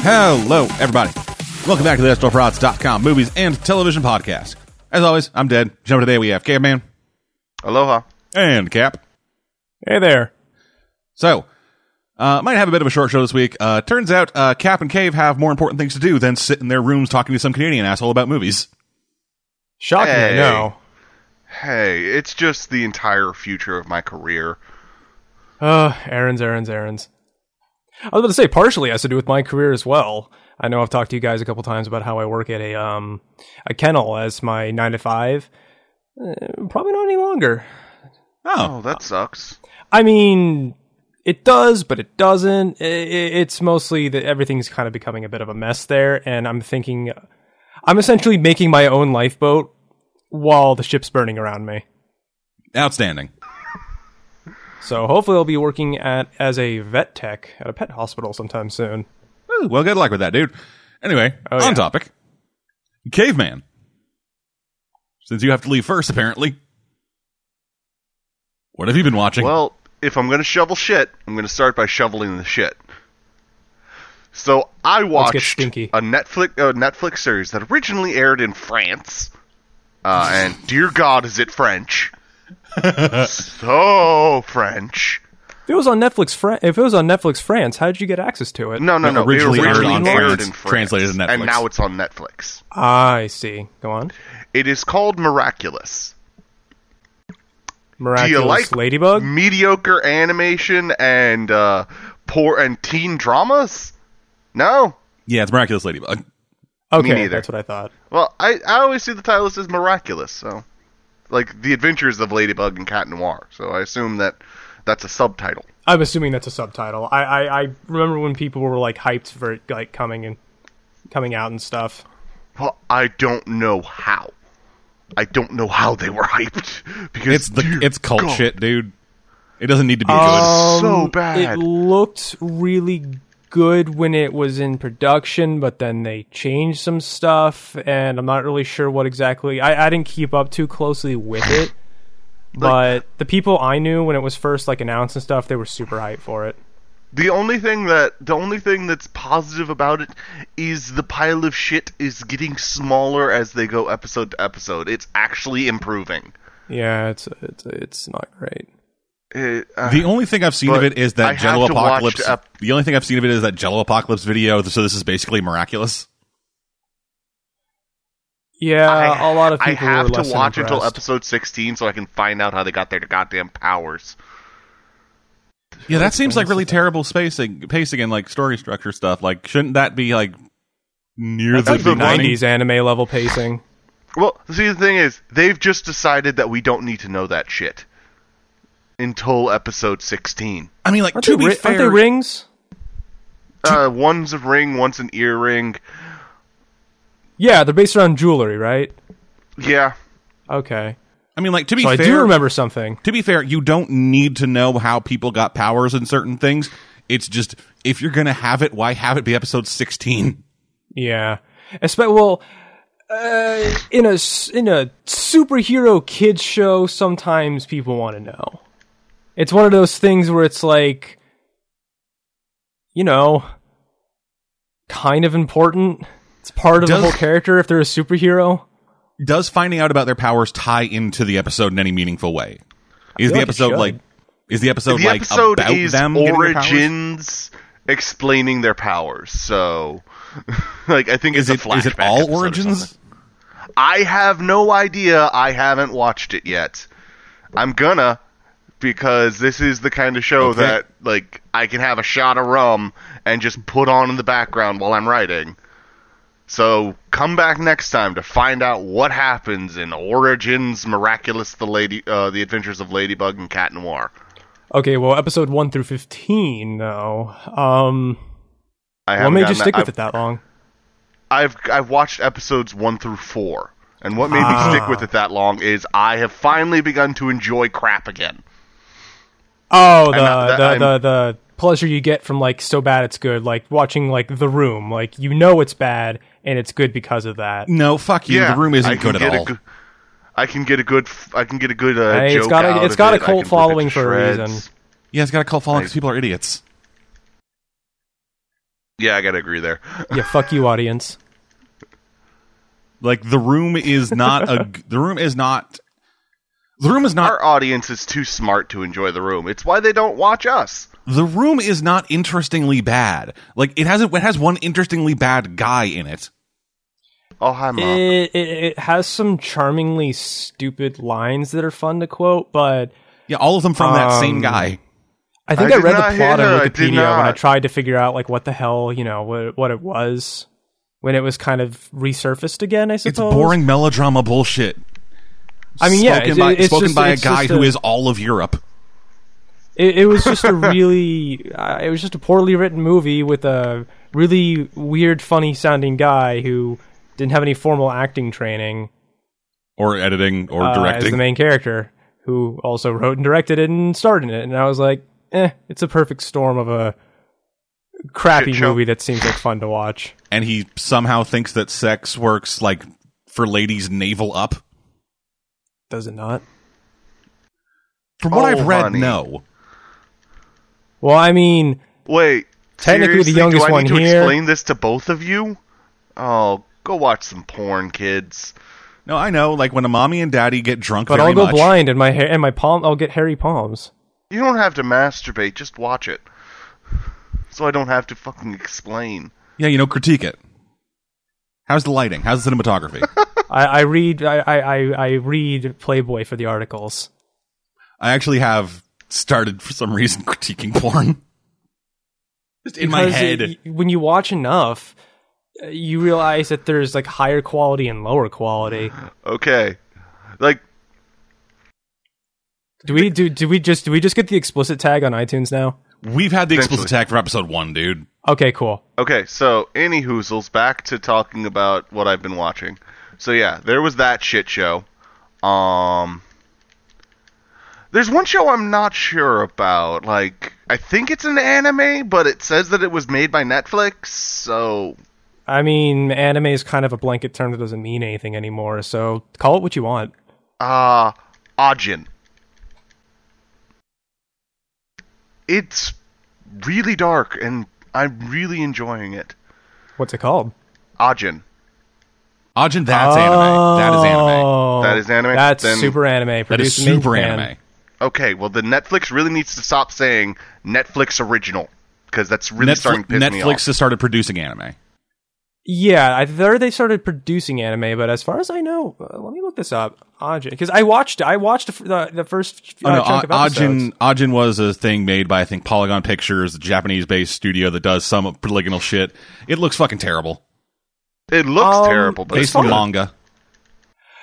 Hello, everybody. Welcome back to the STLFrods.com movies and television podcast. As always, I'm dead. Jumper today, we have Caveman Aloha. and Cap. Hey there. So, uh, might have a bit of a short show this week. Uh, turns out uh, Cap and Cave have more important things to do than sit in their rooms talking to some Canadian asshole about movies. Shocking, Hey. I know. Hey, it's just the entire future of my career. Uh, errands, errands, errands. I was about to say, partially has to do with my career as well. I know I've talked to you guys a couple times about how I work at a um a kennel as my nine to five. Uh, probably not any longer. Oh, Oh, that sucks. I mean, it does, but it doesn't. I- I- It's mostly that everything's kind of becoming a bit of a mess there, and I'm thinking, I'm essentially making my own lifeboat while the ship's burning around me. outstanding. So hopefully, I'll be working at as a vet tech at a pet hospital sometime soon. Ooh, Well, good luck with that, dude. Anyway, on yeah. topic Caveman. Since you have to leave first, apparently. What have you been watching? Well, if I'm going to shovel shit, I'm going to start by shoveling the shit. So I Let's get watched a stinky. Netflix a Netflix series that originally aired in France, uh, and dear God, is it French? so French. If it was on Netflix, Fran- if it was on Netflix France, how did you get access to it? No, no, No, no. originally it aired originally on aired France, in France, translated to Netflix. and now it's on Netflix. I see. Go on. It is called Miraculous. Miraculous do you like Ladybug. mediocre animation and uh, poor and teen dramas? No. yeah, it's Miraculous Ladybug. Okay, neither. that's what I thought. Well, I, I always see the titles as miraculous, so like the adventures of Ladybug and Cat Noir. So I assume that that's a subtitle. I'm assuming that's a subtitle. I, I, I remember when people were like hyped for it like coming and coming out and stuff. Well, I don't know how. I don't know how they were hyped because It's the dear it's cult God, shit, dude. It doesn't need to be Uh, It's so Um, It bad. looked really good when it was in production, but then they changed some stuff, and I'm not really sure what exactly. I, I didn't keep up too closely with it, but the people I knew when it was first like announced and stuff, they were super hyped for it. The only thing that the only thing that's positive about it is the pile of shit is getting smaller as they go episode to episode. It's actually improving. Yeah, it's it's it's not great. It, uh, good. The only thing I've seen of but it is I that have Jello to watch Apocalypse. ep- the only thing I've seen of it is that Jello Apocalypse video. So this is basically miraculous. Uh, Yeah, I- a lot of I people have were less to than watch until impressed. episode 16 so I can find out how they got their goddamn powers. Yeah, that seems like really terrible spacing, pacing, and like story structure stuff. Like, shouldn't that be like near That's like the the beginning? 90s anime level pacing. Well, see, the thing is, they've just decided that we don't need to know that shit until episode 16. I mean, like Aren't, to they, be ri- fair, aren't they rings? Uh, one's a ring, one's an earring. Yeah, they're based around jewelry, right? Yeah. Okay, I mean, like to be so I fair, do remember something. to be fair, you don't need to know how people got powers in certain things. It's just if you're gonna have it, why have it be episode sixteen? Yeah. Espe- well, uh, in a s- in a superhero kids show, sometimes people want to know. It's one of those things where it's like, you know, kind of important. It's part of Does- the whole character if they're a superhero. Does finding out about their powers tie into the episode in any meaningful way? Is feel the like it episode should. like? Is the episode The like episode about is them getting their powers? origins explaining their powers, so. like, I think Is it it's a flashback. is it episode all or origins? something. I have no idea. I haven't watched it yet. I'm gonna because this is the kind of show Okay. that like I can have a shot of rum and just put on in the background while I'm writing. So come back next time to find out what happens in Origins Miraculous the Lady uh, the Adventures of Ladybug and Cat Noir. Okay, well, episode one through fifteen, though. Um, I what haven't made you gotten stick that. with it that long? I've I've watched episodes one through four, and what made Ah. me stick with it that long is I have finally begun to enjoy crap again. Oh, the not- that- I'm- the, the the pleasure you get from like so bad it's good, like watching like The Room, like you know it's bad and it's good because of that. No, fuck you. Yeah, the room I isn't can good at get a all. goo- I can get a good. f- I can get a good. Uh, Hey, it's joke got a- out it's of got a it. I cult can rip it to following for a shreds. reason. yeah, it's got a cult following because I- people are idiots. Yeah, I gotta agree there. Yeah, fuck you, audience. Like the room is not a g- the room is not the room is not Our audience is too smart to enjoy the room. It's why they don't watch us. the room is not interestingly bad. Like it has a, it has one interestingly bad guy in it. Oh hi, mom. It, it it has some charmingly stupid lines that are fun to quote, but Yeah, all of them from that same Um, guy. I think I I, did read not the plot hear her, on I did Wikipedia when I not. tried to figure out like what the hell you know what what it was when it was kind of resurfaced again. I It's suppose boring melodrama bullshit. I mean, yeah, spoken it's- by, it's spoken just- by a it's guy just who a- is all of Europe. It, it was just a really uh, it was just a poorly written movie with a really weird, funny sounding guy who didn't have any formal acting training or editing or uh, as directing. the main character who also wrote and directed it and starred in it. And I was like, eh, it's a perfect storm of a crappy Shit show. movie that seems like fun to watch. and he somehow thinks that sex works like for ladies navel up. Does it not? From what Oh, I've read, honey. no. Well, I mean, Wait, Technically the seriously, youngest do I one need to here. Explain this to both of you. Oh, go watch some porn, kids. No, I know. Like when a mommy and daddy get drunk, but very I'll go much, blind and my hair and my palm. I'll get hairy palms. You don't have to masturbate. Just watch it, so I don't have to fucking explain. Yeah, you know, critique it. How's the lighting? How's the cinematography? I, I read. I, I I- I read Playboy for the articles. I actually have started for some reason critiquing porn. Just in my Because head. y- y- when you watch enough, uh, you realize that there's like higher quality and lower quality. Okay, like Do we do do we just do we just get the explicit tag on iTunes now? We've had the explicit Eventually. tag for episode one, dude. Okay, cool. Okay, so any hoozles, back to talking about what I've been watching. So yeah, there was that shit show. Um There's one show I'm not sure about. Like I think it's an anime, but it says that it was made by Netflix, so I mean, anime is kind of a blanket term that doesn't mean anything anymore. So call it what you want. uh Ajin. It's really dark and I'm really enjoying it. What's it called? Ajin. Ajin, that's anime. That is anime. Oh, That is anime? That's Then- super anime. That is produced in super Japan. anime. Okay, well, the Netflix really needs to stop saying Netflix original because that's really starting Netflix, to piss me Netflix off. has started producing anime. Yeah, I heard they started producing anime, but as far as I know, uh, let me look this up. Ajin, because I watched I watched the, f- the, the first uh, Oh, no, chunk of A- episodes. Ajin Ajin was a thing made by I think Polygon Pictures, a Japanese-based studio that does some polygonal shit. It looks fucking terrible. It looks Um, terrible, but it's Based on good. manga.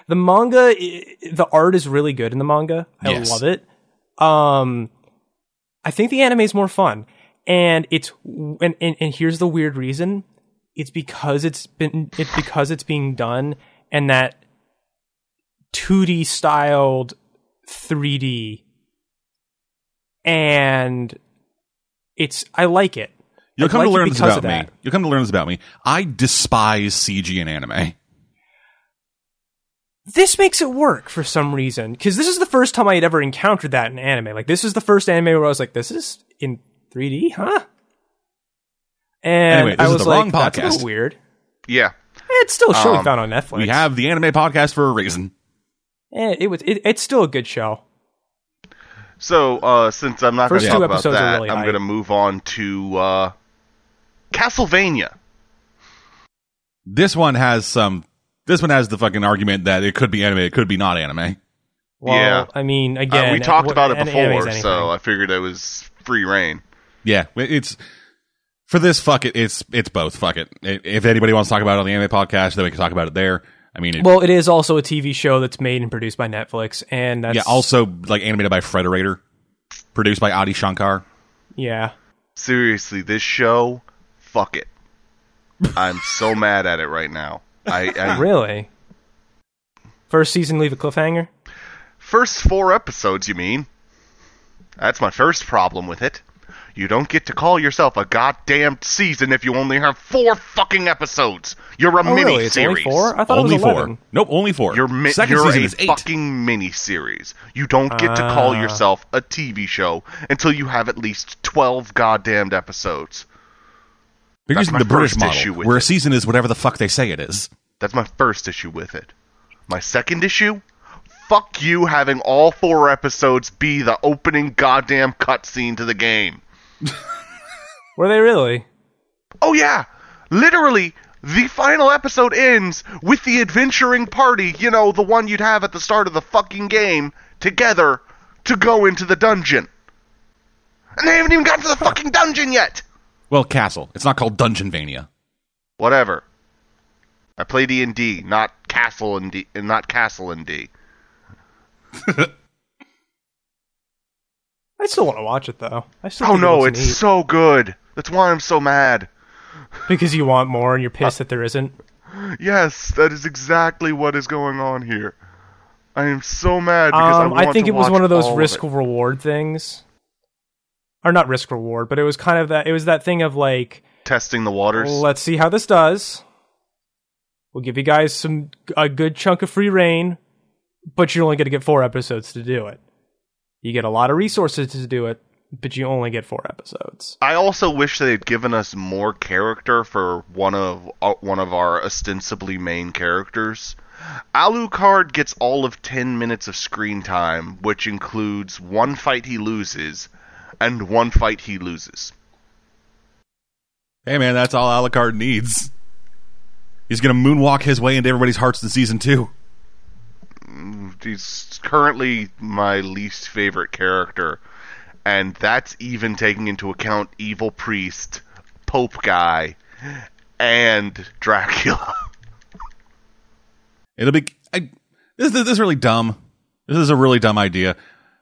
the manga i- the art is really good in the manga i Yes. love it um i think the anime is more fun and it's and, and and here's the weird reason it's because it's been it's because it's being done and that 2d styled 3d and it's i like it You'll I come like to it learn this about because of me. that. You'll come to learn this about me. I despise CG in anime. this makes it work for some reason because this is the first time I had ever encountered that in anime. Like this is the first anime where I was like, "This is in 3D, huh?" And Anyway, this I is was the like, wrong "That's a little podcast. weird." Yeah. It's still a show we Um, found on Netflix. We have the anime podcast for a reason. Eh, it was. It, it's still a good show. So, uh, since I'm not going First to two talk about episodes are that, really I'm hype. going to move on to uh, Castlevania. Uh, This one has some. This one has the fucking argument that it could be anime, it could be not anime. Well, Yeah. I mean, Uh, again, we talked what- about it an anime's before, anything. so I figured it was free reign. Yeah, it- it's for this. Fuck it. It's it's both. Fuck it. I- If anybody wants to talk about it on the anime podcast, then we can talk about it there. I uh, mean, it, well, it is also a TV show that's made and produced by Netflix, and that's yeah. Also, like animated by Frederator, produced by Adi Shankar. yeah. Seriously, this show, fuck it. I'm so mad at it right now. I, I Really, first season leave a cliffhanger. First four episodes, you mean? That's my first problem with it. You don't get to call yourself a goddamn season if you only have four fucking episodes. You're a Oh, mini really? It's only series. four. I thought only it was four. 11. Nope, only four. You're, mi- Second you're season a is eight. fucking mini series. You don't get to call Ah. yourself a TV show until you have at least 12 goddamned episodes. They're That's using my the British first model, issue with where a it. season is whatever the fuck they say it is. That's my first issue with it. My second issue? Fuck you having all four episodes be the opening goddamn cutscene to the game. Were they really? Oh, yeah! Literally, the final episode ends with the adventuring party, you know, the one you'd have at the start of the fucking game, together to go into the dungeon. And they haven't even gotten to the fucking dungeon yet! Well, castle. It's not called Dungeonvania. whatever. I play D and D, not Castle and D, and not Castle and D. I still want to watch it though. I still Oh think it no, looks it's neat. so good. That's why I'm so mad. because you want more and you're pissed that there isn't. Uh, Yes, that is exactly what is going on here. I am so mad because Um, I, want I think to it was watch one of those all risk Of it. reward things, or not risk reward, but it was kind of that. It was that thing of like, Testing the waters. let's see how this does. We'll give you guys some a good chunk of free reign, but you're only going to get four episodes to do it. You get a lot of resources to do it, but you only get four episodes. I also wish they had given us more character for one of uh, one of our ostensibly main characters. Alucard gets all of 10 minutes of screen time, which includes one fight he loses and one fight he loses. Hey, man, that's all Alucard needs. He's going to moonwalk his way into everybody's hearts in season two. He's currently my least favorite character, and that's even taking into account evil priest, pope guy, and Dracula. It'll be. I, this, this is really dumb. This is a really dumb idea.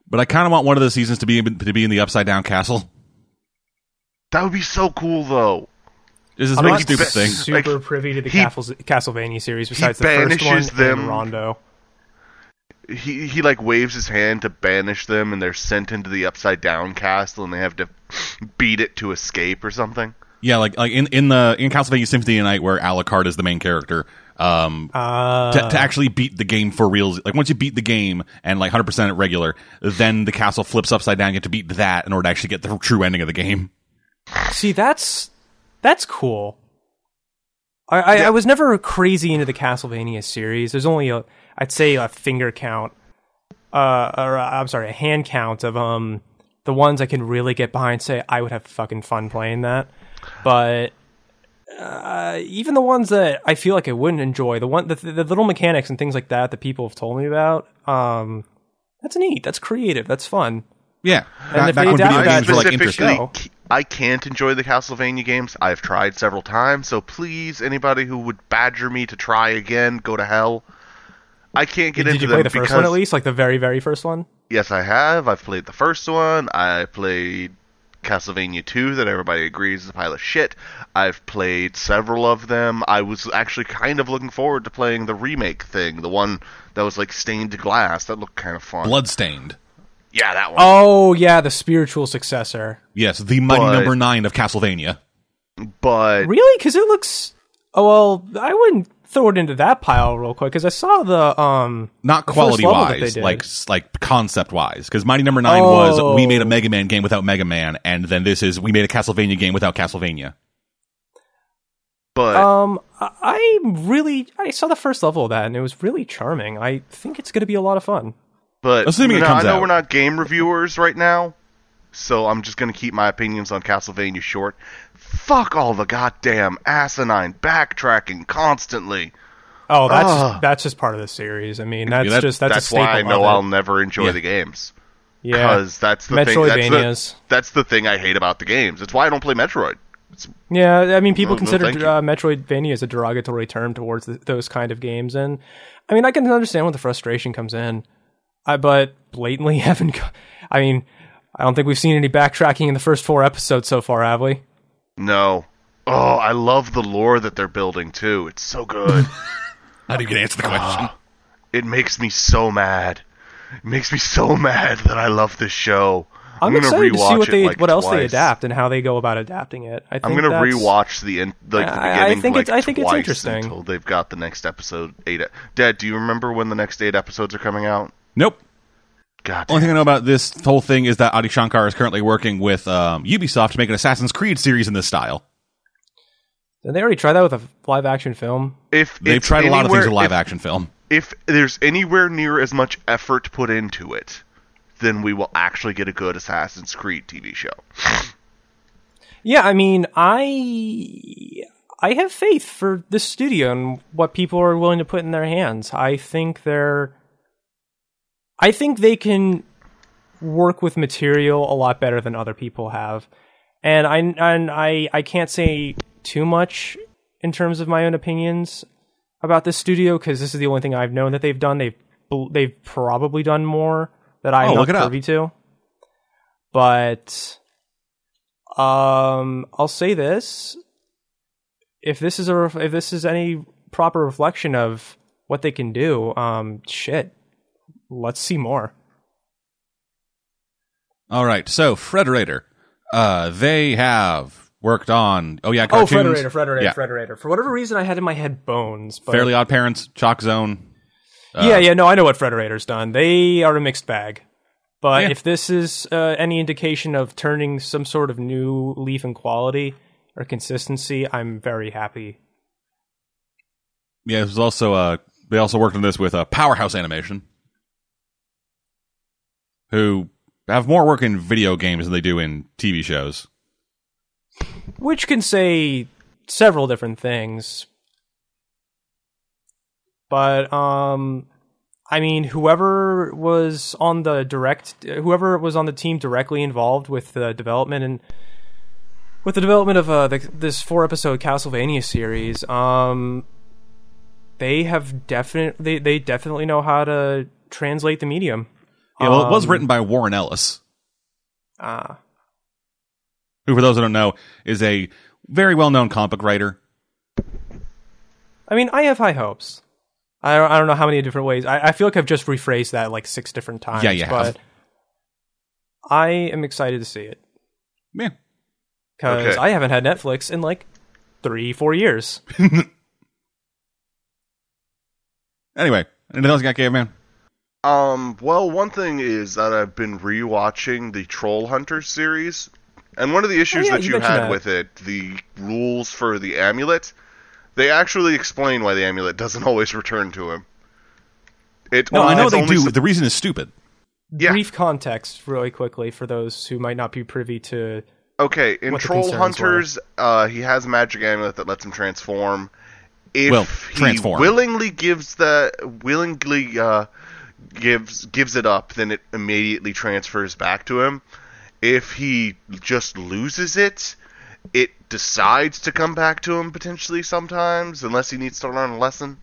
But I kind of want one of the seasons to be to be in the upside down castle. that would be so cool though. This is I'm a not stupid s- thing. Super Like, privy to the he- Castles- Castlevania series besides the first one banishes them. and Rondo. he he like waves his hand to banish them and they're sent into the upside down castle and they have to beat it to escape or something. Yeah, like like in in the in Castlevania Symphony of the Night, where Alucard is the main character. Um, Uh, to, to actually beat the game for real, like once you beat the game and like hundred percent at regular, then the castle flips upside down. You have to beat that in order to actually get the true ending of the game. See, that's that's cool. I, I, I was never crazy into the Castlevania series. There's only a, I'd say a finger count, uh, or uh, I'm sorry, a hand count of um the ones I can really get behind. Say I would have fucking fun playing that, but. Uh, even the ones that I feel like I wouldn't enjoy, the one, the, the little mechanics and things like that that people have told me about, um, that's neat. That's creative. That's fun. Yeah, if they adapted that- were, specifically interesting. interesting. c- I can't enjoy the Castlevania games. I've tried several times, so please anybody who would badger me to try again, go to hell. I can't get Did into you play them the because first one at least, like the very, very first one? yes, I have. I've played the first one. I played Castlevania 2 that everybody agrees is a pile of shit. I've played several of them. I was actually kind of looking forward to playing the remake thing, the one that was like stained glass. That looked kind of fun. Bloodstained. Yeah, that one. Oh yeah, the spiritual successor. Yes, the mighty But- number nine of Castlevania. But Really? Because it looks. Oh well, I wouldn't throw it into that pile real quick because I saw the um. Not first level quality that they wise, did. like s- like concept wise, because Mighty Number Nine was we made Oh. a Mega Man game without Mega Man, and then this is we made a Castlevania game without Castlevania. but Um, I I really I saw the first level of that and it was really charming. I think it's going to be a lot of fun. But Assuming it no, comes I know out. we're not game reviewers right now, so I'm just gonna keep my opinions on Castlevania short. Fuck all the goddamn asinine backtracking constantly. Oh, that's Ah. that's just part of the series. I mean, that's that- just that's, a That's staple why I of know it. I'll never enjoy Yeah. the games yeah, because that's the thing. That's Metroidvanias. the, that's the thing I hate about the games. That's why I don't play Metroid. Yeah, I mean, people no, consider thank you. uh, Metroidvania as a derogatory term towards th- those kind of games, and I mean, I can understand where the frustration comes in. I but blatantly haven't. co- I mean, I don't think we've seen any backtracking in the first four episodes so far, have we? No. Oh, I love the lore that they're building too. It's so good. How do you answer the question? it makes me so mad. It makes me so mad that I love this show. I'm, gonna excited to see rewatch what it, they like, what else they twice. adapt and how they go about adapting it. I think I'm gonna that's- rewatch the end, like the I- I beginning. think like, it's- I think it's twice interesting. until they've got the next episode eight. e- Dad, do you remember when the next eight episodes are coming out? Nope. God, Only damn. thing I know about this whole thing is that Adi Shankar is currently working with um, Ubisoft to make an Assassin's Creed series in this style. Did they already try that with a live action film? If They've it's tried a lot of things anywhere- in live if- action film. If there's anywhere near as much effort put into it, then we will actually get a good Assassin's Creed TV show. Yeah, I mean, I I have faith for this studio and what people are willing to put in their hands. I think they're I think they can work with material a lot better than other people have. And I and I I can't say too much in terms of my own opinions about this studio cuz this is the only thing I've known that they've done. They've they've probably done more that I'm Oh, not look it up. privy to. But um, I'll say this: if this is a ref- if this is any proper reflection of what they can do, um, shit, let's see more. All right. So Frederator, uh, they have worked on. Oh yeah, cartoons. Frederator, Yeah. Frederator. For whatever reason, I had in my head Bones. But Fairly uh, Odd Parents, Chalk Zone. yeah, yeah, no, I know what Frederator's done. They are a mixed bag. But Yeah. if this is uh, any indication of turning some sort of new leaf in quality or consistency, I'm very happy. Yeah, this was also uh, they also worked on this with uh, Powerhouse Animation, who have more work in video games than they do in TV shows. which can say several different things. But um I mean whoever was on the direct whoever was on the team directly involved with the development and with the development of uh, the, this four episode Castlevania series um they have definite they, they definitely know how to translate the medium. Yeah, well, it was Um, written by Warren Ellis, Ah. who, for those who don't know, is a very well-known comic book writer. I mean, I have high hopes. I don't, I don't know how many different ways. I, I feel like I've just rephrased that like six different times. Yeah, you but have. I am excited to see it Yeah, because Okay. I haven't had Netflix in like three, four years. Anyway, anything else you got, Caveman? Um, well, one thing is that I've been rewatching the Troll Hunter series, and one of the issues yeah, that you you, mentioned had that. with it, the rules for the amulet, they actually explain why the amulet doesn't always return to him. It, uh, No, I know it's they only do. sup- the reason is stupid. Yeah. Brief context, really quickly, for those who might not be privy to. Okay, in what the Troll concerns were. Hunters, uh, he has a magic amulet that lets him transform. If Well, he transform. willingly gives the willingly uh, gives gives it up, then it immediately transfers back to him. If he just loses it, it decides to come back to him potentially sometimes, unless he needs to learn a lesson.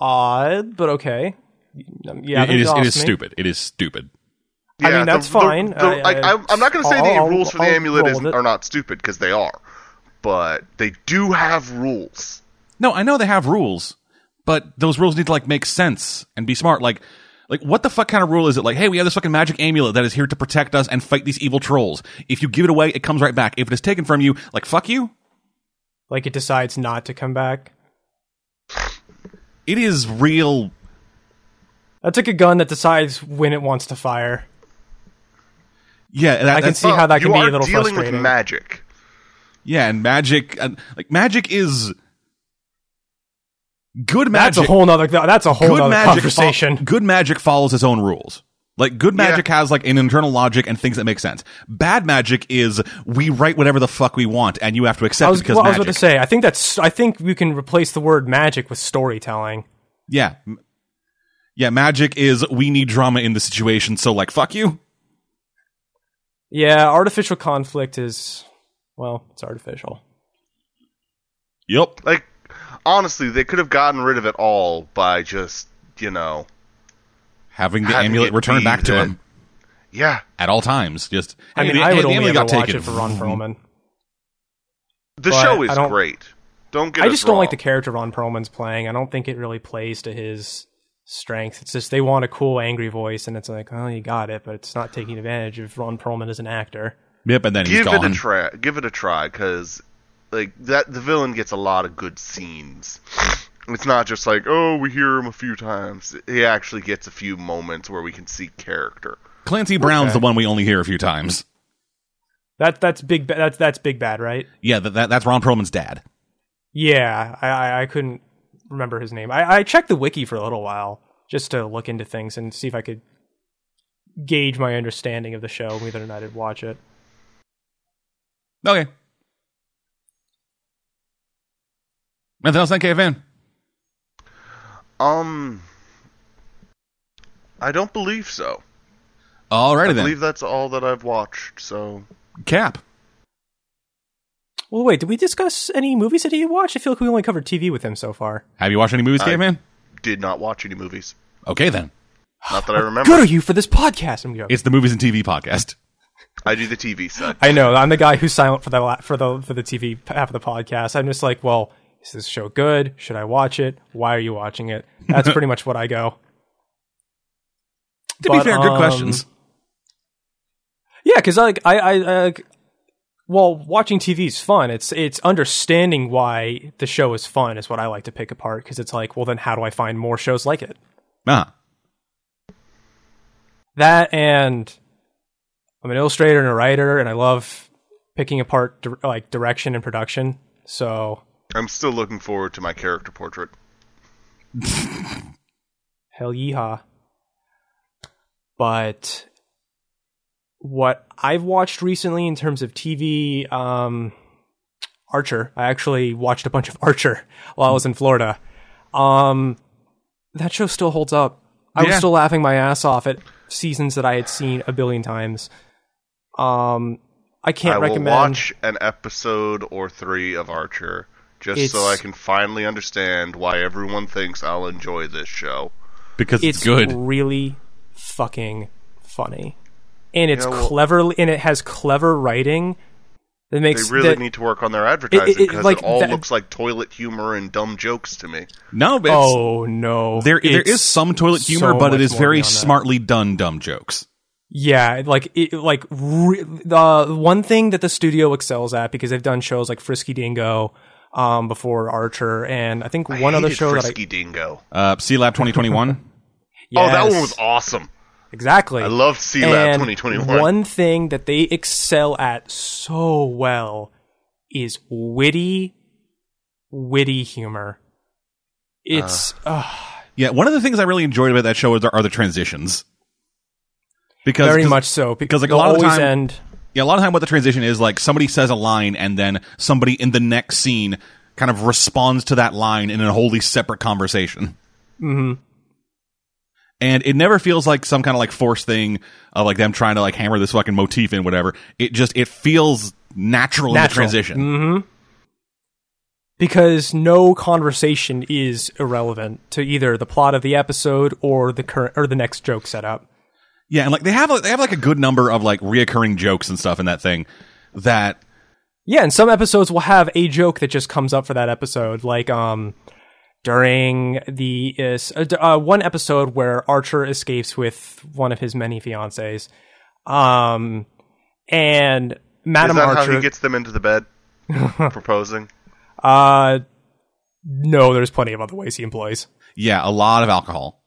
Odd, but okay. Um, Yeah, It- it that is. It lost is me. stupid. It is stupid. I mean, that's fine. I- like, I- I'm, I'm not going to say I'll- the I'll- rules for the I'll amulet roll is, with it. are not stupid because they are, but they do have rules. No, I know they have rules, but those rules need to like make sense and be smart. Like, like what the fuck kind of rule is it? Like, hey, we have this fucking magic amulet that is here to protect us and fight these evil trolls. If you give it away, it comes right back. If it is taken from you, like fuck you. Like it decides not to come back. It is real. That's like a gun that decides when it wants to fire. Yeah, that, I can that's- see how that you can be are a little dealing frustrating. with magic. Yeah, and magic, and, like magic is good magic. That's a whole nother. That's a whole good nother magic. fo- conversation. good magic follows its own rules. Like good magic has like an internal logic and things that make sense. Bad magic is we write whatever the fuck we want and you have to accept it I was, because well, I was magic. about to say. I think that's. I think we can replace the word magic with storytelling. yeah. M- Yeah, magic is we need drama in the situation, so like fuck you. Yeah, artificial conflict is. Well, it's artificial. Yep. Like, honestly, they could have gotten rid of it all by just, you know, Having the Having amulet it returned be back to the- him yeah. at all times. Just I mean, the- I hey, would the only amulet ever got watch taken. it for Ron Perlman. The But show is I don't- great. Don't get I us just don't wrong. like the character Ron Perlman's playing. I don't think it really plays to his strengths. It's just they want a cool, angry voice, and it's like, oh, you got it, but it's not taking advantage of Ron Perlman as an actor. Yep, and then he's Give it gone. a try. Give it a try because, like that, the villain gets a lot of good scenes. It's not just like, oh, we hear him a few times. He actually gets a few moments where we can see character. Clancy Brown's Okay. the one we only hear a few times. That that's big. Ba- that's that's big bad, right? Yeah, that, that that's Ron Perlman's dad. Yeah, I, I, I couldn't remember his name. I, I checked the wiki for a little while just to look into things and see if I could gauge my understanding of the show, whether or not I'd watch it. Okay. Nothing else on KFN. Um, I don't believe so. I Alrighty believe then. that's all that I've watched. So Cap. Well, wait, did we discuss any movies that he watched? I feel like we only covered TV with him so far. Have you watched any movies, Caveman? did not watch any movies. Okay then. Not that I remember. Good are you for this podcast? I'm joking. It's the movies and TV podcast. I do the TV set. I know. I'm the guy who's silent for the la- for the for the TV half of the podcast. I'm just like, well, is this show good? Should I watch it? Why are you watching it? That's pretty much what I go. To be But, fair, good um, questions. Yeah, because like I, I, I, well, watching TV is fun. It's it's understanding why the show is fun is what I like to pick apart. Because it's like, well, then how do I find more shows like it? Ah. That and I'm an illustrator and a writer, and I love picking apart dir- like direction and production. So I'm still looking forward to my character portrait. Hell yeehaw. But what I've watched recently in terms of TV, um, Archer. I actually watched a bunch of Archer while I was in Florida. Um, that show still holds up. I was Yeah. still laughing my ass off at seasons that I had seen a billion times. Um, I can't I will recommend. watch an episode or three of Archer just so I It's- can finally understand why everyone thinks I'll enjoy this show. Because it's, it's good. really fucking funny and it's Yeah, well- cleverly and it has clever writing that They makes really that- need to work on their advertising because it, like, all that- looks like toilet humor and dumb jokes to me. No, but it's- oh no there there It's is some toilet so humor, but it much is more very beyond that. smartly done dumb jokes. yeah like it, like re- the one thing that the studio excels at because they've done shows like frisky dingo um before archer and i think one I other hated show that i Frisky Dingo. Uh, C Lab 2021. Oh, that Yes, one was awesome. exactly I loved C Lab And 2021. One thing that they excel at so well is witty, witty humor. It's Uh, ugh, yeah, one of the things I really enjoyed about that show is are the transitions. Because very 'cause- much so because like, a they'll lot of the always time- end. Yeah, a lot of time what the transition is like somebody says a line and then somebody in the next scene kind of responds to that line in a wholly separate conversation. Mhm. And it never feels like some kind of like forced thing of like them trying to like hammer this fucking motif in whatever. It just it feels natural, in the Natural. transition. Mm-hmm. Because no conversation is irrelevant to either the plot of the episode or the current or the next joke setup. Yeah, and like they have they have like a good number of like reoccurring jokes and stuff in that thing that Yeah, and some episodes will have a joke that just comes up for that episode, like um during the is uh, d- uh, one episode where Archer escapes with one of his many fiancées, um, and Is Madam that Archer. how he gets them into the bed? proposing. uh, no, there's plenty of other ways he employs yeah, a lot of alcohol.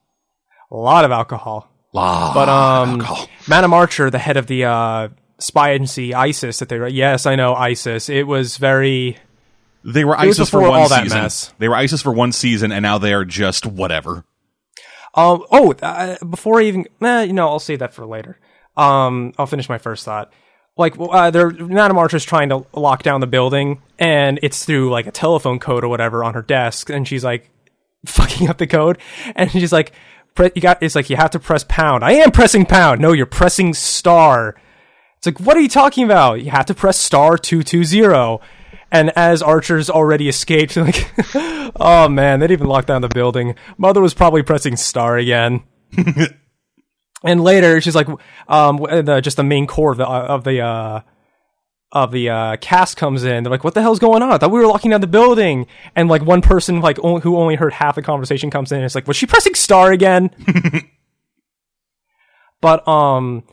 a lot of alcohol. Lot But um, alcohol. Madam Archer, the head of the uh, spy agency ISIS, that they were, yes, I know ISIS. It was very They were was ISIS for before one all that season. mess. They were ISIS for one season, and now they are just whatever. Um. Oh, uh, before I even, eh, you know, I'll save that for later. Um. I'll finish my first thought. Like, well, uh, they're Madame Archer's trying to lock down the building, and it's through like a telephone code or whatever on her desk, and she's like fucking up the code, and she's like, pre- "You got." It's like you have to press pound. I am pressing pound. No, you're pressing star. It's like, what are you talking about? You have to press star two two zero. And as Archer's already escaped, like, oh man, they'd even locked down the building. Mother was probably pressing star again. and later, she's like, um, w- the, just the main core of the uh, of the uh, of the uh, cast comes in. They're like, what the hell's going on? I thought we were locking down the building. And like one person, like on- who only heard half the conversation, comes in. and It's like, was she pressing star again? but um.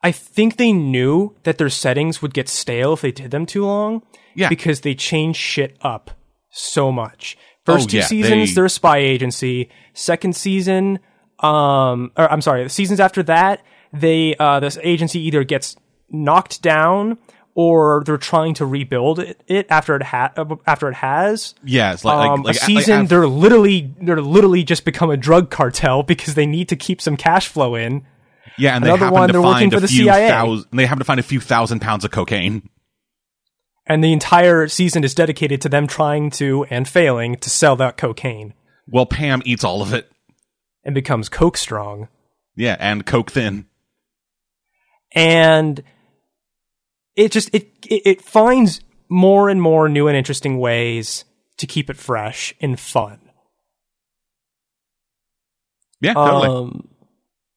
I think they knew that their settings would get stale if they did them too long. Yeah. Because they changed shit up so much. First Oh, two yeah, seasons, they- they're a spy agency. Second season, um, or I'm sorry, the seasons after that, they, uh, this agency either gets knocked down or they're trying to rebuild it, it after it ha- after it has. Yeah, it's like, Um, like, like a season, like, af- they're literally they're literally just become a drug cartel because they need to keep some cash flow in. yeah, and they another happen one, to they're find working a for the few CIA. thousand. They happen to find a few thousand pounds of cocaine. and the entire season is dedicated to them trying to and failing to sell that cocaine Well, Pam eats all of it. and becomes coke strong Yeah, and coke thin. and it just it it, it finds more and more new and interesting ways to keep it fresh and fun Yeah, totally. um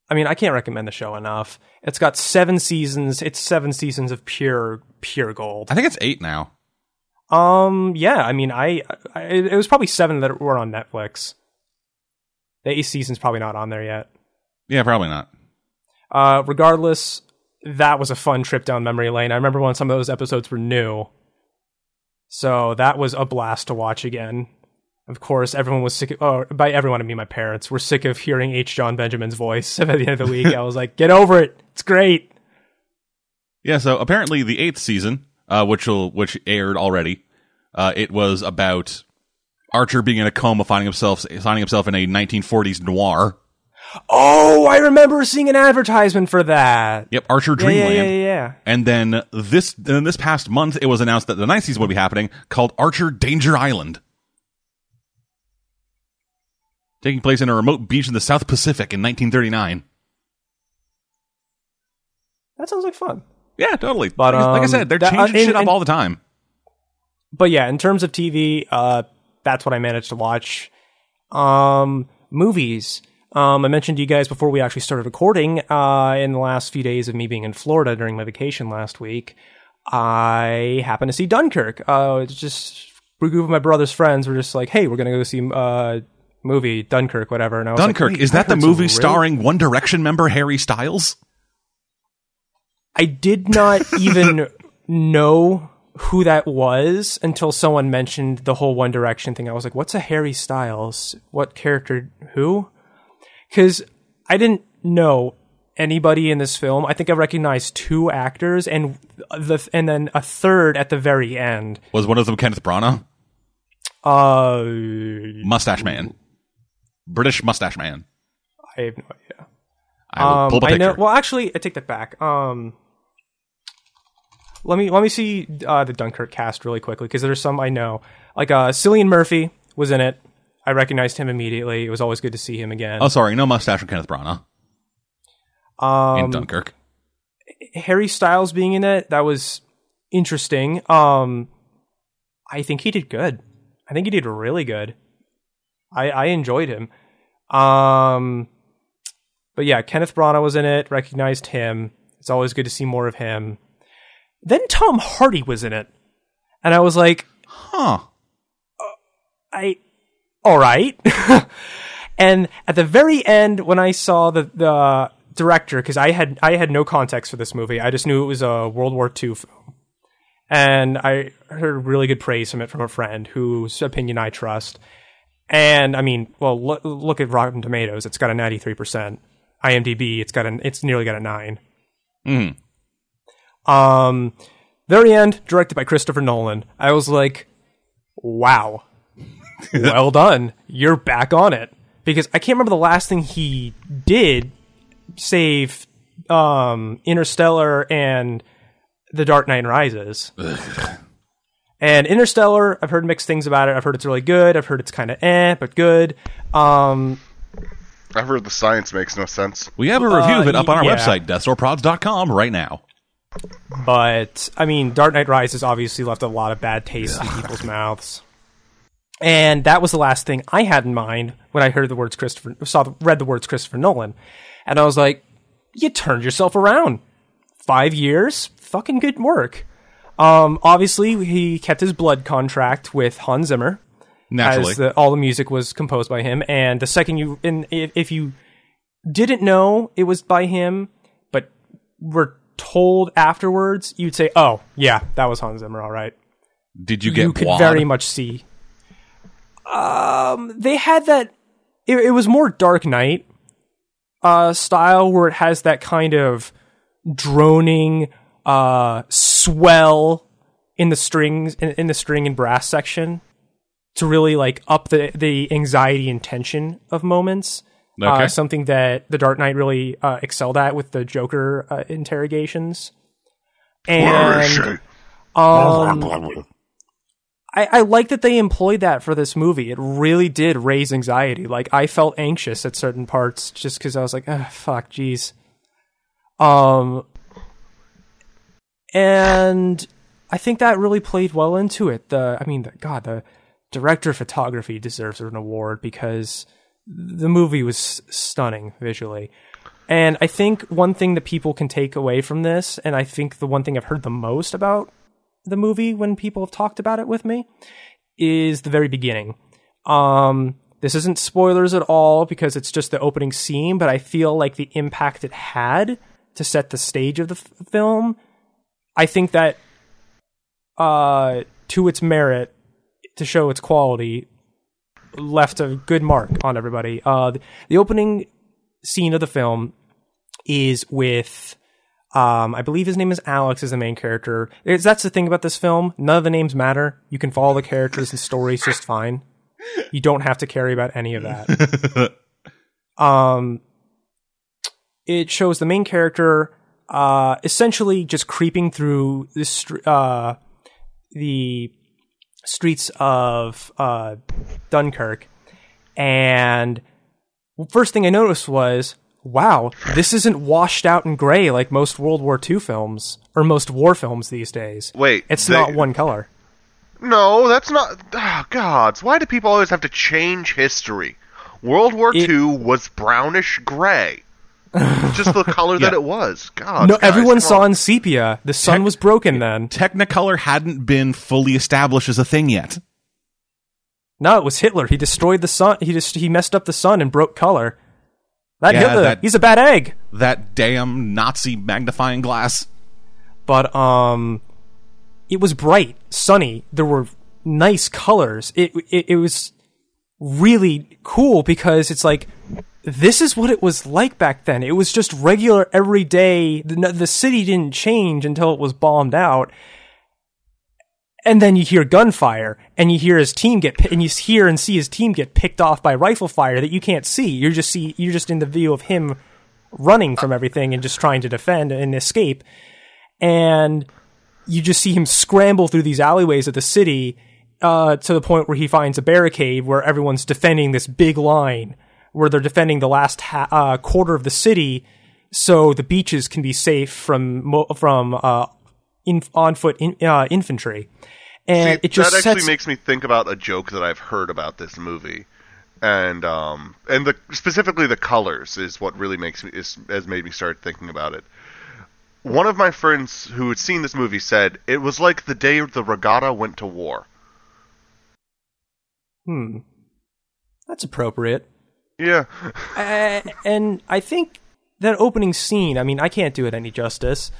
i mean i can't recommend the show enough it's got seven seasons it's seven seasons of pure pure gold I think it's eight now. um yeah i mean i, I it was probably seven that were on netflix the eighth season's probably not on there yet Yeah, probably not. Uh, regardless, that was a fun trip down memory lane. I remember when some of those episodes were new. So that was a blast to watch again. Of course, everyone was sick. Of, oh, by everyone, I mean my parents were sick of hearing H. John Benjamin's voice. At the end of the week, I was like, "Get over it. It's great." Yeah, so apparently the eighth season, uh, which will which aired already, uh, it was about Archer being in a coma, finding himself finding himself in a 1940s noir. Oh, I remember seeing an advertisement for that. Yep, Archer Yeah, yeah, Dreamland. yeah, yeah, yeah. And then this then this past month, it was announced that the ninth season would be happening, called Archer Danger Island, taking place in a remote beach in the South Pacific in 1939. That sounds like fun. Yeah, totally. But, like, I- like I um, said, they're that- changing uh, and- shit up and- all the time. but yeah, in terms of TV, uh, that's what I managed to watch. Um, movies. Um, I mentioned to you guys before we actually started recording uh, in the last few days of me being in Florida during my vacation last week. I happened to see Dunkirk. Uh, it's just a group of my brother's friends were just like, "Hey, we're gonna go see uh movie Dunkirk, whatever." And I was like, Dunkirk "Wait, is that the Dunkirk's a movie real-" starring One Direction member Harry Styles? I did not even know who that was until someone mentioned the whole One Direction thing. I was like, what's a Harry Styles? What character? Who? Because I didn't know anybody in this film. I think I recognized two actors and the and then a third at the very end. Was one of them Kenneth Branagh, Uh, Mustache Man, British Mustache Man? I have no idea. I will pull Um, up a I picture. know. Well, actually, I take that back. Um, let me let me see uh, the Dunkirk cast really quickly because there's some I know. Like uh, Cillian Murphy was in it. I recognized him immediately. It was always good to see him again. oh, sorry, no mustache from Kenneth Branagh in um, Dunkirk. Harry Styles being in it that was interesting. Um, I think he did good. I think he did really good. I I enjoyed him. Um, but yeah, Kenneth Branagh was in it. Recognized him. It's always good to see more of him. Then Tom Hardy was in it, and I was like, Huh. I, all right. and at the very end, when I saw the the director, because I had I had no context for this movie, I just knew it was a World War II film, and I heard really good praise from it from a friend whose opinion I trust. And I mean, well, lo- look at Rotten Tomatoes; it's got a ninety three percent. IMDb, it's got an it's nearly got a nine. Mm. Um, very end, directed by Christopher Nolan. I was like, wow, well done. You're back on it because I can't remember the last thing he did, save um, Interstellar and The Dark Knight Rises. And Interstellar, I've heard mixed things about it. I've heard it's really good. I've heard it's kind of eh, but good. Um, I've heard the science makes no sense. We have a review of it up on our uh, yeah. website, deathstorprods.com, right now. But I mean, Dark Knight Rises obviously left a lot of bad taste in people's mouths, and that was the last thing I had in mind when I heard the words Christopher saw the, read the words Christopher Nolan, and I was like, "You turned yourself around. Five years, fucking good work." Um, obviously, he kept his blood contract with Hans Zimmer Naturally. as the, all the music was composed by him. And the second you, and if, if you didn't know it was by him, but were told afterwards, you'd say, "Oh, yeah, that was Hans Zimmer." All right, Did you get you could wad? very much see. Um, they had that. It, it was more Dark Knight uh, style, where it has that kind of droning, uh, swell in the strings in, in the string and brass section to really like up the the anxiety and tension of moments. Okay. Uh, something that the Dark Knight really uh, excelled at with the Joker uh, interrogations. Where is And she? um, I, I like that they employed that for this movie. It really did raise anxiety. Like I felt anxious at certain parts just because I was like, ah, "Fuck, jeez." Um, and I think that really played well into it. The I mean, the, God, the director of photography deserves an award because the movie was stunning visually. And I think one thing that people can take away from this, and I think the one thing I've heard the most about the movie when people have talked about it with me is the very beginning. Um, this isn't spoilers at all because it's just the opening scene, but I feel like the impact it had to set the stage of the f- film. I think that, uh, to its merit, to show its quality, left a good mark on everybody. Uh, the, the opening scene of the film is with um, I believe his name is Alex, is the main character. It's, that's the thing about this film. None of the names matter. You can follow the characters and stories just fine. You don't have to care about any of that. um, it shows the main character uh, essentially just creeping through the, str- uh, the streets of uh, Dunkirk. And first thing I noticed was, wow, this isn't washed out and gray like most World War II films or most war films these days. Wait, it's they- not one color. No, that's not. Oh, gods, why do people always have to change history? World War It- II was brownish gray. It's just the color that Yeah. it was. Oh, God. no, everyone saw in sepia. The sun was broken then. Technicolor hadn't been fully established as a thing yet. No, it was Hitler. He destroyed the sun. He just he messed up the sun and broke color. That Yeah, Hitler, that- he's a bad egg. That damn Nazi magnifying glass. but um it was bright sunny there were nice colors it it, it was really cool because it's like this is what it was like back then it was just regular everyday the, the city didn't change until it was bombed out and then you hear gunfire and you hear his team get pi- and you hear and see his team get picked off by rifle fire that you can't see you're just see you're just in the view of him running from everything and just trying to defend and escape and you just see him scramble through these alleyways of the city uh, to the point where he finds a barricade where everyone's defending this big line where they're defending the last ha- uh, quarter of the city so the beaches can be safe from mo- from uh, in- on foot in- uh, infantry and it just that actually sets makes me think about a joke that I've heard about this movie, and um, and the specifically the colors is what really makes me is, has made me start thinking about it. One of my friends who had seen this movie said it was like the day the regatta went to war. hmm that's appropriate Yeah, Uh, and I think that opening scene, I mean, I can't do it any justice.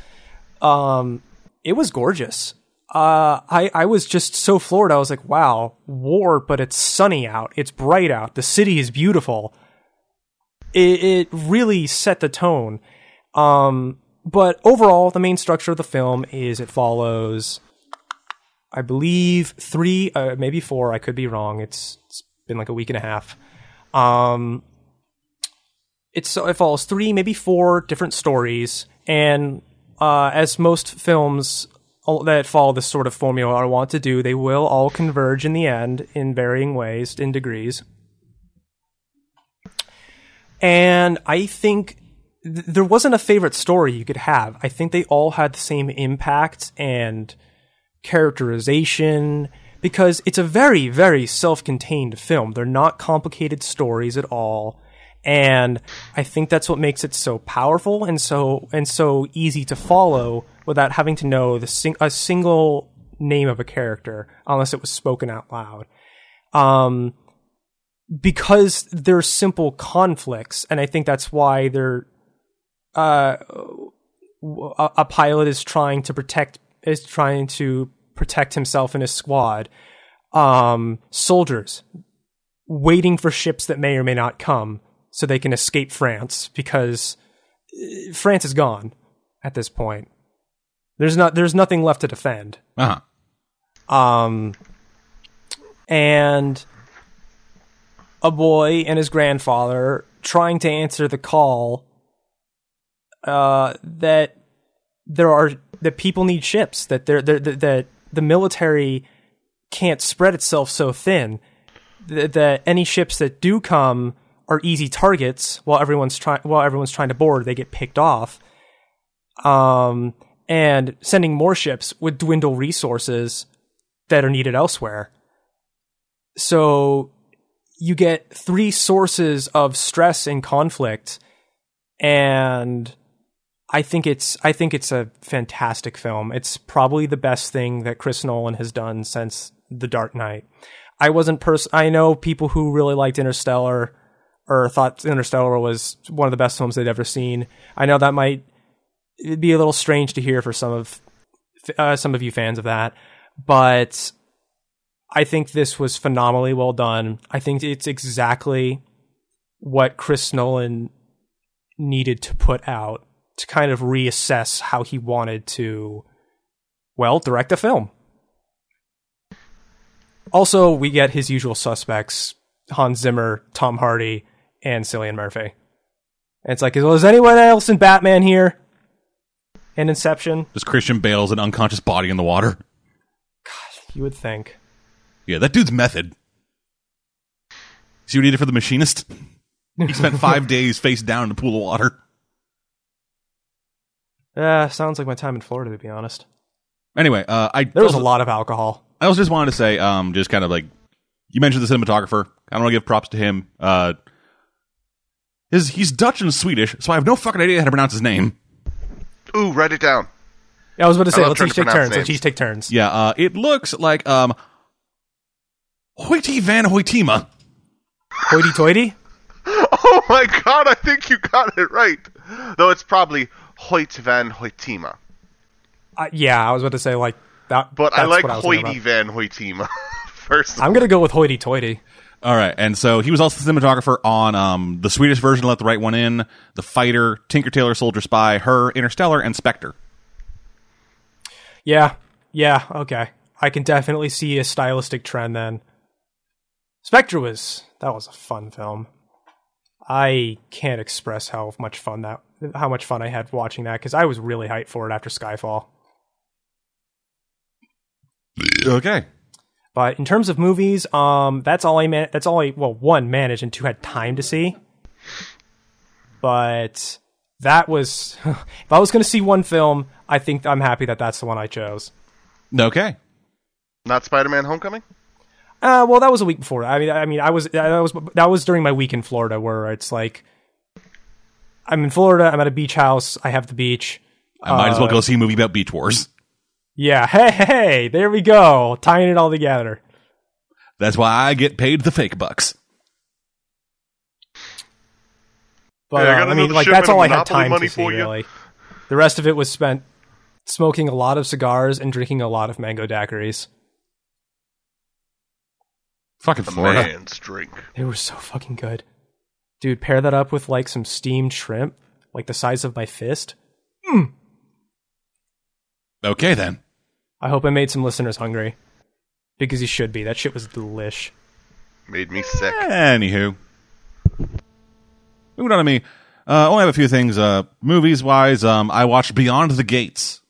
Um, it was gorgeous. Uh, I, I was just so floored. I was like, wow, war, but it's sunny out. It's bright out. The city is beautiful. It, it really set the tone. Um, but overall, the main structure of the film is it follows, I believe, three, uh, maybe four. I could be wrong. It's, it's been like a week and a half. Um, it's it follows three, maybe four different stories, and uh, as most films all- that follow this sort of formula are want to do, they will all converge in the end in varying ways, in degrees. And I think th- there wasn't a favorite story you could have. I think they all had the same impact and characterization because it's a very, very self contained film. They're not complicated stories at all. And I think that's what makes it so powerful and so and so easy to follow without having to know the sing- a single name of a character unless it was spoken out loud. Um, because they're simple conflicts, and I think that's why they're uh, a, a pilot is trying to protect is trying to protect himself and his squad. Um, soldiers waiting for ships that may or may not come so they can escape France because uh, France is gone at this point. There's not there's nothing left to defend. Uh huh. Um, and a boy and his grandfather trying to answer the call uh, that there are that people need ships that they're, they're, that that the military can't spread itself so thin that, that any ships that do come are easy targets while everyone's trying while everyone's trying to board they get picked off um and sending more ships would dwindle resources that are needed elsewhere so you get three sources of stress and conflict and I think it's I think it's a fantastic film. It's probably the best thing that Chris Nolan has done since The Dark Knight. I wasn't pers- I know people who really liked Interstellar or thought Interstellar was one of the best films they'd ever seen. I know that might it'd be a little strange to hear for some of uh, some of you fans of that, but I think this was phenomenally well done. I think it's exactly what Chris Nolan needed to put out to kind of reassess how he wanted to, well, direct a film. Also, we get his usual suspects Hans Zimmer, Tom Hardy, and Cillian Murphy. And it's like, well, is anyone else in Batman here? And Inception? Just Christian Bale's an unconscious body in the water. You would think. Yeah, that dude's method. See what he did for the machinist? He spent five days face down in a pool of water. Uh, sounds like my time in Florida, to be honest. Anyway, uh, I There was a lot of alcohol. I also just wanted to say, um, just kind of like you mentioned the cinematographer. I don't want to give props to him. Uh, his he's Dutch and Swedish, so I have no fucking idea how to pronounce his name. Ooh, write it down. Yeah, I was about to say, love let's trying each to take pronounce turns. Let's names. each take turns. Yeah, uh, it looks like um, Hoity Van Hoitima. Hoity toity? Oh my god, I think you got it right. Though it's probably Hoyt van Hoytima. Uh, yeah, I was about to say, like, that. But I that's like what was thinking Hoity about. van Hoytima. First of I'm going to go with hoity toity. All right, and so he was also the cinematographer on um, the Swedish version, of Let the Right One In, The Fighter, Tinker Tailor Soldier Spy, Her, Interstellar, and Spectre. Yeah. Yeah. Okay. I can definitely see a stylistic trend then. Spectre was that was a fun film. I can't express how much fun that how much fun I had watching that because I was really hyped for it after Skyfall. Okay, But in terms of movies, um, that's all I man. That's all I well one managed and two had time to see. But that was if I was going to see one film, I think I'm happy that that's the one I chose. okay. Not Spider Man Homecoming? Uh, well, that was a week before. I mean, I mean, I was that was that was during my week in Florida, where it's like I'm in Florida, I'm at a beach house, I have the beach. I might as well go see a movie about Beach Wars. Yeah, hey, hey, hey, there we go, tying it all together. That's why I get paid the fake bucks. But Hey, I uh, got I mean, another like shipment that's all I of had Monopoly time to money see. for you. Really, the rest of it was spent smoking a lot of cigars and drinking a lot of mango daiquiris. Fucking The Florida. man's drink. They were so fucking good, dude. Pair that up with like some steamed shrimp, like the size of my fist. Okay then. I hope I made some listeners hungry. Because you should be. That shit was delish. Made me sick. Anywho, moving on to me. Uh, only have a few things. Uh, movies wise, um, I watched Beyond the Gates.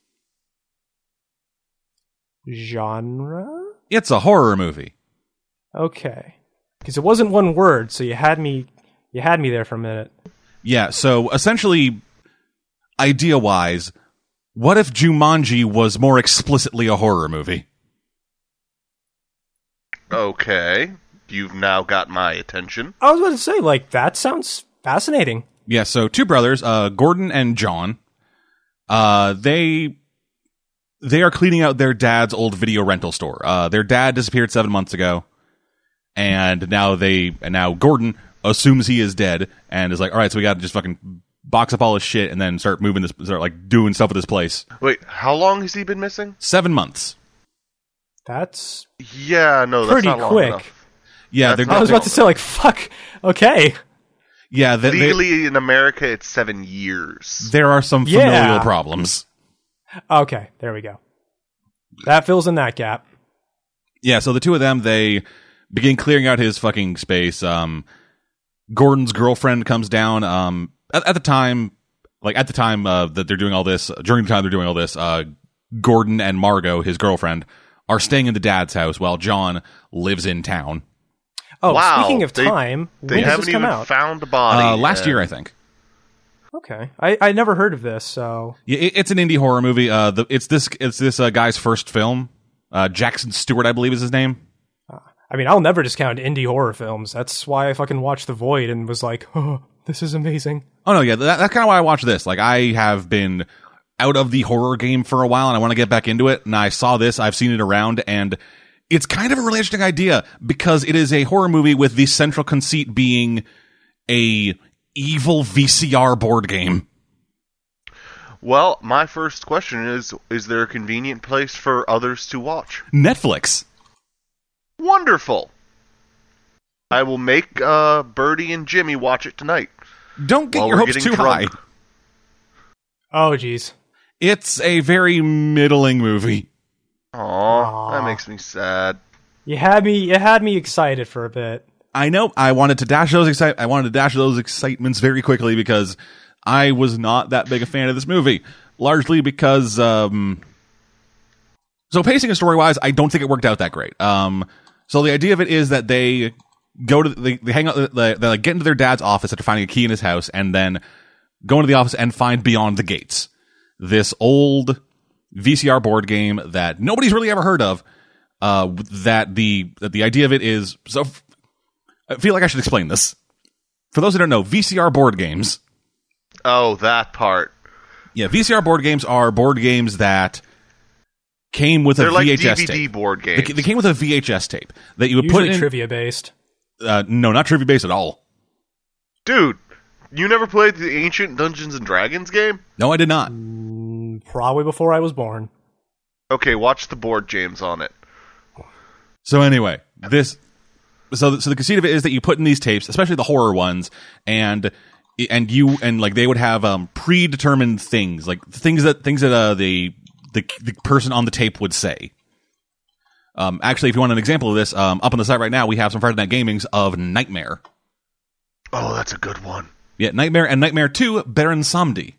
Genre? It's a horror movie. Okay. Because it wasn't one word, so you had me you had me there for a minute. Yeah. So essentially, idea wise, what if Jumanji was more explicitly a horror movie? Okay. You've now got my attention. I was about to say, like, that sounds fascinating. Yeah, so two brothers, uh, Gordon and John, uh, they they are cleaning out their dad's old video rental store. Uh, their dad disappeared seven months ago, and now they and now Gordon assumes he is dead and is like, all right, so we got to just fucking box up all his shit and then start moving this, start like doing stuff with this place. Wait, how long has he been missing? Seven months. That's Yeah, no, that's Pretty not long quick. enough. Yeah, That's they're I was not- about to say, like, fuck. Okay. yeah. They, they, Legally in America, it's seven years. there are some Yeah. familial problems. Okay, there we go. That fills in that gap. Yeah, so the two of them they begin clearing out his fucking space. Um, Gordon's girlfriend comes down. Um, at, at the time, like at the time uh, that they're doing all this, during the time they're doing all this, uh, Gordon and Margot, his girlfriend, are staying in the dad's house while John lives in town. Oh, Wow, speaking of they- time, They when does haven't this come even out? found a body. Uh, last yet. year, I think. okay, I, I never heard of this, so Yeah, it- it's an indie horror movie. Uh, the, it's this it's this uh, guy's first film. Uh, Jackson Stewart, I believe, is his name. I mean, I'll never discount indie horror films. That's why I fucking watched The Void and was like, oh, this is amazing. Oh no, yeah, that, that's kind of why I watch this. Like, I have been out of the horror game for a while, and I want to get back into it. And I saw this, I've seen it around, and it's kind of a really interesting idea because it is a horror movie with the central conceit being a evil VCR board game. Well, my first question is: Is there a convenient place for others to watch? Netflix. Wonderful. I will make uh, Birdie and Jimmy watch it tonight. Don't get While your we're hopes getting too drunk. high. Oh, geez. It's a very middling movie. Aw, Aw. that makes me sad. You had me, you had me excited for a bit. I know I wanted to dash those excite I wanted to dash those excitements very quickly because I was not that big a fan of this movie, largely because um so pacing and story wise, I don't think it worked out that great. Um so the idea of it is that they go to they, they hang out they, they like get into their dad's office after finding a key in his house and then go into the office and find Beyond the Gates. This old VCR board game that nobody's really ever heard of. Uh, that the that the idea of it is so f- I feel like I should explain this. For those who don't know, VCR board games. Oh, that part. Yeah, VCR board games are board games that came with They're a like VHS DVD tape. board They, games. they came with a VHS tape that you would Usually put in. trivia based. uh, no, not trivia based at all. Dude, you never played the ancient Dungeons and Dragons game? No, I did not. Probably before I was born. Okay, watch the board games on it. So anyway, this so so the conceit of it is that you put in these tapes, especially the horror ones, and and you and like they would have um predetermined things, like things that things that uh the the, the person on the tape would say. Um, actually, if you want an example of this, um, up on the site right now we have some Friday Night Gamings of Nightmare. Oh, that's a good one. Yeah, Nightmare and Nightmare 2, Baron Samdi.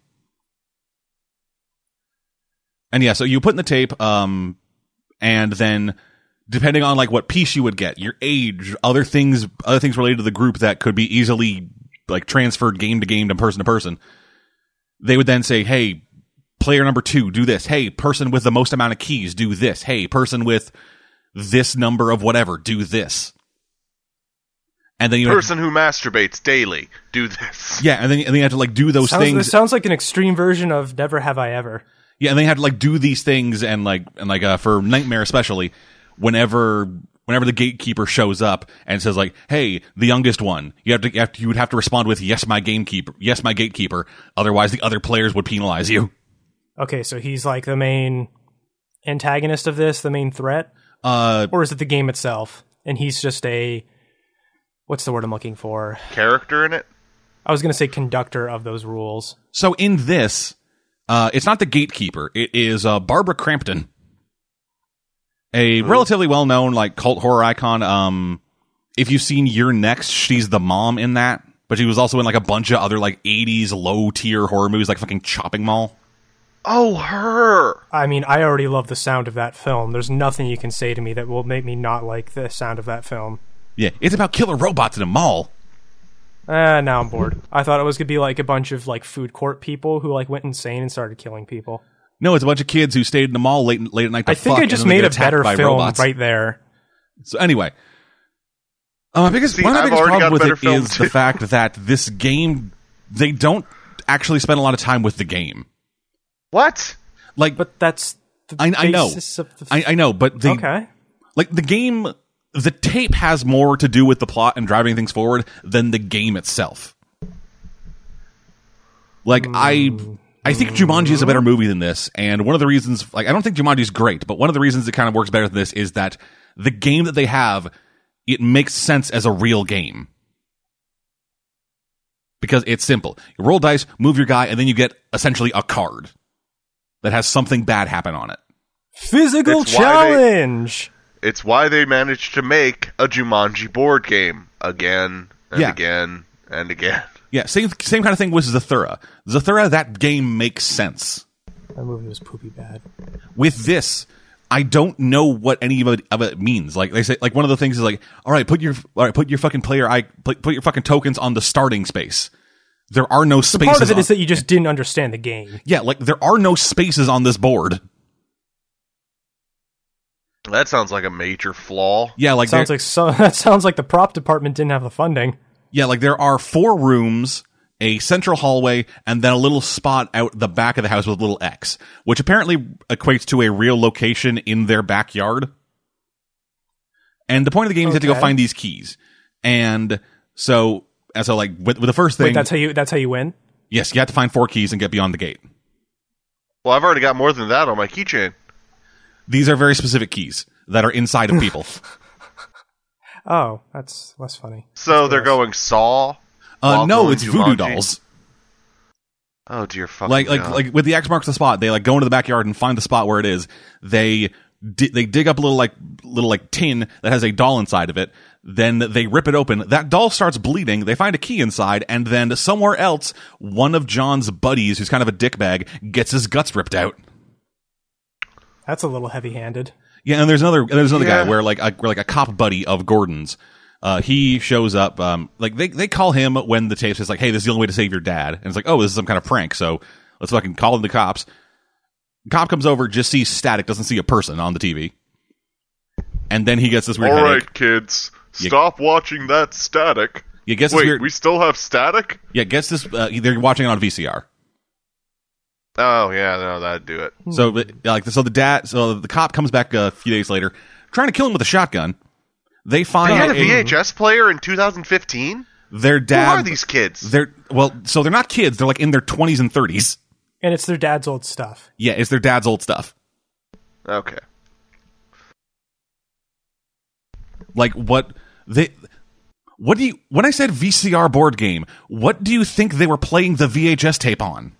And yeah, so you put in the tape, um, and then depending on like what piece you would get, your age, other things, other things related to the group that could be easily like transferred game to game to person to person, they would then say, "Hey, player number two, do this. Hey, person with the most amount of keys, do this. Hey, person with this number of whatever, do this." And then you would- Person who masturbates daily, do this. yeah, and then, and then you have to like do those Sounds, things. this sounds like an extreme version of Never Have I Ever. Yeah, and they had to like do these things and like and like uh, for Nightmare especially, whenever whenever the gatekeeper shows up and says like, "Hey, the youngest one," you have to you, have to, you would have to respond with, "Yes, my gamekeeper. Yes, my gatekeeper." Otherwise, the other players would penalize you. Okay, so he's like the main antagonist of this, the main threat, Uh, or is it the game itself? And he's just a what's the word I'm looking for? Character in it? I was going to say conductor of those rules. so in this, uh, it's not the gatekeeper. It is uh, Barbara Crampton, a relatively well known like cult horror icon. Um, if you've seen You're Next, she's the mom in that. But she was also in like a bunch of other like '80s low tier horror movies, like fucking Chopping Mall. Oh, her! I mean, I already love the sound of that film. There's nothing you can say to me that will make me not like the sound of that film. Yeah, it's about killer robots in a mall. Ah, now I'm bored. I thought it was going to be like a bunch of like food court people who like went insane and started killing people. No, it's a bunch of kids who stayed in the mall late late at night. To I think fuck, I and just then they made get a attacked better by film robots. right there. So anyway, uh, my biggest See, one of I've the biggest already got problems with better it film, is too. the fact that this game they don't actually spend a lot of time with the game. What? Like, But that's the I, I know, basis of the I, I know, but the okay. like the game, the tape has more to do with the plot and driving things forward than the game itself. Like I, I think Jumanji is a better movie than this, and one of the reasons, like I don't think Jumanji is great, but one of the reasons it kind of works better than this is that the game that they have, it makes sense as a real game. Because it's simple. You roll dice, move your guy, and then you get essentially a card. that has something bad happen on it. Physical That's why they- challenge. It's why they managed to make a Jumanji board game again and Yeah. again and again. Yeah, same same kind of thing with Zathura. Zathura, that game makes sense. That movie was poopy bad. with this i don't know what any of it, of it means like they say like one of the things is like all right put your all right put your fucking player i put, put your fucking tokens on the starting space there are no spaces Part of it on- is that you just didn't understand the game. yeah like there are no spaces on this board That sounds like a major flaw. yeah like, sounds there- like so, that sounds like the prop department didn't have the funding. yeah like there are four rooms a central hallway and then a little spot out the back of the house with a little x which apparently equates to a real location in their backyard and the point of the game is you have to go Okay. find these keys and so and so like with, with the first thing Wait, that's how you that's how you win. Yes, you have to find four keys and get beyond the gate. Well, I've already got more than that on my keychain. These are very specific keys that are inside of people. Oh, that's less funny. So they're going saw. Uh, While no, going it's voodoo Jumanji. dolls. Oh dear fucking Like like God. like with the X marks the spot. They like go into the backyard and find the spot where it is. They di- they dig up a little like little like tin that has a doll inside of it. Then they rip it open. That doll starts bleeding. They find a key inside, and then somewhere else, one of John's buddies, who's kind of a dickbag, gets his guts ripped out. That's a little heavy-handed. Yeah, and there's another and there's another Yeah. guy where like a, where like a cop buddy of Gordon's. Uh, he shows up. Um, like they they call him when the tape says like, "Hey, this is the only way to save your dad," and it's like, "Oh, this is some kind of prank." So let's fucking call in the cops. Cop comes over, just sees static, doesn't see a person on the TV, and then he gets this weird All headache. right, kids, stop watching that static. Yeah, gets this Wait, weird. we still have static? yeah, gets this. Uh, they're watching it on VCR. Oh yeah, no, that'd do it. So but, like so the dad so the cop comes back a few days later, trying to kill him with a shotgun. They find They had a a- VHS player in 2015. their Who dad. are these kids? They're well, so they're not kids. They're like in their twenties and thirties. And it's their dad's old stuff. Yeah, it's their dad's old stuff. Okay. Like what they. What do you? When I said VCR board game, what do you think they were playing the VHS tape on?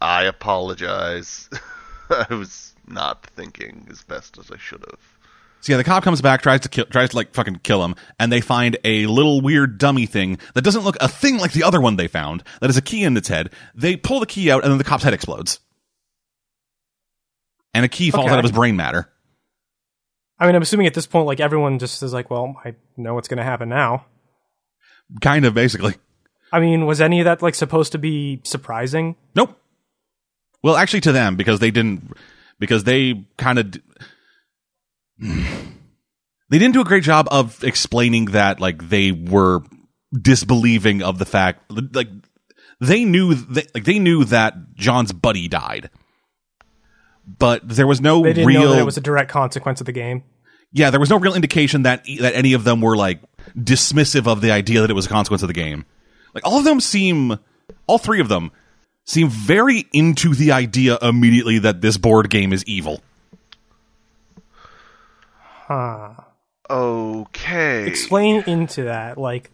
I apologize. I was not thinking as best as I should have. So yeah, the cop comes back, tries to kill, tries to like fucking kill him, and they find a little weird dummy thing that doesn't look a thing like the other one they found. That is a key in its head. They pull the key out, and then the cop's head explodes, and a key falls Okay. out of his brain matter. I mean, I'm assuming at this point, like everyone just is like, well, I know what's going to happen now. Kind of basically. I mean, was any of that like supposed to be surprising? Nope. Well, actually, to them because they didn't because they kind of they didn't do a great job of explaining that like they were disbelieving of the fact like they knew that, like they knew that John's buddy died. But there was no They didn't real know that it was a direct consequence of the game. yeah, there was no real indication that e, that any of them were like dismissive of the idea that it was a consequence of the game. Like all of them seem, all three of them seem very into the idea immediately that this board game is evil. Huh. Okay. Explain into that, like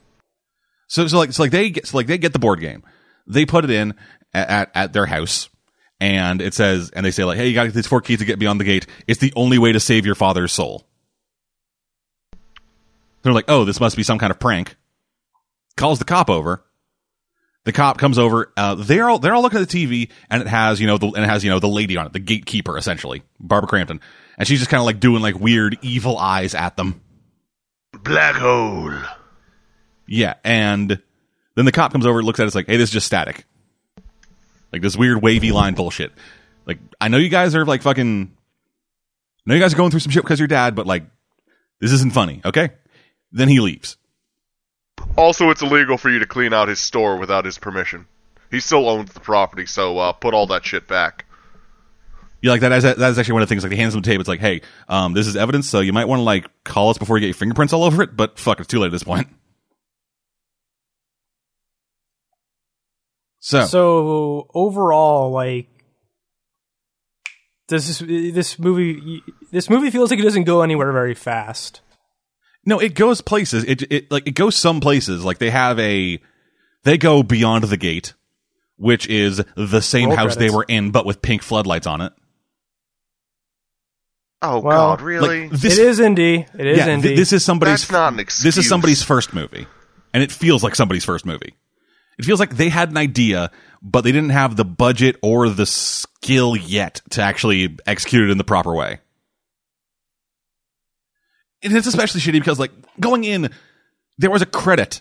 So, so like, so like they get, so like they get the board game, they put it in at, at at their house, and it says, and they say like, hey, you got these four keys to get beyond the gate. It's the only way to save your father's soul. They're like, oh, this must be some kind of prank. Calls the cop over. The cop comes over. Uh, they're all they're all looking at the TV, and it has you know the and it has you know the lady on it, the gatekeeper essentially, Barbara Crampton, and she's just kind of like doing like weird evil eyes at them. Black hole. Yeah, and then the cop comes over, looks at it, it's like, hey, this is just static. Like this weird wavy line bullshit. Like, I know you guys are like fucking I know you guys are going through some shit because of your dad, but like this isn't funny, okay? Then he leaves. Also, it's illegal for you to clean out his store without his permission. He still owns the property, so uh, put all that shit back. You like that is that is actually one of the things like he hands him the tape, it's like, hey, um, this is evidence, so you might want to like call us before you get your fingerprints all over it, but fuck, it's too late at this point. So, so overall, like this this movie this movie feels like it doesn't go anywhere very fast. No, it goes places. It it like it goes some places. Like they have a they go beyond the gate, which is the same Roll house credits. they were in, but with pink floodlights on it. Oh Well, God, really? Like this it is indie. It is yeah, indie. th- this is somebody's. That's not an This is excuse. somebody's first movie, and it feels like somebody's first movie. It feels like they had an idea, but they didn't have the budget or the skill yet to actually execute it in the proper way. And it's especially shitty because, like, going in, there was a credit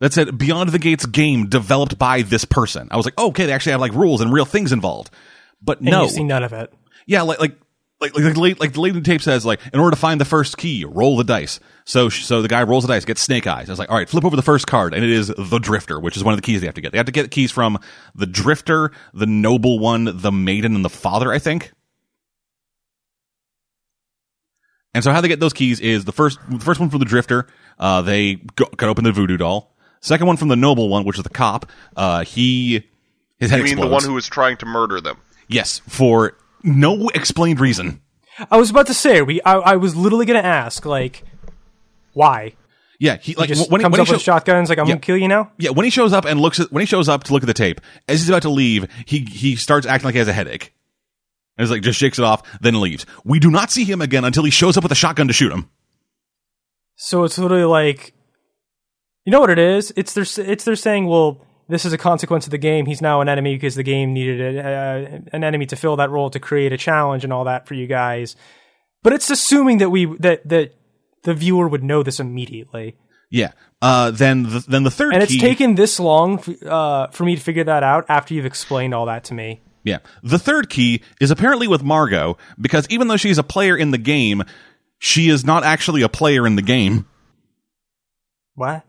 that said Beyond the Gates game developed by this person. I was like, oh, okay, they actually have like rules and real things involved. But and no, you see none of it. yeah, like like like like like, like the lady in the tape says, like in order to find the first key, roll the dice. So sh- so the guy rolls the dice, gets snake eyes. I was like, all right, flip over the first card, and it is the drifter, which is one of the keys they have to get. They have to get keys from the drifter, the noble one, the maiden, and the father. I think. And so how they get those keys is the first the first one from the drifter. Uh, they go, could open the voodoo doll. Second one from the noble one, which is the cop. Uh, he his head you mean explodes. the one who was trying to murder them? yes, for no explained reason. I was about to say we. I, I was literally gonna ask like, why? Yeah, he like Just when, he- comes when up he with show- shotguns like I'm gonna kill you now. yeah when he shows up and looks at when he shows up to look at the tape as he's about to leave, he he starts acting like he has a headache. And he's like just shakes it off, then leaves. We do not see him again until he shows up with a shotgun to shoot him. So it's literally like, you know what it is? It's their it's their saying, well, this is a consequence of the game. He's now an enemy because the game needed a, uh, an enemy to fill that role to create a challenge and all that for you guys. But it's assuming that we that that the viewer would know this immediately, Yeah. Uh, then the, then the third and it's key, taken this long f- uh, for me to figure that out after you've explained all that to me. Yeah. The third key is apparently with Margot because even though she's a player in the game, she is not actually a player in the game. What?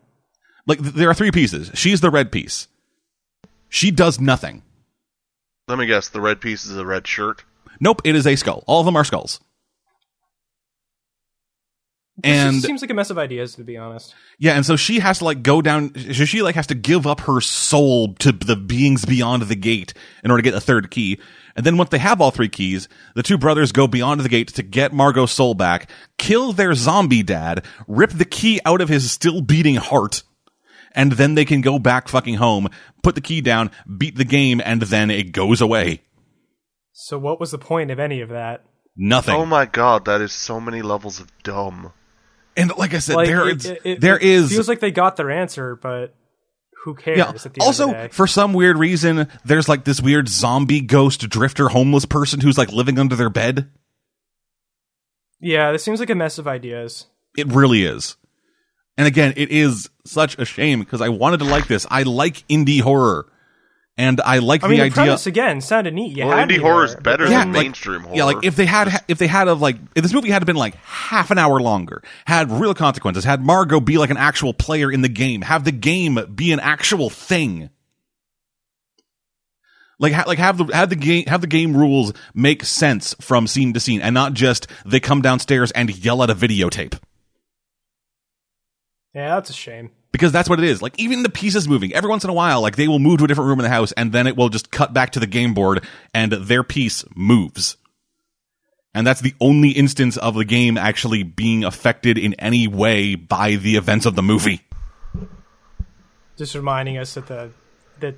Like th- there are three pieces. She's the red piece. She does nothing. Let me guess. The red piece is a red shirt. Nope, it is a skull. All of them are skulls. This And just seems like a mess of ideas, to be honest. yeah, and so she has to like go down. So she like has to give up her soul to the beings beyond the gate in order to get a third key. And then once they have all three keys, the two brothers go beyond the gate to get Margot's soul back, kill their zombie dad, rip the key out of his still beating heart, and then they can go back fucking home, put the key down, beat the game, and then it goes away. So what was the point of any of that? Nothing. Oh my God, that is so many levels of dumb. and like I said, Like, there it- is it- it- there it is feels like they got their answer, but who cares? Yeah. At the end Also, of the day? for some weird reason, there's like this weird zombie ghost drifter homeless person who's like living under their bed. Yeah, this seems like a mess of ideas. It really is. And again, it is such a shame because I wanted to like this. I like indie horror, and I like I mean, the the, idea. premise again sounded neat. You Well, had indie me horror is there. better Yeah, than like- mainstream horror. yeah, like if they had, if they had of like, if this movie had been like half an hour longer, had real consequences, had Margot be like an actual player in the game, have the game be an actual thing. Like, ha- like have the have the game have the game rules make sense from scene to scene, and not just they come downstairs and yell at a videotape Yeah, that's a shame. because that's what it is. Like even the pieces moving every once in a while, like they will move to a different room in the house, and then it will just cut back to the game board, and their piece moves. And that's the only instance of the game actually being affected in any way by the events of the movie. Just reminding us that the that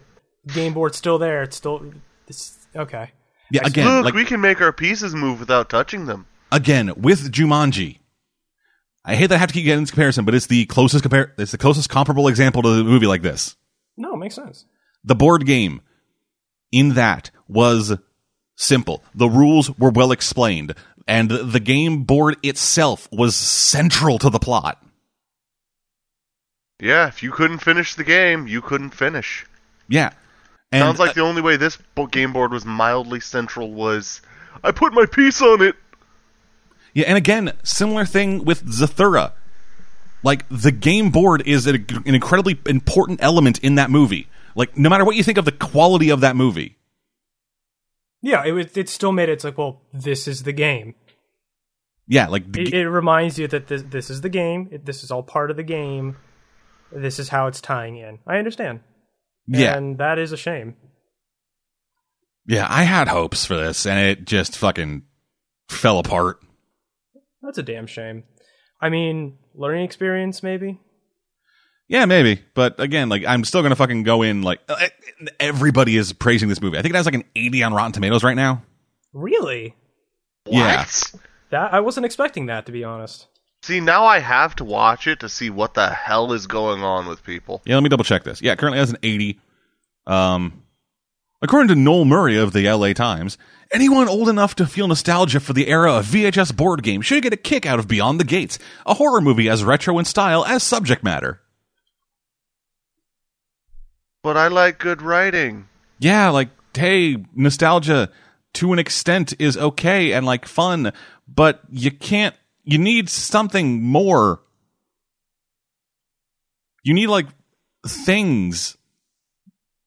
game board's still there. It's still it's, okay. Yeah, again, Look, like we can make our pieces move without touching them. again with Jumanji. I hate that I have to keep getting this comparison, but it's the closest compare. It's the closest comparable example to a movie like this. No, it makes sense. the board game in that was simple. The rules were well explained, and the game board itself was central to the plot. Yeah, if you couldn't finish the game, you couldn't finish. Yeah. And uh, Sounds like the only way this bo- game board was mildly central was I put my piece on it. yeah, and again, similar thing with Zathura. Like the game board is an an incredibly important element in that movie. Like no matter what you think of the quality of that movie, Yeah, it was- it still made it. It's like, well, this is the game. yeah, like the, It, ga- it reminds you that this this is the game. It, this is all part of the game. This is how it's tying in. I understand. yeah, and that is a shame. yeah. I had hopes for this, and it just fucking fell apart. That's a damn shame. I mean, learning experience maybe. Yeah, maybe. But again, like I'm still gonna fucking go in like uh, everybody is praising this movie. I think it has like an 80 on Rotten Tomatoes right now. Really? What? Yeah. That I wasn't expecting that to be honest. See, now I have to watch it to see what the hell is going on with people. Yeah, let me double check this. Yeah, it currently has an 80. Um, according to Noel Murray of the LA Times, anyone old enough to feel nostalgia for the era of VHS board games should get a kick out of Beyond the Gates, a horror movie as retro in style as subject matter. But I like good writing. Yeah, like, hey, nostalgia to an extent is okay and like fun, but you can't, you need something more. You need like things.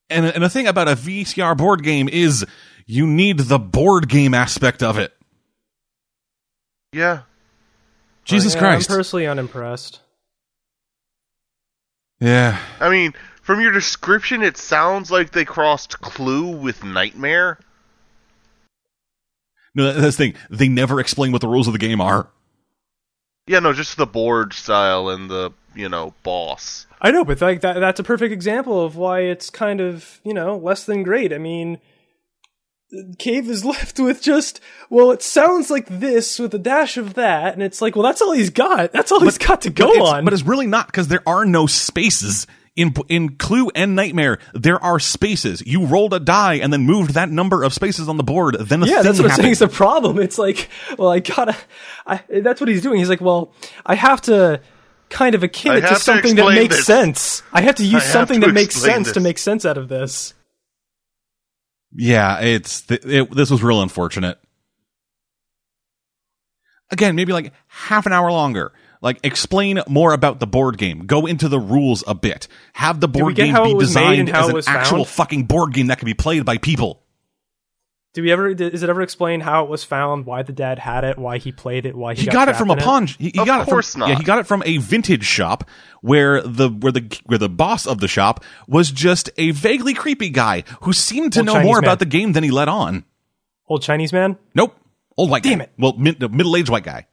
And, and the thing about a VCR board game is you need the board game aspect of it. Oh, Yeah. Jesus Yeah, Christ. I'm personally unimpressed. yeah. I mean, from your description, it sounds like they crossed Clue with Nightmare. No, that- that's the thing. They never explain what the rules of the game are. Yeah, no, just the board style and the, you know, boss. I know, but like that that's a perfect example of why it's kind of, you know, less than great. I mean, Cave is left with just, well, it sounds like this with a dash of that, and it's like, well, that's all he's got. That's all he's got to go but it's, on. But it's really not because there are no spaces. In, in Clue and Nightmare, there are spaces. You rolled a die and then moved that number of spaces on the board. Then a yeah, thing that's what I'm saying. happened. It's the problem. It's like, well, I gotta. I, that's what he's doing. He's like, well, I have to kind of akin I it to have to something that explain makes this. sense. I have to use have something to that makes explain sense to this. make sense out of this. Yeah, it's th- it, this was real unfortunate. Again, maybe like half an hour longer. Like explain more about the board game. Go into the rules a bit. Have the board get game how be it was made and designed how as it an was actual found? fucking board game that can be played by people. Do we ever? Is it ever explained how it was found? Why the dad had it? Why he played it? Why he, He got, it trapped from in a pawn. He, he Of got course it from, not. Yeah, he got it from a vintage shop where the where the where the boss of the shop was just a vaguely creepy guy who seemed to Old know Chinese more man. about the game than he let on. Old Chinese man. Nope, old white. Damn guy. it. Well, mid, middle aged white guy.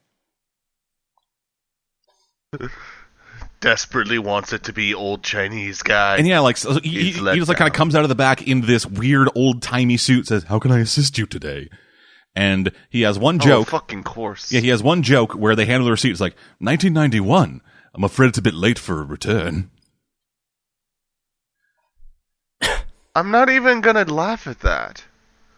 Desperately wants it to be old Chinese guy. And yeah, like so he, he, He's he let just like kind of down. comes out of the back in this weird old timey suit. Says, "How can I assist you today?" And he has one oh, joke. fucking course. yeah, he has one joke where they handle the receipt. It's like 1991. I'm afraid it's a bit late for a return. I'm not even gonna laugh at that.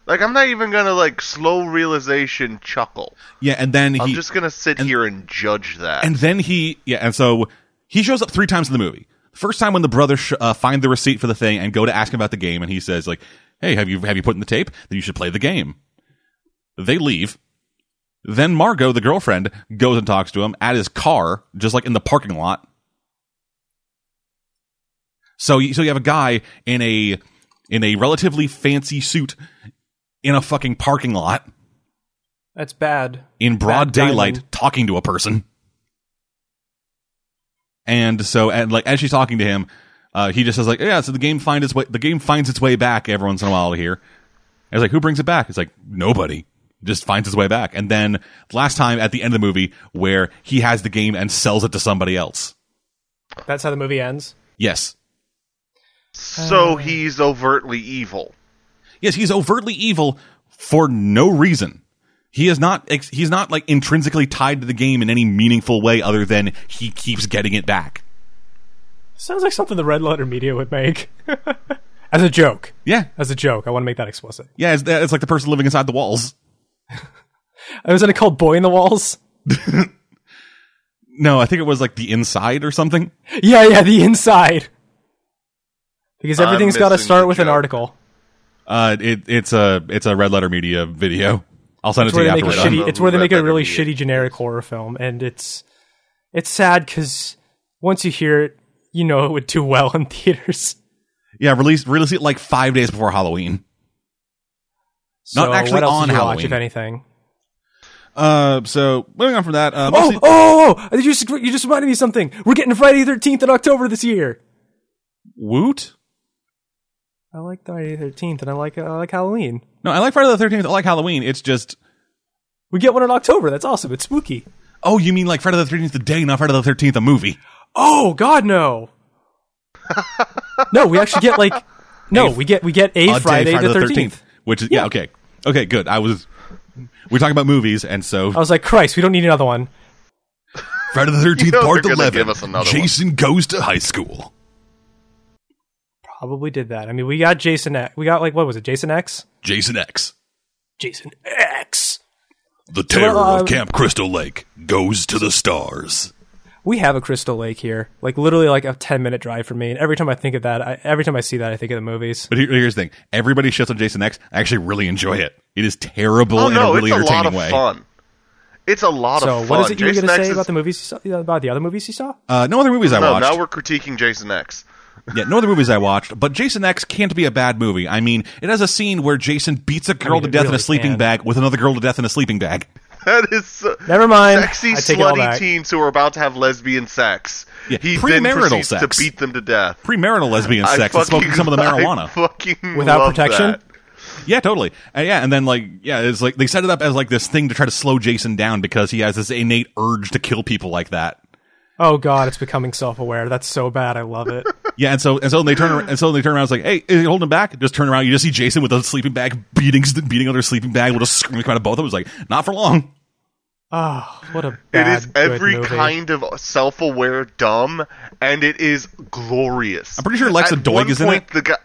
Like, I'm not even gonna, like, slow realization chuckle. Yeah, and then I'm he just gonna sit here and judge that. and then he yeah, and so he shows up three times in the movie. First time when the brothers sh- uh, find the receipt for the thing and go to ask him about the game, and he says like, "Hey, have you have you put in the tape? Then you should play the game." They leave. Then Margot, the girlfriend, goes and talks to him at his car, just like in the parking lot. So, you- so you have a guy in a in a relatively fancy suit in a fucking parking lot That's bad. in broad Bad timing. daylight talking to a person. And so, and like as she's talking to him, uh, he just says like, "Yeah, so the game finds its way. The game finds its way back every once in a while here." I was like, "Who brings it back?" It's like nobody It just finds its way back. And then last time at the end of the movie where he has the game and sells it to somebody else. That's how the movie ends. Yes, so he's overtly evil. yes, he's overtly evil for no reason. He is not. ex- He's not like intrinsically tied to the game in any meaningful way other than he keeps getting it back. Sounds like something the Red Letter Media would make. As a joke. Yeah, As a joke. I want to make that explicit. Yeah, it's, it's like the person living inside the walls. I was in a called Boy in the Walls. No, I think it was like the inside or something. Yeah, yeah, the inside. Because I'm everything's got to missing start the with an joke. article. Uh, it, it's a it's a red letter media video. I'll send It's it to where you they make a after we're done. shitty. It's where they Red make a Letter really Media. shitty generic horror film, and it's it's sad because once you hear it, you know it would do well in theaters. Yeah, release release it like five days before Halloween. So Not actually what else on did you watch, Halloween. if anything. Uh, so moving on from that. Uh, Oh, mostly- oh, oh, oh! You just you just reminded me of something. We're getting Friday the Thirteenth in October this year. Woot. I like Friday the Thirteenth, and I like I like Halloween. No, I like Friday the Thirteenth. I like Halloween. It's just We get one in October. That's awesome. It's spooky. oh, you mean like Friday the Thirteenth the day, not Friday the Thirteenth a movie? Oh God, no! no, we actually get like no, we get we get a, A day, Friday, the thirteenth. which is yeah. okay, okay, good. I was we're talking about movies, and so I was like, Christ, we don't need another one. Friday the Thirteenth know Part they're gonna Eleven. give us another one. Jason goes to high school. Probably did that. I mean, we got Jason X. We got like what was it? Jason X. Jason X, Jason X. the terror um, of Camp Crystal Lake, goes to the stars. We have a Crystal Lake here, like literally like a ten minute drive from me. And every time I think of that, I, every time I see that, I think of the movies. But here- here's the thing: everybody shits on Jason X. I actually really enjoy it. It is terrible Oh in no, a really it's a entertaining lot of way. fun. It's a lot So, of fun. what is it you were Jason going to X say is- about the movies? You saw, about the other movies you saw? Uh, no other movies I No, watched. now we're critiquing Jason X. Yeah, no other movies I watched, but Jason X can't be a bad movie. I mean, it has a scene where Jason beats a girl mean, to it death in a really sleeping can. bag with another girl to death in a sleeping bag. That is so- Never mind. sexy, I take it all slutty back. teens who are about to have lesbian sex. Yeah, he then premarital proceeds sex. to beat them to death. Premarital lesbian I sex and fucking- smoking some of the marijuana. I fucking Without love protection? that. yeah, totally. Uh, yeah, and then like yeah, it's like they set it up as like this thing to try to slow Jason down because he has this innate urge to kill people like that. Oh God, it's becoming self aware. That's so bad. I love it. Yeah, and so and so they turn around, and so they turn around. It's like, hey, is he holding him back? Just turn around. You just see Jason with a sleeping bag beating beating another sleeping bag with a screaming out of both of them. It's like not for long. Oh, what a It bad, is every good movie. kind of self-aware dumb, and it is glorious. I'm pretty sure Lexa at Doig one is in point, it. The guy,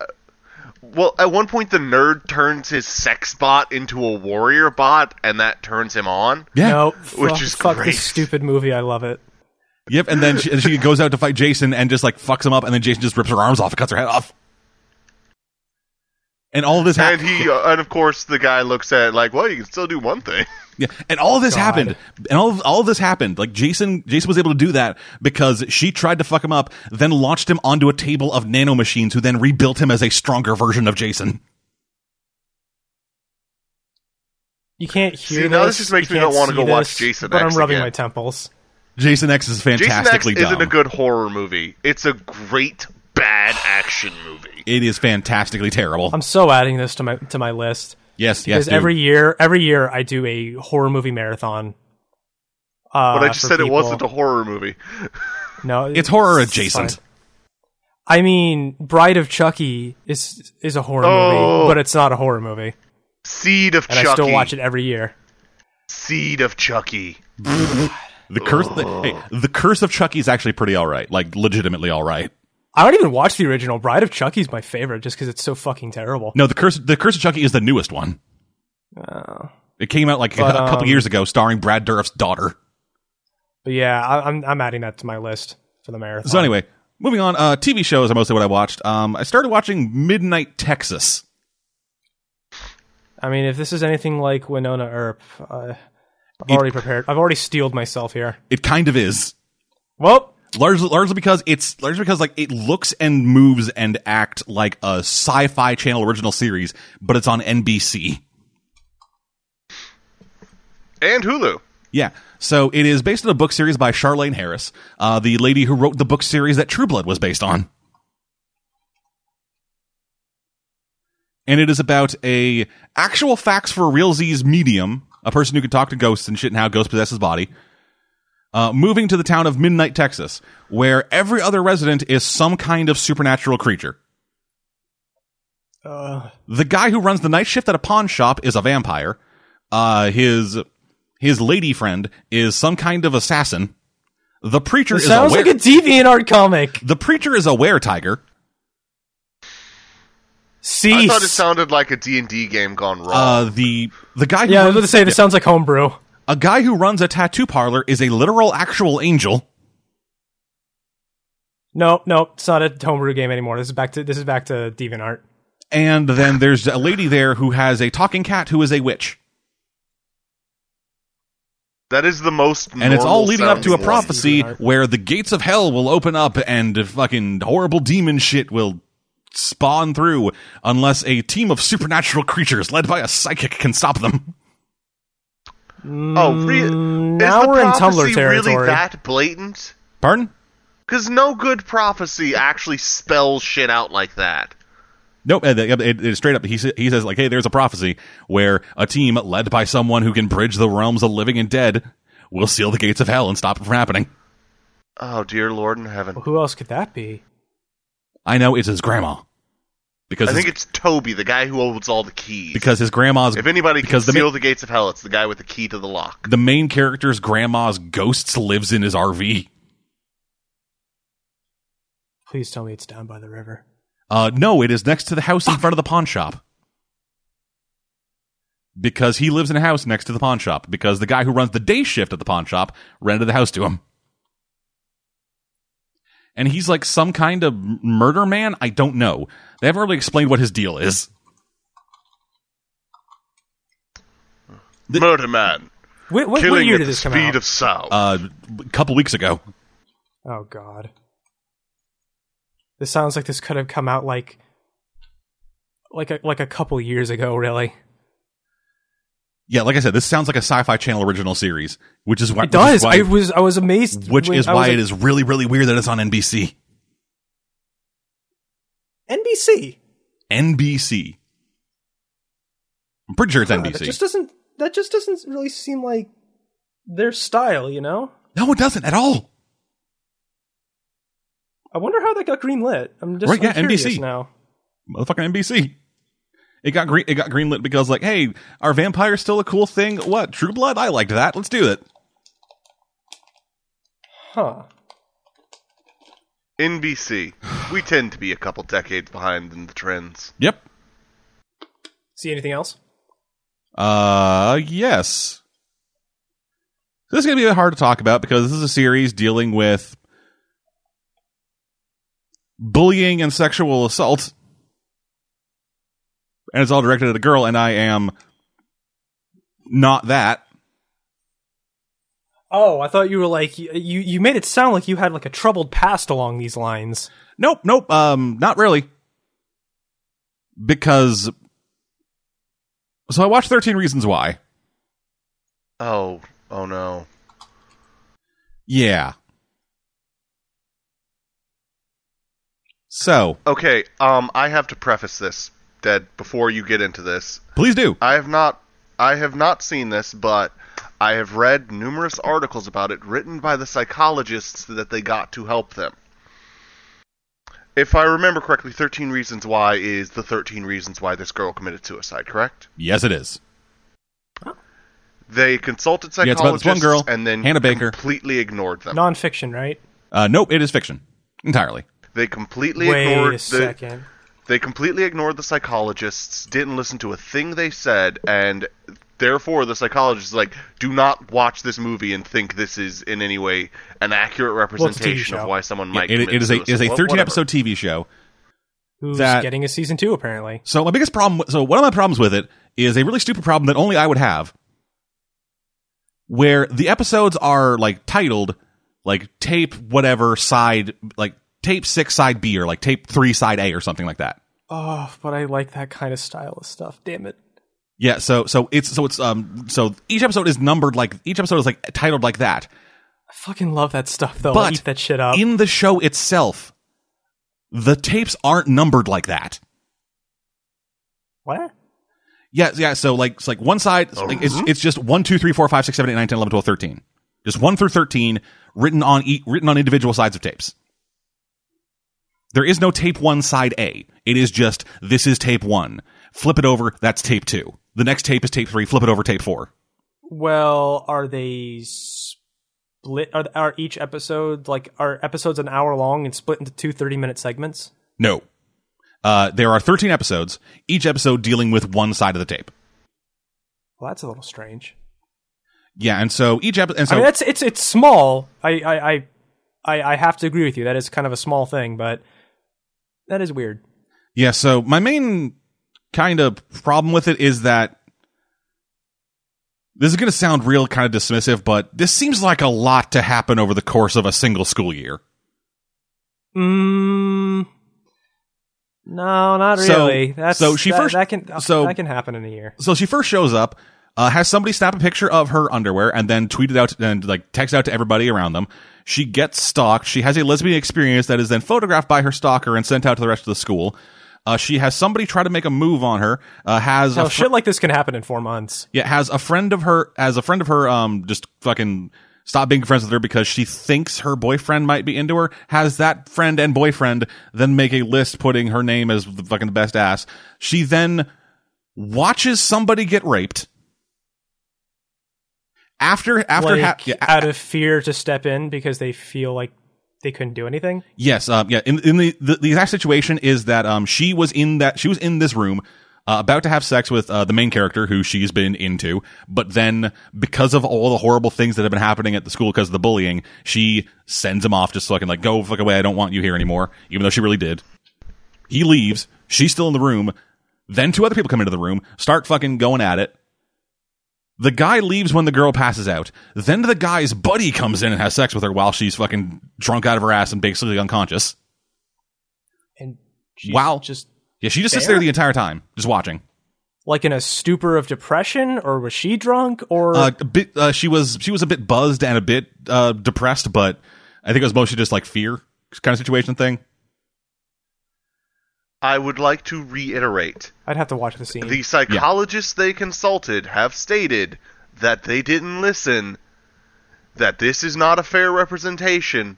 well, at one point the nerd turns his sex bot into a warrior bot, and that turns him on. Yeah. No, Which fuck, is fuck great. this stupid movie. I love it. Yep, and then she, and she goes out to fight Jason and just like fucks him up, and then Jason just rips her arms off and cuts her head off. And all of this And happened. he, uh, and of course, the guy looks at it like, well, you can still do one thing. Yeah, and all of this happened, and all of, all of this happened. Like Jason, Jason was able to do that because she tried to fuck him up, then launched him onto a table of nano machines, who then rebuilt him as a stronger version of Jason. You can't hear See, this. now this just makes you me not can't wanna go see watch this, Jason But X I'm rubbing again. my temples. Jason X is Jason X fantastically isn't dumb. a good horror movie. It's a great bad action movie. it is fantastically terrible. I'm so adding this to my to my list yes, yes, because dude. every year, every year I do a horror movie marathon. Uh, But I just for said it people. wasn't a horror movie. No, it's horror adjacent. fine. I mean, Bride of Chucky is is a horror Oh. movie, but it's not a horror movie, Seed of and Chucky. I still watch it every year. Seed of Chucky. The curse, the, hey, the curse of Chucky is actually pretty all right. Like legitimately all right. I don't even watch the original. Bride of Chucky's my favorite just because it's so fucking terrible. No, the curse. The Curse of Chucky is the newest one. It came out like Oh. But, a, a couple um, years ago, starring Brad Dourif's daughter. But yeah, I, I'm I'm adding that to my list for the marathon. So anyway, moving on. Uh, TV shows are mostly what I watched. Um, I started watching Midnight Texas. I mean, if this is anything like Winona Earp, uh, I've already prepared. I've already steeled myself here. It kind of is Well, largely largely because it's largely because like it looks and moves and act like a sci-fi channel original series, but it's on NBC. And Hulu. Yeah. So it is based on a book series by Charlene Harris, uh, the lady who wrote the book series that True Blood was based on. And it is about a actual facts for realsies medium, a person who can talk to ghosts and shit and how ghosts possess his body. Uh, moving to the town of Midnight, Texas, where every other resident is some kind of supernatural creature. uh, The guy who runs the night shift at a pawn shop is a vampire. Uh, his his lady friend is some kind of assassin. The preacher is a sounds were- like a deviant art comic. the preacher is a were tiger. Cease. I thought it sounded like a D&D game gone wrong. Uh, the the guy who yeah, I runs, was going to say this sounds like homebrew. a guy who runs a tattoo parlor is a literal actual angel. No, no, it's not a homebrew game anymore. This is back to this is back to deviant art. And then there's a lady there who has a talking cat who is a witch. that is the most And it's all normal leading up to a sounding one. prophecy where the gates of hell will open up and fucking horrible demon shit will spawn through unless a team of supernatural creatures led by a psychic can stop them. Oh, re- Mm, Mm, now is the we're in Tumblr prophecy really territory. that blatant? Pardon? Because no good prophecy actually spells shit out like that. Nope. It, it, it's straight up, he, sa- he says, like, hey, there's a prophecy where a team led by someone who can bridge the realms of living and dead will seal the gates of hell and stop it from happening. Oh, dear Lord in heaven. Who else could that be? I know it's his grandma because I his, think it's Toby, the guy who holds all the keys. because his grandma's if anybody can because the ma- seal the gates of hell, it's the guy with the key to the lock. the main character's grandma's ghosts lives in his RV. Please tell me it's down by the river. Uh, no, it is next to the house in front of the pawn shop. Because he lives in a house next to the pawn shop. Because the guy who runs the day shift at the pawn shop rented the house to him. And he's like some kind of m- murder man? I don't know. They haven't really explained what his deal is. Murder man, Wait, what, what killing year at did the this come speed out? of sound. Uh, a couple weeks ago. oh God, this sounds like this could have come out like, like a like a couple years ago. Really, Yeah, like I said, this sounds like a sci fi channel original series, which is why it does. Which I is why, was I was amazed. which when is I why was it is really, really weird that it's on NBC. like, NBC. NBC. I'm pretty sure it's Huh, NBC. That just doesn't. That just doesn't really seem like their style. You know. No, it doesn't at all. I wonder how that got greenlit. I'm just Right, yeah, I'm curious NBC. now. Motherfucking NBC. It got green. It got greenlit because, like, hey, are vampires still a cool thing? What True Blood? I liked that. Let's do it. Huh. NBC. We tend to be a couple decades behind in the trends. Yep. See anything else? Uh, yes. This is gonna be a bit hard to talk about because this is a series dealing with bullying and sexual assault, and it's all directed at a girl. And I am not that. Oh, I thought you were like you. You made it sound like you had like a troubled past along these lines. Nope, nope, um, not really. Because so I watched 13 Reasons Why. Oh, oh no. Yeah. So, Okay, um, I have to preface this, Dead, before you get into this. please do. I have not, I have not seen this, but I have read numerous articles about it written by the psychologists that they got to help them. If I remember correctly, 13 Reasons Why is the 13 Reasons Why this girl committed suicide, correct? Yes, it is. They consulted Yeah, it's about this psychologists one girl, and then Hannah Baker. completely ignored them. Nonfiction, right? Uh, nope, it is fiction entirely. They completely ignored Wait a the, second. They completely ignored the psychologists, didn't listen to a thing they said, and therefore the psychologists is like, do not watch this movie and think this is in any way an accurate it's a TV representation show. of why someone might. It, commit it is a it is a suicide." Wha- 13 whatever. episode TV show. Who's that- getting a season two? Apparently. So my biggest problem. So one of my problems with it is a really stupid problem that only I would have, where the episodes are like titled like tape whatever side like tape six side B or like tape three side A or something like that. Oh, but I like that kind of style of stuff. Damn it. Yeah. So so it's so it's um so each episode is numbered like each episode is like titled like that. I fucking love that stuff though. I But eat that shit up. in the show itself, the tapes aren't numbered like that. what? Yeah, yeah. So like, it's like one side, it's, like, it's it's just one, two, three, four, five, six, seven, eight, nine, ten, eleven, twelve, thirteen. Just one through thirteen, written on e- written on individual sides of tapes. There is no tape one side A. It is just this is tape one. Flip it over. That's tape two. The next tape is tape three. Flip it over. Tape four. Well, are they split? Are, are each episode like are episodes an hour long and split into two 30 minute segments? No, uh, there are thirteen episodes. Each episode dealing with one side of the tape. Well, that's a little strange. Yeah, and so each episode. And so I mean, that's it's it's small. I I, I I I have to agree with you. That is kind of a small thing, but that is weird. Yeah, so my main kind of problem with it is that this is going to sound real kind of dismissive, but this seems like a lot to happen over the course of a single school year. Mm, no, not So- really. That's so she that, first- that can uh, so- that can happen in a year. So she first shows up, uh, has somebody snap a picture of her underwear and then tweet it out and like text out to everybody around them. She gets stalked. She has a lesbian experience that is then photographed by her stalker and sent out to the rest of the school. Uh, she has somebody try to make a move on her. Uh, has Oh, a fr- shit like this can happen in four months. Yeah, has a friend of her as a friend of her um just fucking stop being friends with her because she thinks her boyfriend might be into her, has that friend and boyfriend, then make a list putting her name as the fucking best ass. She then watches somebody get raped. After after like, ha- yeah, a- out of fear to step in because they feel like they couldn't do anything. Yes, um, yeah. In, in the, the the exact situation is that um she was in that she was in this room uh, about to have sex with uh, the main character who she's been into, but then because of all the horrible things that have been happening at the school because of the bullying, she sends him off just so I can like go fuck away. I don't want you here anymore, even though she really did. He leaves. She's still in the room. Then two other people come into the room, start fucking going at it. The guy leaves when the girl passes out. Then the guy's buddy comes in and has sex with her while she's fucking drunk out of her ass and basically unconscious. And she's Wow. just Yeah, she just sits Fair. there the entire time, just watching. like in a stupor of depression, or was she drunk? Or Uh, a bit, uh, she was she was a bit buzzed and a bit uh, depressed, but I think it was mostly just like fear kind of situation thing. I would like to reiterate I'd have to watch the scene. The psychologists they consulted have stated that they didn't listen, that this is not a fair representation,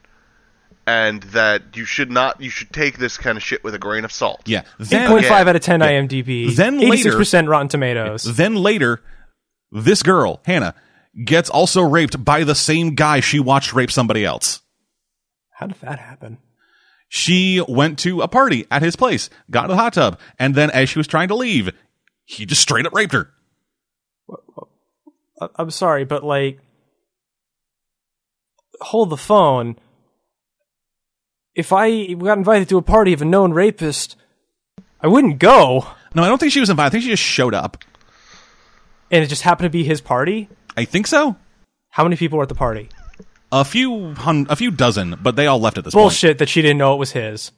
and that you should not you should take this kind of shit with a grain of salt. Yeah. Eight Then point five yeah. out of ten IMDb. Then later- eighty six percent Rotten Tomatoes. then later, this girl Hannah gets also raped by the same guy she watched rape somebody else. How did that happen? She went to a party at his place, got in the hot tub, and then as she was trying to leave, he just straight up raped her. I- I'm sorry, but like, hold the phone. If I got invited to a party of a known rapist, I wouldn't go. No, I don't think she was invited. I think she just showed up. And it just happened to be his party. I think so. How many people were at the party? A few hun- a few dozen, but they all left at this point. Bullshit that she didn't know it was his.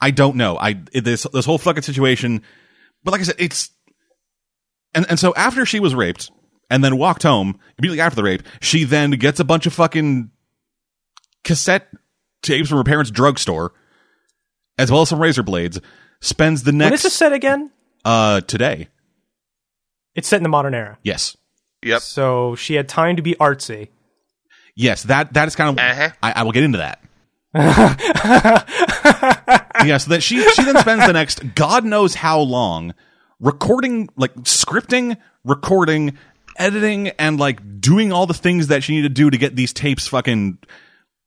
I don't know. I it- this this whole fucking situation. But like I said, it's and and so after she was raped and then walked home immediately after the rape, she then gets a bunch of fucking cassette tapes from her parents' drugstore, as well as some razor blades. Spends the When is next this set again? uh today. It's set in the modern era. Yes, Yep. So she had time to be artsy. yes. That that is kind of. Uh-huh. I, I will get into that. yeah, so that she she then spends the next God knows how long recording, like scripting, recording, editing, and like doing all the things that she needed to do to get these tapes fucking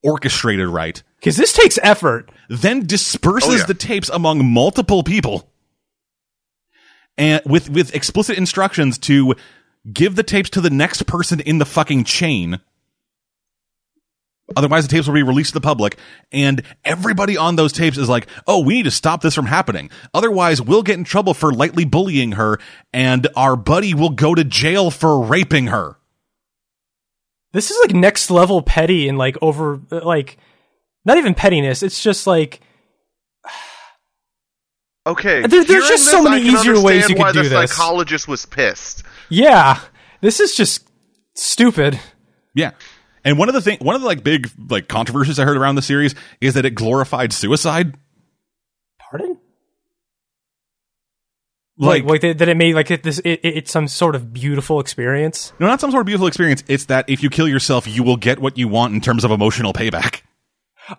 orchestrated right. Because this takes effort. Then disperses Oh, yeah. the tapes among multiple people, and with with explicit instructions to give the tapes to the next person in the fucking chain. Otherwise, the tapes will be released to the public, and everybody on those tapes is like, "Oh, we need to stop this from happening. Otherwise, we'll get in trouble for lightly bullying her, and our buddy will go to jail for raping her." This is like next level petty and like over uh, like not even pettiness. It's just like Okay. There- there's hearing just so this, many I can easier ways understand you could why do the this. psychologist was pissed. Yeah, this is just stupid. Yeah. And one of the thing one of the like big like controversies I heard around the series is that it glorified suicide. Pardon? Like, Like, like, that, that it made like it, this. It, it- it's some sort of beautiful experience. no, not some sort of beautiful experience. It's that if you kill yourself, you will get what you want in terms of emotional payback.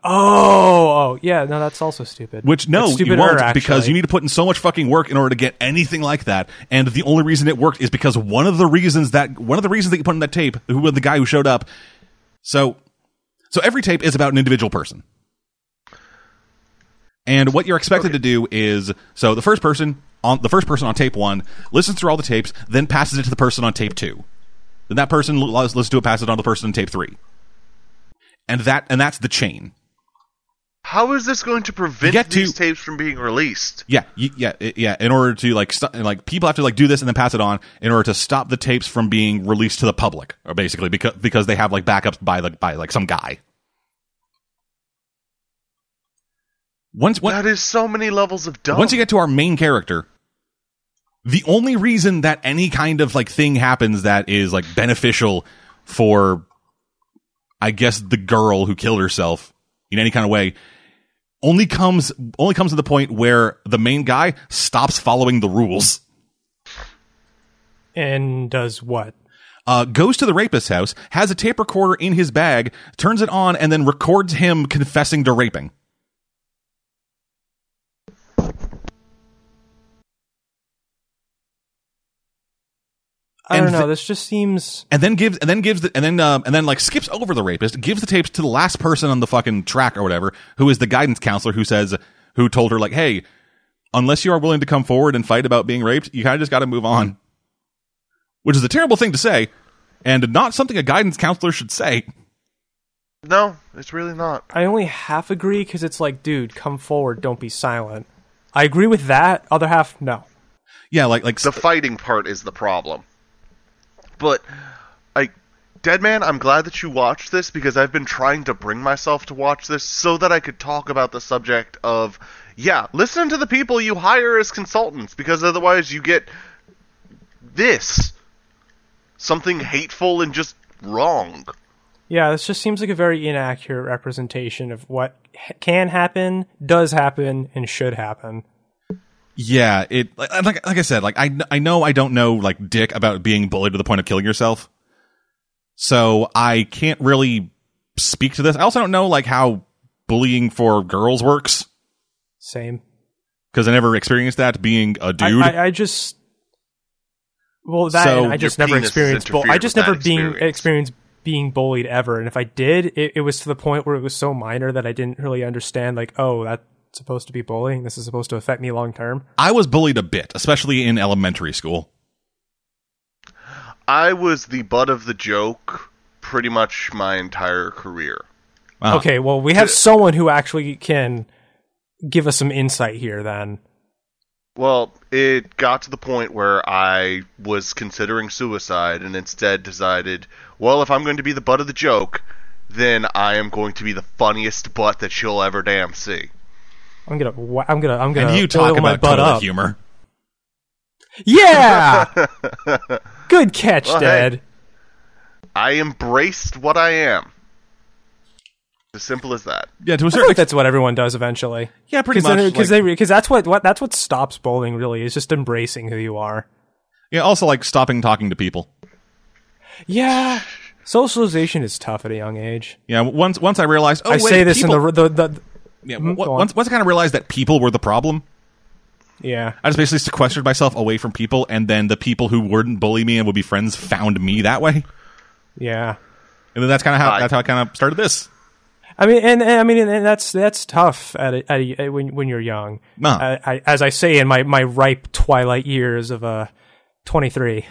Oh, oh, yeah. No, that's also stupid. Which no, That's you stupider, won't because actually. you need to put in so much fucking work in order to get anything like that. And the only reason it worked is because one of the reasons that one of the reasons that you put in that tape, who was the guy who showed up. So, so every tape is about an individual person. And what you're expected to do is so the first person on the first person on tape one listens through all the tapes, then passes it to the person on tape two. Then that person l- listens to it, passes it on to the person on tape three. And that and that's the chain. How is this going to prevent Get to- these tapes from being released? Yeah, y- yeah, i- yeah. In order to like, st- like people have to like do this and then pass it on in order to stop the tapes from being released to the public, or basically because because they have like backups by like by like some guy. Once once, That is so many levels of dumb. once you get to our main character, the only reason that any kind of like thing happens that is like beneficial for, I guess, the girl who killed herself in any kind of way only comes only comes to the point where the main guy stops following the rules. and does what? uh, goes to the rapist's house, has a tape recorder in his bag, turns it on, and then records him confessing to raping. I And don't know. the- this just seems and then gives and then gives the, and then um, and then like skips over the rapist, gives the tapes to the last person on the fucking track or whatever, who is the guidance counselor who says who told her like, hey, unless you are willing to come forward and fight about being raped, you kind of just got to move on, which is a terrible thing to say, and not something a guidance counselor should say. No, it's really not. I only half agree because it's like, dude, come forward, don't be silent. I agree with that. Other half, no. Yeah, like like The fighting part is the problem. But like Dead Man, I'm glad that you watched this because I've been trying to bring myself to watch this so that I could talk about the subject of yeah, listen to the people you hire as consultants because otherwise you get this something hateful and just wrong. Yeah, this just seems like a very inaccurate representation of what h- can happen, does happen, and should happen. yeah, it like like like I said, like I I know I don't know like dick about being bullied to the point of killing yourself, so I can't really speak to this. I also don't know like how bullying for girls works. Same. because I never experienced that being a I- dude. I, I just. Well, that So and I just your never penis has experienced. Bu- I interfered just with never that being experience. experienced being bullied ever, and if I did, it, it was to the point where it was so minor that I didn't really understand. Like, oh, that's supposed to be bullying. This is supposed to affect me long term. I was bullied a bit, especially in elementary school. I was the butt of the joke pretty much my entire career. Uh-huh. Okay, well, we have someone who actually can give us some insight here. Then, Well, it got to the point where I was considering suicide and instead decided, well, if I'm going to be the butt of the joke, then I am going to be the funniest butt that she'll ever damn see. I'm gonna, wa- I'm gonna, I'm gonna And you oil talk my about butt toilet up. humor. Yeah, good catch, Well, hey. Dad. I embraced what I am. As simple as that. Yeah, to a I feel certain like extent. that's what everyone does eventually. Yeah, pretty much. Because like- because that's what, what that's what stops bowling really is just embracing who you are. yeah, also like stopping talking to people. Yeah, socialization is tough at a young age. Yeah, once once I realized, oh I wait, say this people, in the, the the yeah, w- go on. once once I kind of realized that people were the problem. yeah. I just basically sequestered myself away from people, and then the people who wouldn't bully me and would be friends found me that way. Yeah, And then that's kind of how Hi. that's how I kind of started this. I mean, and, and I mean, and, and that's that's tough at, a, at a, when when you're young. No. I, I, as I say in my, my ripe twilight years of uh, twenty three.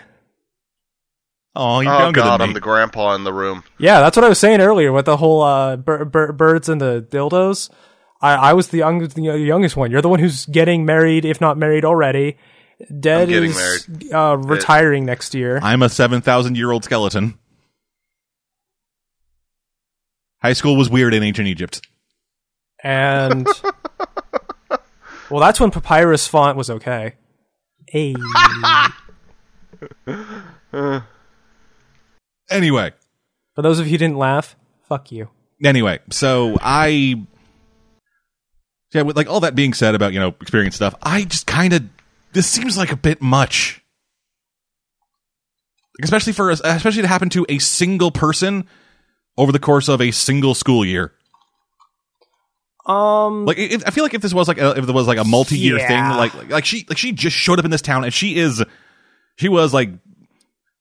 Oh, you're Oh younger god, than I'm me. the grandpa in the room. Yeah, that's what I was saying earlier with the whole uh, bir- bir- birds and the dildos. I, I was the, young- the youngest one. You're the one who's getting married, if not married already. Dead I'm getting is uh, retiring next year. I'm a 7,000 year old skeleton. High school was weird in ancient Egypt. and well, that's when papyrus font was okay. Hey, Anyway, for those of you who didn't laugh, fuck you. anyway, so I yeah, with like all that being said about you know experience stuff, I just kind of this seems like a bit much, Like, especially for us, especially to happen to a single person over the course of a single school year. Um, Like, if, I feel like if this was like a, if there was like a multi-year Yeah. thing, like, like like she like she just showed up in this town and she is she was like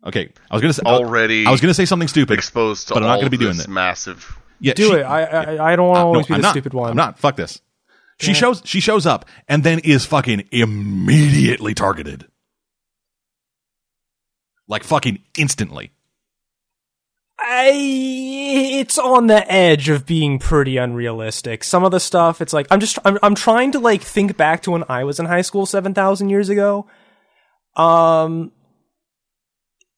okay, I was gonna say Already I was gonna say something stupid. exposed to but I'm all not gonna be this doing that. massive Yeah, do she- it. I I, I don't want to Uh, always be I'm the not. stupid one. I'm not. Fuck this. She shows she shows up and then is fucking immediately targeted. Like fucking instantly. I, it's on the edge of being pretty unrealistic. Some of the stuff, it's like I'm just I'm I'm trying to like think back to when I was in high school seven thousand years ago. Um,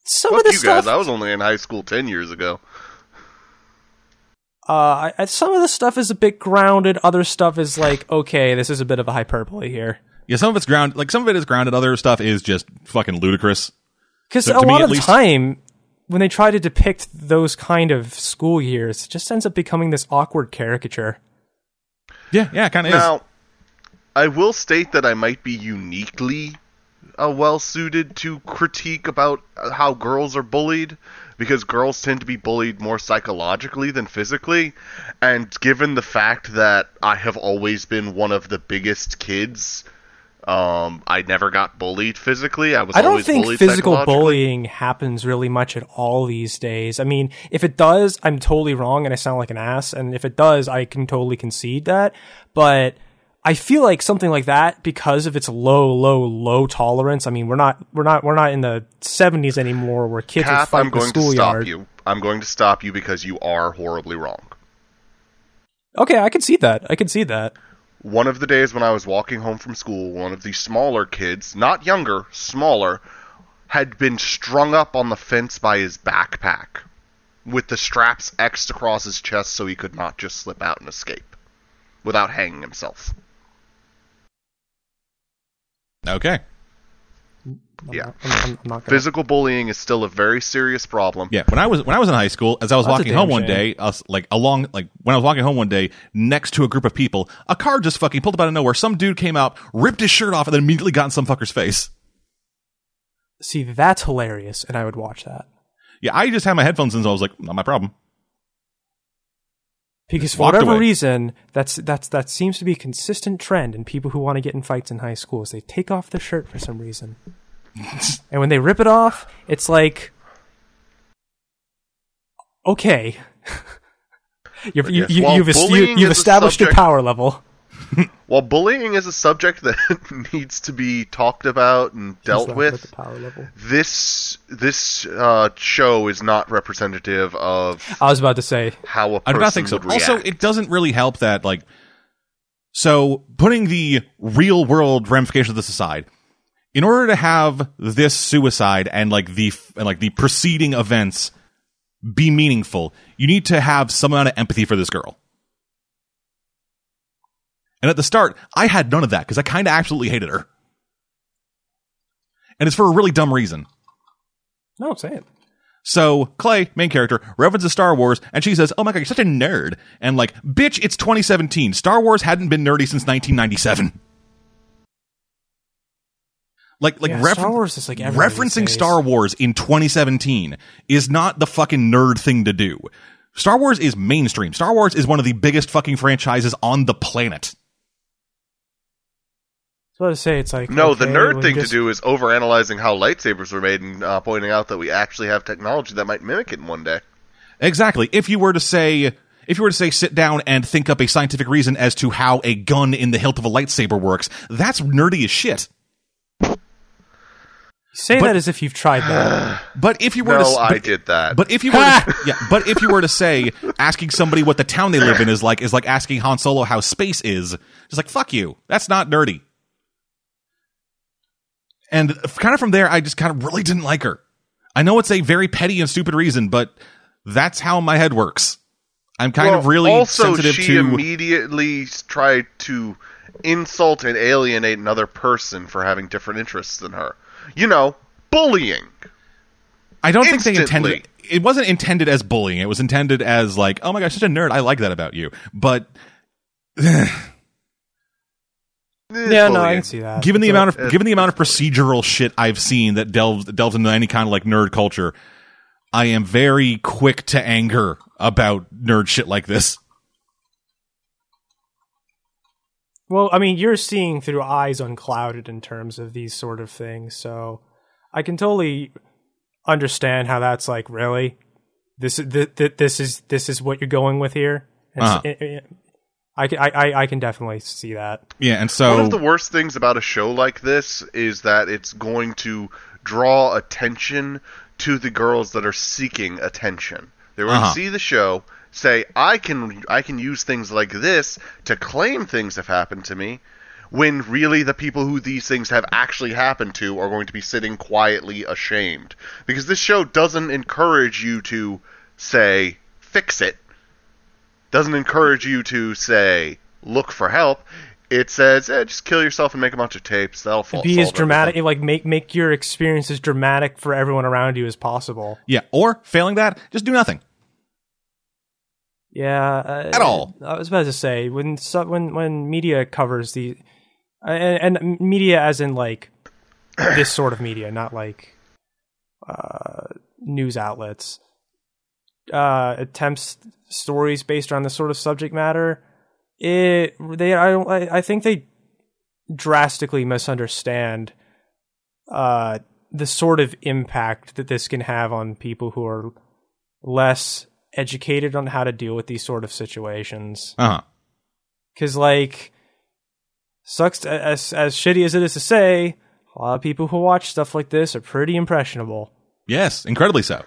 some Fuck of the you stuff, guys, I was only in high school ten years ago. uh, I- I, some of the stuff is a bit grounded. Other stuff is like, okay, this is a bit of a hyperbole here. Yeah, some of it's ground like some of it is grounded, other stuff is just fucking ludicrous. Because To- a to me, lot at of the least- time, when they try to depict those kind of school years, it just ends up becoming this awkward caricature. Yeah, yeah, it kinda is. Now, I will state that I might be uniquely uh, well suited to critique about uh, how girls are bullied because girls tend to be bullied more psychologically than physically. And given the fact that I have always been one of the biggest kids, um, I never got bullied physically. I was I don't always think bullied physical psychologically. bullying happens really much at all these days. I mean, if it does, I'm totally wrong and I sound like an ass. And if it does, I can totally concede that. But I feel like something like that because of its low, low, low tolerance. I mean, we're not, we're not, we're not in the 70s anymore where kids are Cap, I'm fighting in the going to stop schoolyard. you. I'm going to stop you because you are horribly wrong. Okay, I can see that. I can see that. One of the days when I was walking home from school, one of the smaller kids, not younger, smaller, had been strung up on the fence by his backpack with the straps X'd across his chest so he could not just slip out and escape without hanging himself. Okay. I'm Yeah. not- I'm, I'm not gonna. Physical bullying is still a very serious problem. Yeah, when I was when I was in high school, as I was That's a walking damn home one shame. day, us like along like when I was walking home one day, next to a group of people, a car just fucking pulled up out of nowhere. Some dude came out, ripped his shirt off, and then immediately got in some fucker's face. see, that's hilarious, and I would watch that Yeah, I just had my headphones in, so I was like, not my problem. because for walked whatever away. reason, that's that's that seems to be a consistent trend in people who want to get in fights in high school. Is they take off their shirt for some reason, and when they rip it off, it's like, okay, you're, you, Yes, you, while you've est- you, bullying you've is a established your subject- power level. While bullying is a subject that needs to be talked about and dealt Slapped with, the power level. this this uh, show is not representative of I was about to say, how a I person do not think so. would react. Also, it doesn't really help that like so putting the real world ramifications of this aside, in order to have this suicide and like the and like the preceding events be meaningful, you need to have some amount of empathy for this girl. And at the start, I had none of that because I kind of absolutely hated her. And it's for a really dumb reason. no, say it. So Clay, main character, references Star Wars, and she says, "Oh my god, you're such a nerd!" And like, bitch, it's 2017. Star Wars hadn't been nerdy since 1997. Like, like Yeah, refer- Star Wars is like everywhere these referencing days. Star Wars in 2017 is not the fucking nerd thing to do. Star Wars is mainstream. Star Wars is one of the biggest fucking franchises on the planet. I was about to say it's like No, the okay, nerd well, thing just- to do is overanalyzing how lightsabers were made and uh, pointing out that we actually have technology that might mimic it in one day. Exactly. If you were to say, if you were to say, sit down and think up a scientific reason as to how a gun in the hilt of a lightsaber works, that's nerdy as shit. Say but- that as if you've tried that. But if you were No, to, s- I but, did that. but if you were, to, yeah, but if you were to say, asking somebody what the town they live in is like is like asking Han Solo how space is. It's like fuck you. That's not nerdy. And kind of from there, I just kind of really didn't like her. I know it's a very petty and stupid reason, but that's how my head works. I'm kind of Well, really also, sensitive she to immediately s- tried to insult and alienate another person for having different interests than her. You know, bullying. I don't think they Instantly. intended. It wasn't intended as bullying. It was intended as like, oh my gosh, such a nerd. I like that about you. But Eh, yeah, no, I bullying. can see that. given the It's a- amount of uh, given the amount of procedural shit I've seen that delves delves into any kind of like nerd culture, I am very quick to anger about nerd shit like this. Well, I mean, you're seeing through eyes unclouded in terms of these sort of things, so I can totally understand how that's like really this is th- th- this is this is what you're going with here. It's- Uh-huh. it- it- I can I, I I can definitely see that. Yeah, and One so of the worst things about a show like this is that it's going to draw attention to the girls that are seeking attention. They're going Uh-huh. to see the show, say, "I can I can use things like this to claim things have happened to me." When really the people who these things have actually happened to are going to be sitting quietly ashamed. Because this show doesn't encourage you to say, fix it doesn't encourage you to say look for help. It says eh, just kill yourself and make a bunch of tapes. That'll fall. Be solve as dramatic, everything." like make make your experience as dramatic for everyone around you as possible. yeah, or failing that, just do nothing. Yeah, uh, At all. I was about to say when so, when when media covers the and, and media as in like this sort of media, not like uh, news outlets, uh, attempts stories based around this sort of subject matter. It they I don't I, I think they drastically misunderstand uh, the sort of impact that this can have on people who are less educated on how to deal with these sort of situations. Uh huh. Because like, sucks to, as as shitty as it is to say, a lot of people who watch stuff like this are pretty impressionable, Yes, incredibly so.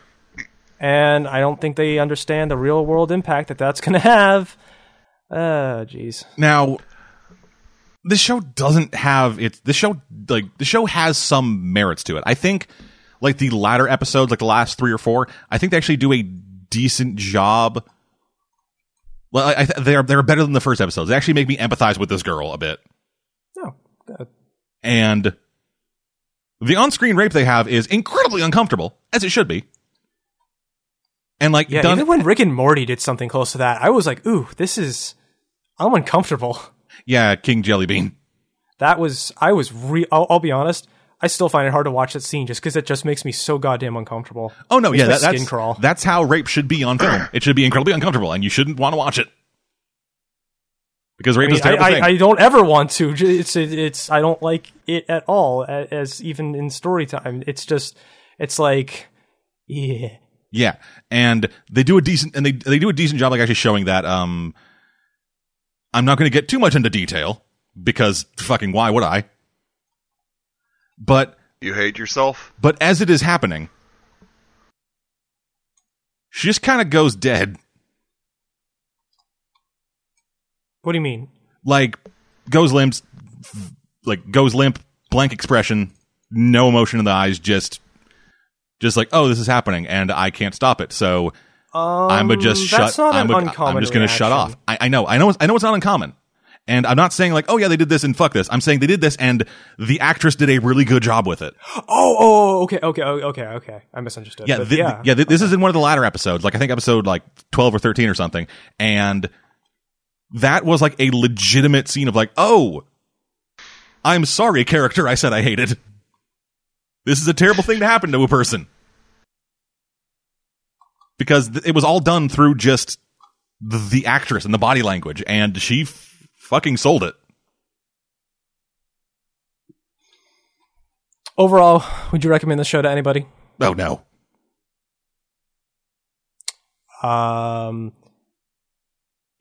and I don't think they understand the real world impact that that's gonna have. Uh, jeez. Now, this show doesn't have its. This show like the show has some merits to it. I think like the latter episodes, like the last three or four, I think they actually do a decent job. Well, I, I th- they're they're better than the first episodes. They actually make me empathize with this girl a bit. No, uh, and the on-screen rape they have is incredibly uncomfortable, as it should be. And like yeah. done, even when Rick and Morty did something close to that, I was like, ooh, this is I'm uncomfortable. yeah, King Jellybean. That was I was re. I'll, I'll be honest. I still find it hard to watch that scene just because it just makes me so goddamn uncomfortable. Oh no, Makes yeah, my that, that's skin crawl. that's how rape should be on film. it should be incredibly uncomfortable, and you shouldn't want to watch it because rape I, mean, is a I, terrible thing. I, I don't ever want to. J- It's it, it's I don't like it at all. a- As even in story time, it's just it's like yeah. yeah, and they do a decent and they they do a decent job, like actually showing that. Um, I'm not going to get too much into detail because fucking why would I? But You hate yourself? But as it is happening, she just kind of goes dead. What do you mean? Like, goes limp, like, goes limp, blank expression, no emotion in the eyes, just, just like, oh, this is happening and I can't stop it. So Um, I'm gonna just shut. That's not I'm, an gonna- uncommon. I'm just gonna shut reaction. off. I, I know. I know. I know it's not uncommon. And I'm not saying like, oh yeah, they did this and fuck this. I'm saying they did this and the actress did a really good job with it. Oh, oh, okay, okay, oh, okay, okay. I misunderstood. yeah, but thi- yeah. yeah. thi- this is in one of the latter episodes, like I think episode like twelve or thirteen or something, and that was like a legitimate scene of like, oh, I'm sorry, character, I said I hated. This is a terrible thing to happen to a person because th- it was all done through just the, the actress and the body language, and she f- fucking sold it. Overall, would you recommend this show to anybody? Oh no, um,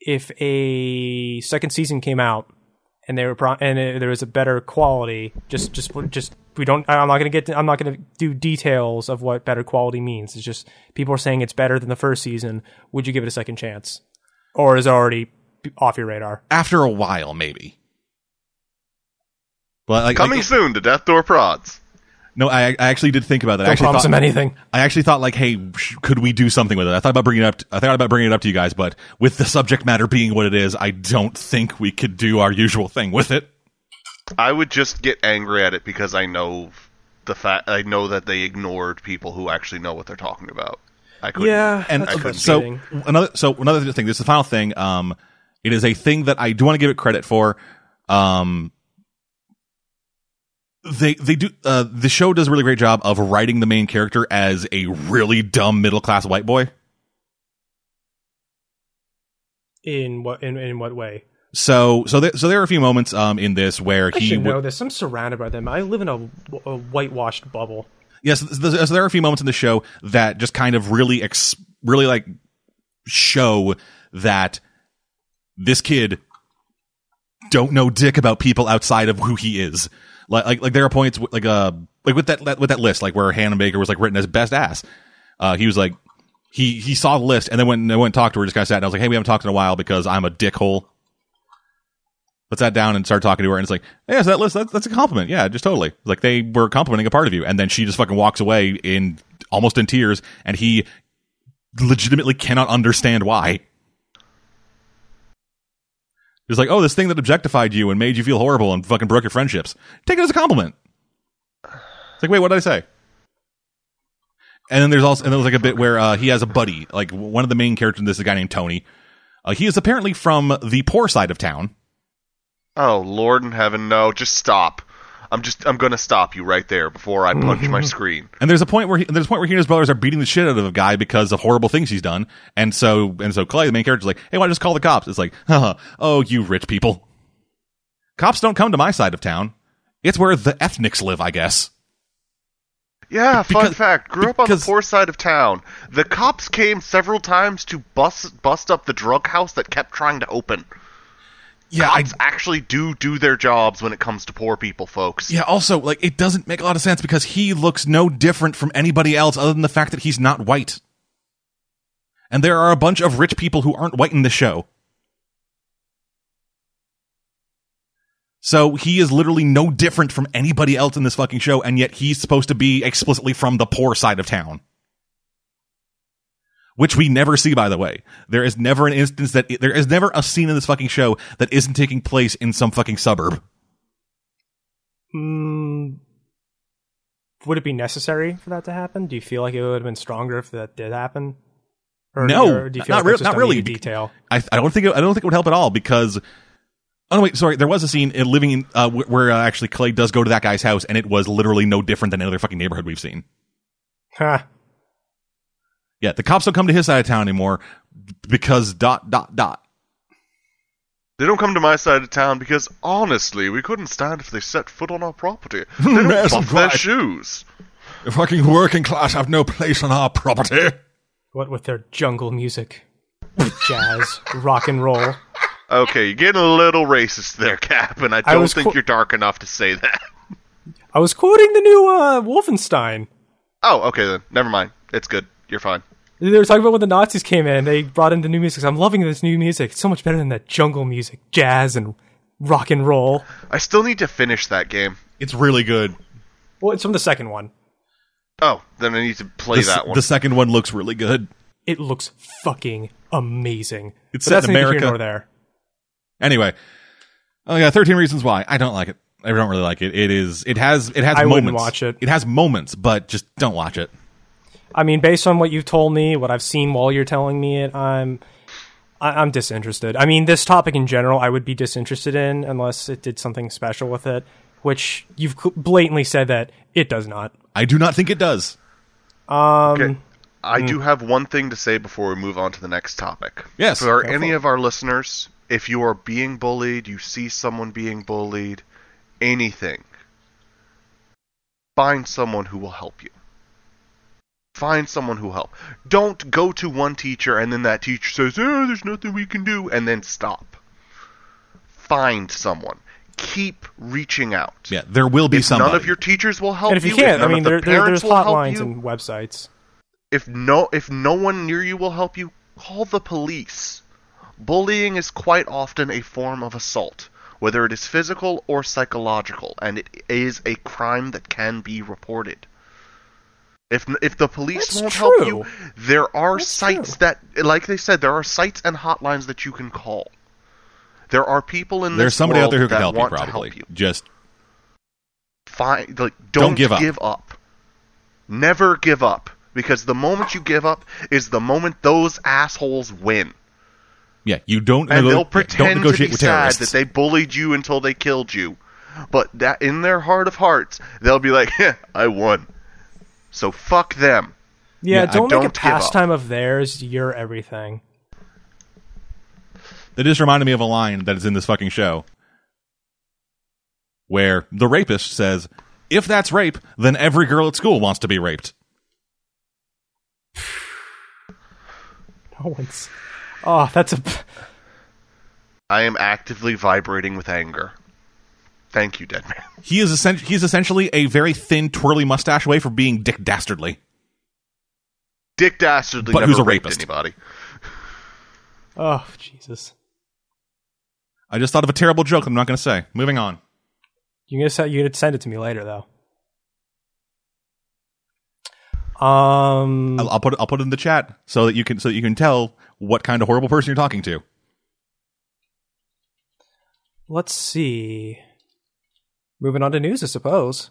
if a second season came out and they were pro- and uh, there was a better quality, just just just we don't. I'm not gonna get. To, I'm not gonna do details of what better quality means. It's just people are saying it's better than the first season. Would you give it a second chance, or is it already off your radar? after a while maybe. But like, Coming like- soon to Death Door Prods. no, I, I actually did think about that. I Don't actually promise thought, them anything. I actually thought like, hey, sh- could we do something with it? I thought about bringing it up. To, I thought about bringing it up to you guys, but with the subject matter being what it is, I don't think we could do our usual thing with it. I would just get angry at it because I know the fact I know that they ignored people who actually know what they're talking about. I couldn't. Yeah, And that's okay, so frustrating. another so another thing. This is the final thing. Um, it is a thing that I do want to give it credit for. Um, they they do uh the show does a really great job of writing the main character as a really dumb middle class white boy. in what in, in what way? So so there, so there are a few moments um in this where I he should would- know this. I'm surrounded by them. I live in a, a whitewashed bubble. yes th- th- so there are a few moments in the show that just kind of really ex- really like show that this kid don't know dick about people outside of who he is like like, like there are points w- like uh like with that that- with that list like where Hannah Baker was like written as best ass uh he was like he he saw the list and then when I went and talked to her just kind of sat and I was like hey we haven't talked in a while because I'm a dickhole but sat down and started talking to her, and it's like, yeah, so that list, that's, that's a compliment. Yeah, just totally. Like they were complimenting a part of you, and then she just fucking walks away in almost in tears, and he legitimately cannot understand why. It's like, oh, this thing that objectified you and made you feel horrible and fucking broke your friendships, take it as a compliment. It's like, wait, what did I say? And then there's also, and there was like a bit where uh, he has a buddy, like one of the main characters. in This is a guy named Tony. Uh, he is apparently from the poor side of town. Oh Lord in heaven, no! Just stop. I'm just I'm gonna stop you right there before I punch my screen. And there's a point where he, there's a point where he and his brothers are beating the shit out of a guy because of horrible things he's done. And so and so Clay, the main character, is like, "Hey, why don't you just call the cops?" It's like, "Huh, "Oh, you rich people. Cops don't come to my side of town. It's where the ethnics live, I guess." Yeah, fun Because- fact. Grew up on the because- poor side of town. The cops came several times to bust bust up the drug house that kept trying to open. Yeah, I, Cops actually do do their jobs when it comes to poor people, folks. yeah. Also, like, it doesn't make a lot of sense because he looks no different from anybody else, other than the fact that he's not white. And there are a bunch of rich people who aren't white in the show. So he is literally no different from anybody else in this fucking show, and yet he's supposed to be explicitly from the poor side of town. Which we never see, by the way. There is never an instance that there is never a scene in this fucking show that isn't taking place in some fucking suburb. Mm, would it be necessary for that to happen? Do you feel like it would have been stronger if that did happen? Or, No, or do you feel not like that's rea- just not really, unneeded bec- Detail. I, I don't think it, I don't think it would help at all because oh no, wait sorry there was a scene in living in uh, where, where uh, actually Clay does go to that guy's house and it was literally no different than any other fucking neighborhood we've seen. Huh. Yeah, the cops don't come to his side of town anymore because dot dot dot. They don't come to my side of town because honestly, we couldn't stand if they set foot on our property. They don't Yes, buff their right. shoes. The fucking working class have no place on our property. What with their jungle music, jazz, rock and roll. Okay, you're getting a little racist there, Cap, and I I don't was think qu- you're dark enough to say that. I was quoting the new uh, Wolfenstein. Oh, okay then. Never mind. It's good. You're fine. They were talking about when the Nazis came in. They brought in the new music. I'm loving this new music. It's so much better than that jungle music, jazz and rock and roll. I still need to finish that game. It's really good. Well, it's from the second one. Oh, then I need to play The, s- that one. the second one looks really good. It looks fucking amazing. It's set But that's in neither here America. nor there. Anyway, oh yeah, thirteen reasons why I don't like it. I don't really like it. It is. It has. It has I wouldn't moments. watch it. It has moments, but just don't watch it. I mean, based on what you've told me, what I've seen while you're telling me it, I'm I- I'm disinterested. I mean, this topic in general, I would be disinterested in unless it did something special with it, which you've cl- blatantly said that it does not. Um, I do not think it does. Okay. I do have one thing to say before we move on to the next topic. Hmm. Yes. For any of our listeners, if you are being bullied, you see someone being bullied, anything, find someone who will help you. Find someone who will help. Don't go to one teacher and then that teacher says, "Oh, there's nothing we can do," and then stop. Find someone. Keep reaching out. Yeah, there will be If somebody. none of your teachers will help And if you if can't, I none mean, of the there, there, parents there's will help hotlines you, and websites. if no if no one near you will help you, call the police. Bullying is quite often a form of assault, whether it is physical or psychological, and it is a crime that can be reported. If if the police That's won't true. help you, there are That's sites true. that like they said there are sites and hotlines that you can call. There are people in There's this somebody out world there who that can help you want probably. to help you. Just find like don't, Don't give up. Never give up because the moment you give up is the moment those assholes win. yeah, you don't And nego- they'll don't pretend to negotiate be with sad terrorists. that they bullied you until they killed you. But that in their heart of hearts, they'll be like, "Heh, "I won." So fuck them. Yeah, Yeah, I don't, don't make a give up. pastime of theirs your everything. that just reminded me of a line that is in this fucking show where the rapist says, "If that's rape, then every girl at school wants to be raped." No one's. Oh, that's a. I am actively vibrating with anger. Thank you, Dead Man. He is essen- he's essentially a very thin twirly mustache away from being Dick Dastardly. Dick Dastardly But never who's a raped rapist? anybody. Oh Jesus! I just thought of a terrible joke I'm not going to say. Moving on. You're gonna send, you're gonna send it to me later though. Um, I'll, I'll put it, I'll put it in the chat so that you can so that you can tell what kind of horrible person you're talking to. let's see. Moving on to news, I suppose.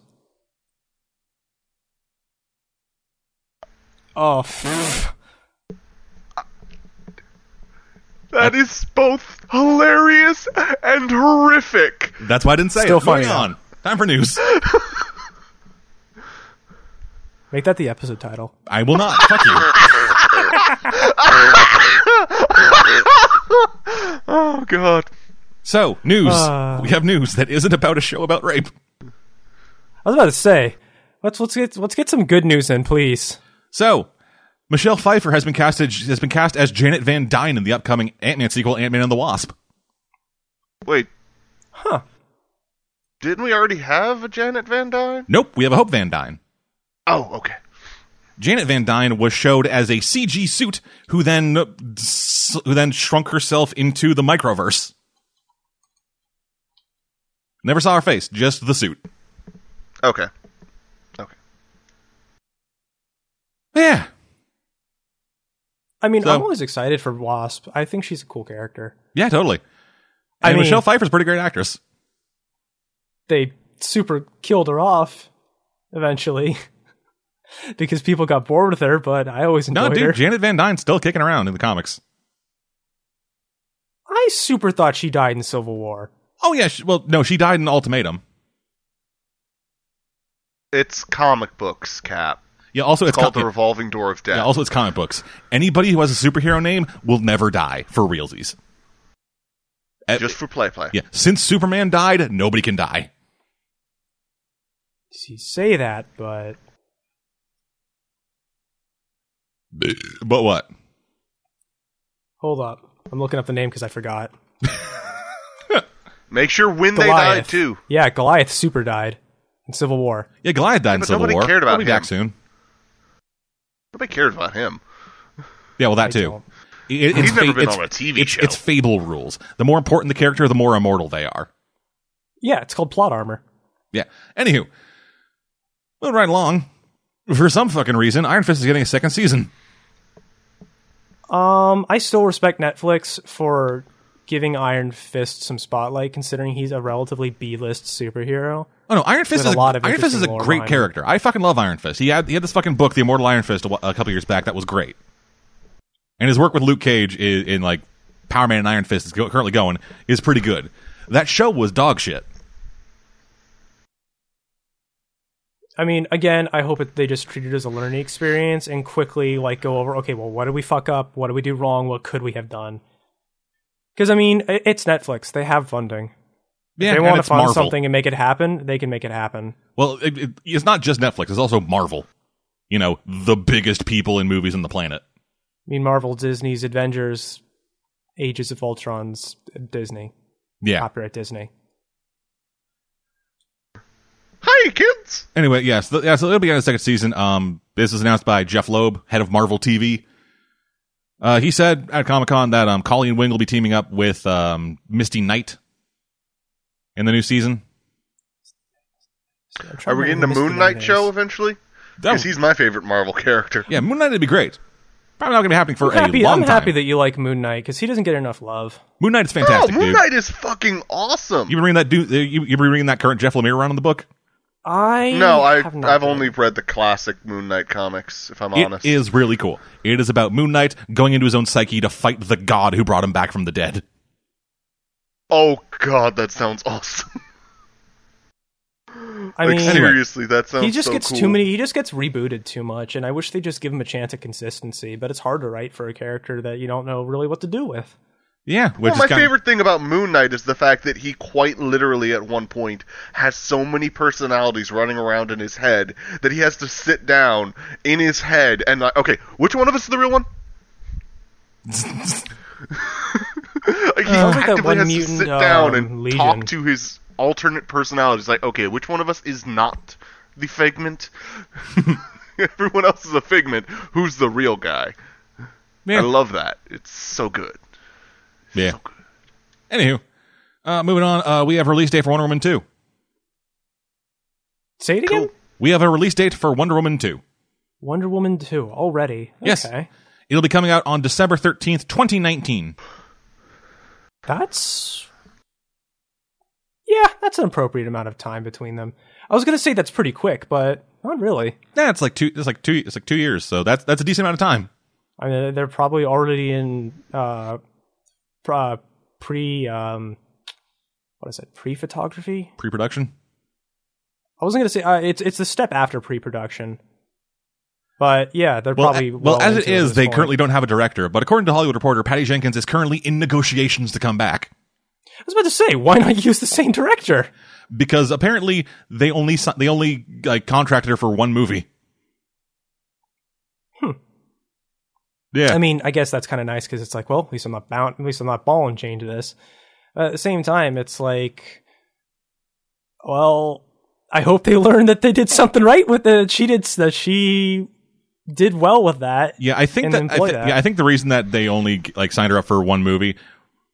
Oh, pff. That is both hilarious and horrific. That's why I didn't say Still it. Moving funny, on. Time for news. Make that the episode title. I will not. Fuck you. Oh god. So, news. Uh. we have news that isn't about a show about rape. I was about to say, let's let's get let's get some good news in, please. So, Michelle Pfeiffer has been cast as, has been cast as Janet Van Dyne in the upcoming Ant Man sequel, Ant Man and the Wasp. Wait, Huh? didn't we already have a Janet Van Dyne? Nope, we have a Hope Van Dyne. Oh, okay. Janet Van Dyne was showed as a CG suit, who then who then shrunk herself into the microverse. Never saw her face, just the suit. Okay. Okay. Yeah, I mean, So- I'm always excited for Wasp. I think she's a cool character. yeah, totally. I And mean- Michelle Pfeiffer's a pretty great actress. They super killed her off eventually because people got bored with her. But I always No, enjoyed dude, her. Janet Van Dyne's still kicking around in the comics. I super thought she died in Civil War. Oh yeah, she, well, no, she died in Ultimatum. It's comic books, Cap. Yeah, also it's Called com- the revolving door of death. yeah, also it's comic books. Anybody who has a superhero name will never die for realsies. At- Just for play play. yeah, since Superman died, nobody can die. You say that, but But what? hold up. I'm looking up the name because I forgot. Make sure when they die Goliath too. Yeah, Goliath super died in Civil War. Yeah, Goliath died in but Civil nobody War. cared about He'll be back him. soon. Nobody cares about him. Yeah, well, that I too. don't. It- He's fa- never been on a TV it's, show. It's Fable rules. The more important the character, the more immortal they are. Yeah, it's called plot armor. Yeah. Anywho, moving right along. For some fucking reason, Iron Fist is getting a second season. Um, I still respect Netflix for giving Iron Fist some spotlight, considering he's a relatively B-list superhero. Oh no, Iron Fist There's is a lot of Iron Fist is interesting a lore great behind it. character. I fucking love Iron Fist. He had he had this fucking book, The Immortal Iron Fist, a, wh- a couple years back. That was great. And his work with Luke Cage in, in like Power Man and Iron Fist is go- currently going is pretty good. That show was dog shit. I mean, again, I hope it, they just treat it as a learning experience and quickly like go over. Okay, well, what did we fuck up? What did we do wrong? What could we have done? Because I mean, i- it's Netflix; they have funding. Yeah, they and want to it's fund Marvel. something and make it happen. They can make it happen. Well, it, it, it's not just Netflix. It's also Marvel. You know, the biggest people in movies on the planet. I mean, Marvel, Disney's Avengers, Ages of Ultron's Disney, Yeah. copyright Disney. Hi kids. Anyway, yes, th- yeah, so it'll be on the second season. Um, this was announced by Jeff Loeb, head of Marvel TV. Uh, he said at Comic Con that um, Colleen Wing will be teaming up with um, Misty Knight in the new season. I'm trying Are we to getting the remember Moon who Knight Mystic is. show eventually? Because he's my favorite Marvel character. yeah, Moon Knight would be great. Probably not going to be happening for a Happy, long I'm happy time. that you like Moon Knight because he doesn't get enough love. Moon Knight is Oh, fantastic, Moon dude. Knight is fucking awesome. You been reading that dude? uh, You, you been reading that current Jeff Lemire run in the book? I No, I have not I've been. only read the classic Moon Knight comics, if I'm honest. It is really cool. It is about Moon Knight going into his own psyche to fight the god who brought him back from the dead. Oh god, that sounds awesome. I like mean, seriously, that sounds he just so gets cool. too many. He just gets rebooted too much, and I wish they just give him a chance at consistency. But it's hard to write for a character that you don't know really what to do with. Yeah, which Well, is my kinda- favorite thing about Moon Knight is the fact that he quite literally at one point has so many personalities running around in his head that he has to sit down in his head and like, okay, which one of us is the real one? like, he Sounds like that actively one has to mutant, sit down um, and Legion. talk to his alternate personalities. Like, okay, which one of us is not the figment? Everyone else is a figment. Who's the real guy? Yeah. I love that. It's so good. Yeah. So good. Anywho, uh, moving on. Uh, we have a release date for Wonder Woman two. Say it again. Cool. We have a release date for Wonder Woman two. Wonder Woman two already. Yes. Okay. It'll be coming out on December thirteenth, twenty nineteen. That's yeah, that's an appropriate amount of time between them. I was gonna say that's pretty quick, but not really. Yeah, it's like two. It's like two. It's like two years. So that's that's a decent amount of time. I mean, they're probably already in uh, pr- uh pre um, what is it? Pre photography? Pre production. I wasn't gonna say uh, it's it's a step after pre-production, but yeah, they're Well, probably a- well, as it into at is, this they point. currently don't have a director, but according to Hollywood Reporter, Patty Jenkins is currently in negotiations to come back I was about to say, why not use the same director? because apparently they only si- they only like contracted her for one movie. Hmm. Yeah, I mean, I guess that's kind of nice because it's like, well, at least I'm not bound, at least I'm not ball and chained to this. Uh, at the same time, it's like, well, I hope they learn that they did something right with it. that She did that. She did well with that. Yeah, I think and that, I, employ thi- that. Yeah, I think the reason that they only like signed her up for one movie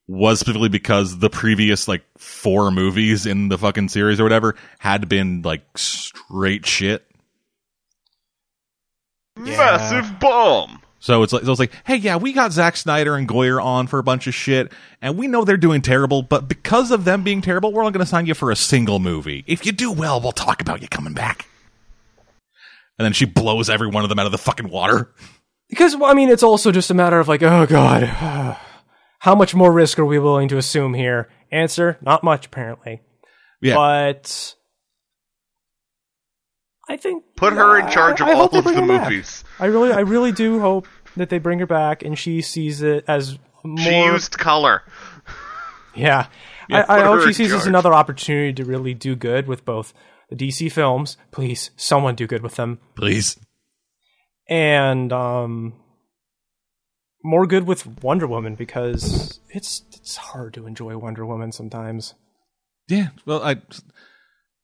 was specifically because the previous like four movies in the fucking series or whatever had been like straight shit. Massive bomb. So it's like so it's like, hey, yeah, we got Zack Snyder and Goyer on for a bunch of shit, and we know they're doing terrible, but because of them being terrible, we're only going to sign you for a single movie. If you do well, we'll talk about you coming back. And then she blows every one of them out of the fucking water. Because well, I mean, it's also just a matter of like, oh god, how much more risk are we willing to assume here? Answer: Not much, apparently. Yeah. But I think Put her in I- charge of I hope all they of the bring her back. movies. I really, I really do hope that they bring her back and she sees it as more. She used color. yeah, Yeah, I, I put hope her she in sees it as charge. another opportunity to really do good with both the DC films. Please, someone do good with them, Please. and um, more good with Wonder Woman because it's it's hard to enjoy Wonder Woman sometimes. Yeah, well, I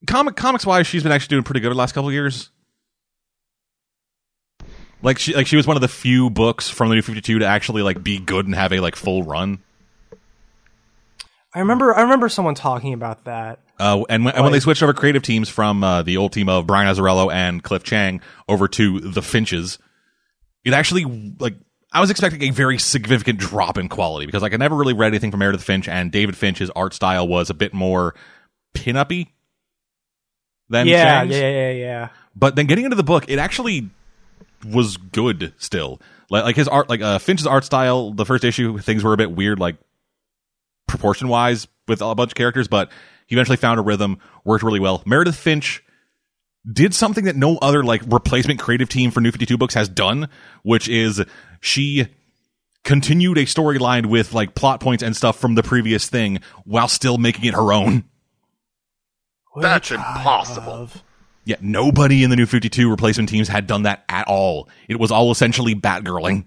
comic comics wise, she's been actually doing pretty good the last couple of years. Like she like she was one of the few books from the New Fifty Two to actually like be good and have a like full run. I remember, I remember someone talking about that. Uh, and when, and when they switched over creative teams from uh, the old team of Brian Azzarello and Cliff Chang over to the Finches, it actually like I was expecting a very significant drop in quality because like I never really read anything from Meredith Finch and David Finch's art style was a bit more pinup-y than yeah, Chang's. yeah, yeah, yeah. But then getting into the book, it actually was good still. Like, like his art, like uh, Finch's art style, the first issue, things were a bit weird, like proportion wise with a bunch of characters, but he eventually found a rhythm, worked really well. Meredith Finch did something that no other like replacement creative team for New 52 books has done, which is she continued a storyline with like plot points and stuff from the previous thing while still making it her own. That's Which I impossible. love. Yeah, nobody in the new 52 replacement teams had done that at all. It was all essentially batgirling.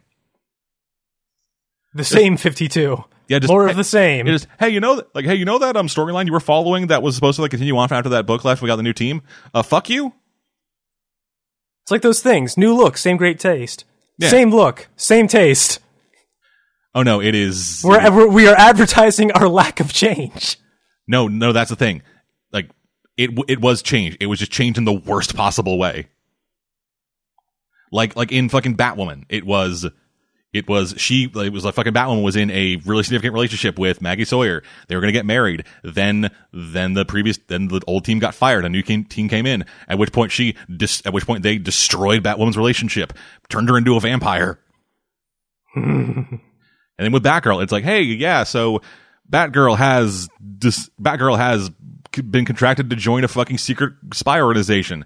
The same fifty-two. Yeah, just more hey, of the same. It is, hey, you know, th- like, hey, you know that um storyline you were following that was supposed to like continue on after that book left. We got the new team. Uh, fuck you. It's like those things. New look, same great taste. Yeah. Same look, same taste. Oh no, it is. We're, we're we are advertising our lack of change. no, no, that's the thing. Like, it w- it was changed. It was just changed in the worst possible way. Like, like in fucking Batwoman, it was. It was she. It was like fucking Batwoman was in a really significant relationship with Maggie Sawyer. They were going to get married. Then, then the previous, then the old team got fired. A new came, team came in. At which point she, dis, at which point they destroyed Batwoman's relationship, turned her into a vampire. and then with Batgirl, it's like, hey, yeah, so Batgirl has dis- Batgirl has c- been contracted to join a fucking secret spy organization.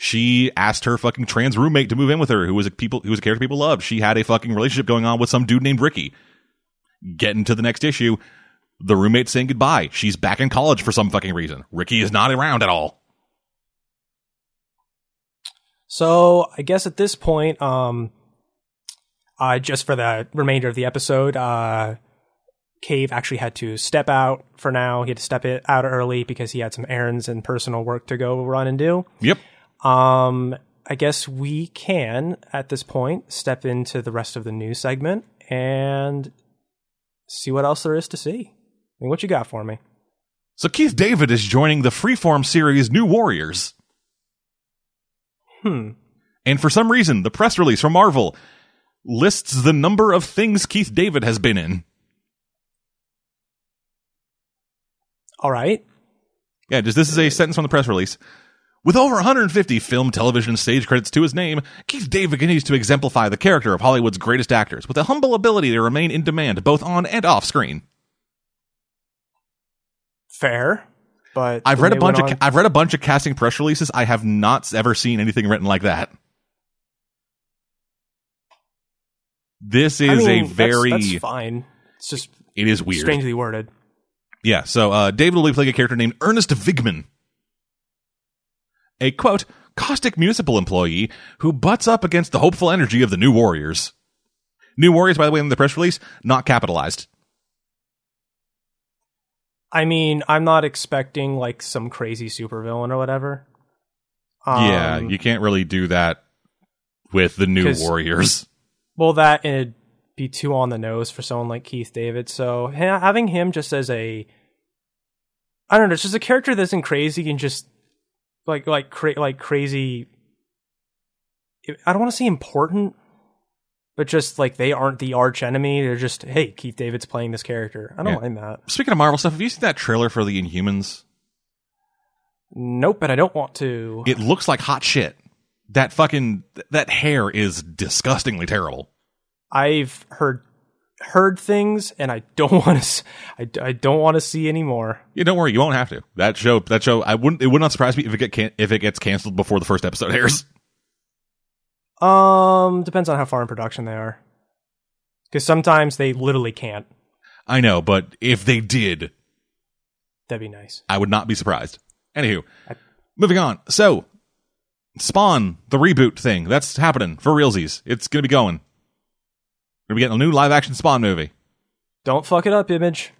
She asked her fucking trans roommate to move in with her, who was a people who was a character people loved. She had a fucking relationship going on with some dude named Ricky. Getting to the next issue, the roommate's saying goodbye. She's back in college for some fucking reason. Ricky is not around at all. So I guess at this point, um, uh, just for the remainder of the episode, uh, Cave actually had to step out for now. He had to step it out early because he had some errands and personal work to go run and do. Yep. Um, I guess we can at this point step into the rest of the news segment and see what else there is to see. I mean, what you got for me? So Keith David is joining the Freeform series New Warriors. Hmm. And for some reason, the press release from Marvel lists the number of things Keith David has been in. All right. Yeah, just this is a sentence from the press release. With over 150 film, television, and stage credits to his name, Keith David continues to exemplify the character of Hollywood's greatest actors with a humble ability to remain in demand both on and off screen. Fair. But I've then read a they bunch of went ca- on- I've read a bunch of casting press releases. I have not ever seen anything written like that. This I is mean, a that's- very that's, fine. It's just it is weird. strangely worded. Yeah, so uh, David will be playing a character named Ernest Vigman, a quote caustic municipal employee who butts up against the hopeful energy of the New Warriors. New Warriors, by the way, in the press release, not capitalized. I mean, I'm not expecting like some crazy supervillain or whatever. yeah, Um, you can't really do that with the New 'cause- Warriors. well, that and it'd be too on the nose for someone like Keith David. So ha- having him just as a, I don't know, it's just a character that isn't crazy and just like like cra- like crazy. I don't want to say important, but just like they aren't the arch enemy. They're just hey, Keith David's playing this character. I don't Yeah. mind that. Speaking of Marvel stuff, have you seen that trailer for the Inhumans? Nope, but I don't want to. It looks like hot shit. That fucking that hair is disgustingly terrible. I've heard heard things, and I don't want to. I, I don't want to see anymore. Yeah, don't worry, you won't have to. That show, that show, I wouldn't. It would not surprise me if it get can- if it gets canceled before the first episode airs. Um, depends on how far in production they are, because sometimes they literally can't. I know, but if they did, That'd be nice. I would not be surprised. Anywho, moving on. So, Spawn, the reboot thing, that's happening for realsies. It's gonna be going. We're gonna be getting a new live action Spawn movie. Don't fuck it up, Image.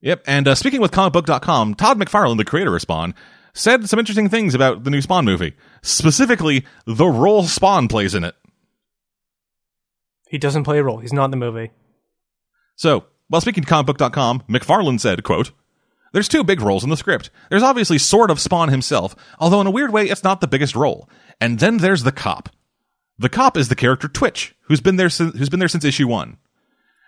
Yep. And uh, speaking with comicbook.com, Todd McFarlane, the creator of Spawn, said some interesting things about the new Spawn movie, specifically the role Spawn plays in it. He doesn't play a role. He's not in the movie. So, while speaking to comicbook.com, McFarlane said, quote, there's two big roles in the script. There's obviously sort of Spawn himself, although in a weird way, it's not the biggest role. And then there's the cop. The cop is the character Twitch, who's been there since, who's been there since issue one.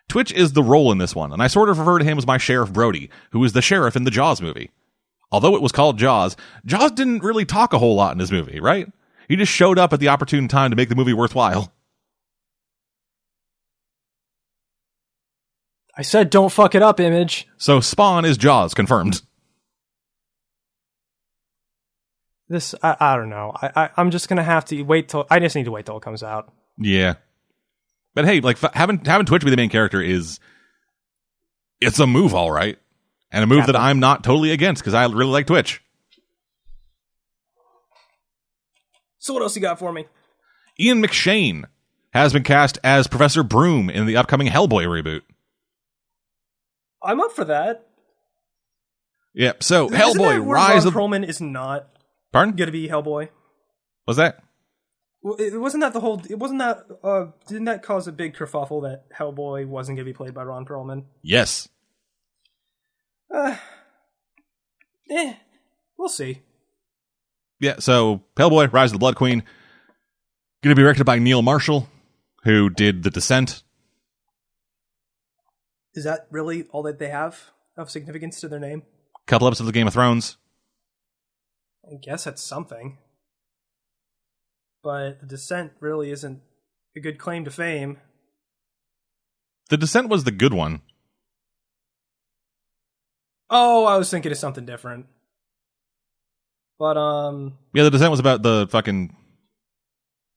Twitch is the role in this one, and I sort of refer to him as my Sheriff Brody, who is the sheriff in the Jaws movie. Although it was called Jaws, Jaws didn't really talk a whole lot in his movie, right? He just showed up at the opportune time to make the movie worthwhile. I said don't fuck it up, Image. So Spawn is Jaws confirmed. This I, I don't know. I, I I'm just gonna have to wait till I just need to wait till it comes out. Yeah. But hey, like f- having having Twitch be the main character is it's a move, all right, and a move that I'm not totally against because I really like Twitch. So what else you got for me? Ian McShane has been cast as Professor Broom in the upcoming Hellboy reboot. I'm up for that. Yep. So Hellboy Rise of Perlman is not Pardon? gonna be Hellboy. What's that? Well, it it wasn't that the whole. It wasn't that. Uh, didn't that cause a big kerfuffle that Hellboy wasn't going to be played by Ron Perlman? Yes. Uh, eh, we'll see. Yeah. So Hellboy Rise of the Blood Queen going to be directed by Neil Marshall, who did The Descent. Is that really all that they have of significance to their name? A couple episodes of Game of Thrones. I guess that's something. But the descent really isn't a good claim to fame. The Descent was the good one. Oh, I was thinking of something different. But um, Yeah, the descent was about the fucking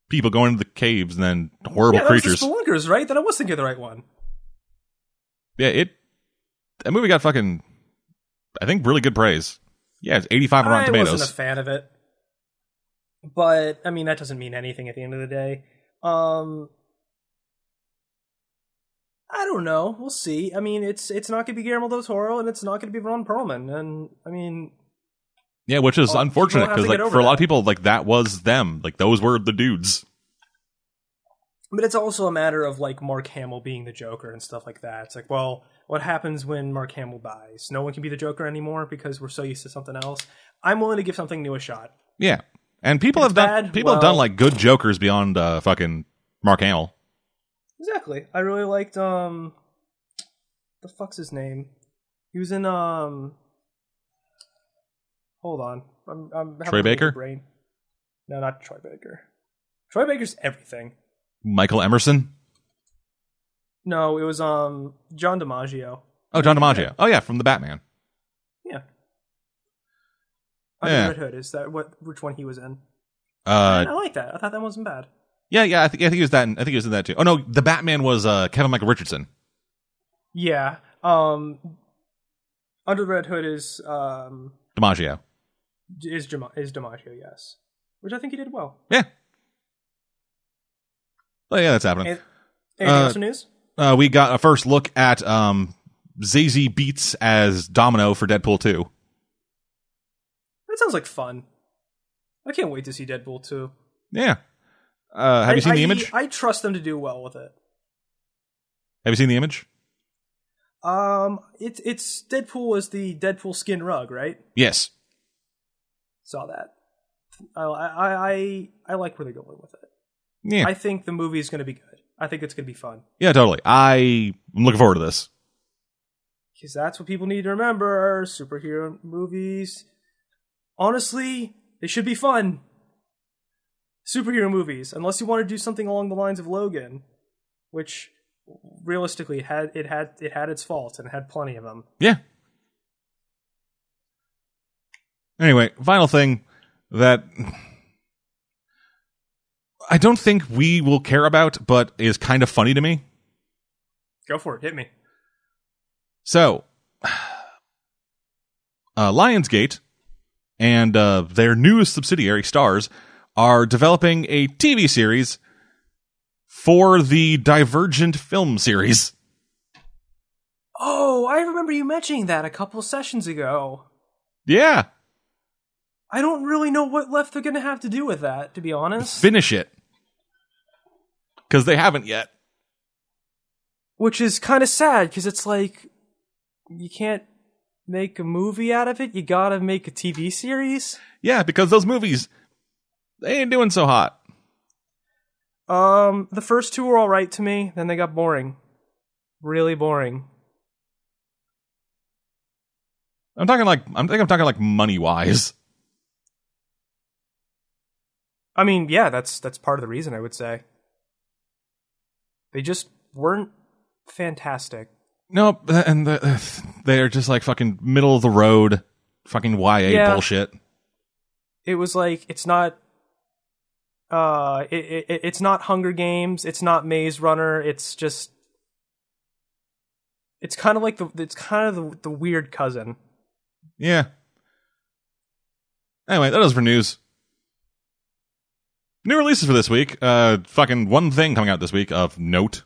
people going into the caves and then horrible yeah, that was the creatures. Spelunkers, right? That I was thinking of the right one. Yeah, it that movie got fucking I think really good praise. Yeah, it's eighty five on Rotten I wasn't a Tomatoes. fan of it, but I mean that doesn't mean anything at the end of the day. Um, I don't know. We'll see. I mean, it's it's not going to be Guillermo del Toro, and it's not going to be Ron Perlman, and I mean, yeah, which is Oh, unfortunate people have because to like get over for a lot of that. people, like that was them. Like those were the dudes. but it's also a matter of like Mark Hamill being the Joker and stuff like that. It's like, well, what happens when Mark Hamill dies? No one can be the Joker anymore because we're so used to something else. I'm willing to give something new a shot. Yeah, and people It's have done bad, people have done well- like good jokers beyond uh, fucking Mark Hamill. Exactly. I really liked um the fuck's his name? He was in um Hold on. I'm I'm having Troy a weird Baker? brain. No, not Troy Baker. Troy Baker's everything. Michael Emerson. No, it was um John DiMaggio. Oh, John DiMaggio. Oh yeah, from the Batman. Yeah. Under Yeah. Red Hood is that what which one he was in? Uh, I like that. I thought that wasn't bad. yeah, yeah. I think I think he was that. in- I think he was in that too. Oh no, the Batman was uh, Kevin Michael Richardson. Yeah. Um, Under the Red Hood is um DiMaggio. is Jam- is DiMaggio, yes, which I think he did well. Yeah. Oh yeah, that's happening. And, anything Uh, else in news? Uh, we got a first look at um, Zazie Beats as Domino for Deadpool Two. That sounds like fun. I can't wait to see Deadpool two. Yeah. Uh, have you seen I, the I- image? I trust them to do well with it. have you seen the image? Um, it's it's Deadpool is the Deadpool skin rug, right? Yes. Saw that. I I I, I like where they're going with it. Yeah. I think the movie is going to be good. I think it's going to be fun yeah. Totally. I am looking forward to this. because that's what people need to remember: superhero movies. Honestly, they should be fun. Superhero movies, unless you want to do something along the lines of Logan, which realistically it had it had it had its faults and it had plenty of them. Yeah. Anyway, final thing that I don't think we will care about, but is kind of funny to me. Go for it, hit me. So, uh, Lionsgate and uh, their newest subsidiary, Stars, are developing a TV series for the Divergent film series. Oh, I remember you mentioning that a couple sessions ago. Yeah, I don't really know what left they're going to have to do with that, to be honest. finish it. Because they haven't yet. Which is kind of sad because it's like you can't make a movie out of it. You got to make a TV series. Yeah, because those movies they ain't doing so hot. Um, the first two were all right to me, then they got boring. Really boring. I'm talking like I'm think I'm talking like money wise. I mean, yeah, that's that's part of the reason I would say. They just weren't fantastic. No, and the, they're just like fucking middle of the road, fucking YA Yeah. bullshit. it was like it's not uh it, it it's not hunger games it's not maze runner it's just it's kind of like the it's kind of the, the weird cousin Yeah. Anyway, that is for news. New releases for this week. Uh, fucking one thing coming out this week of note.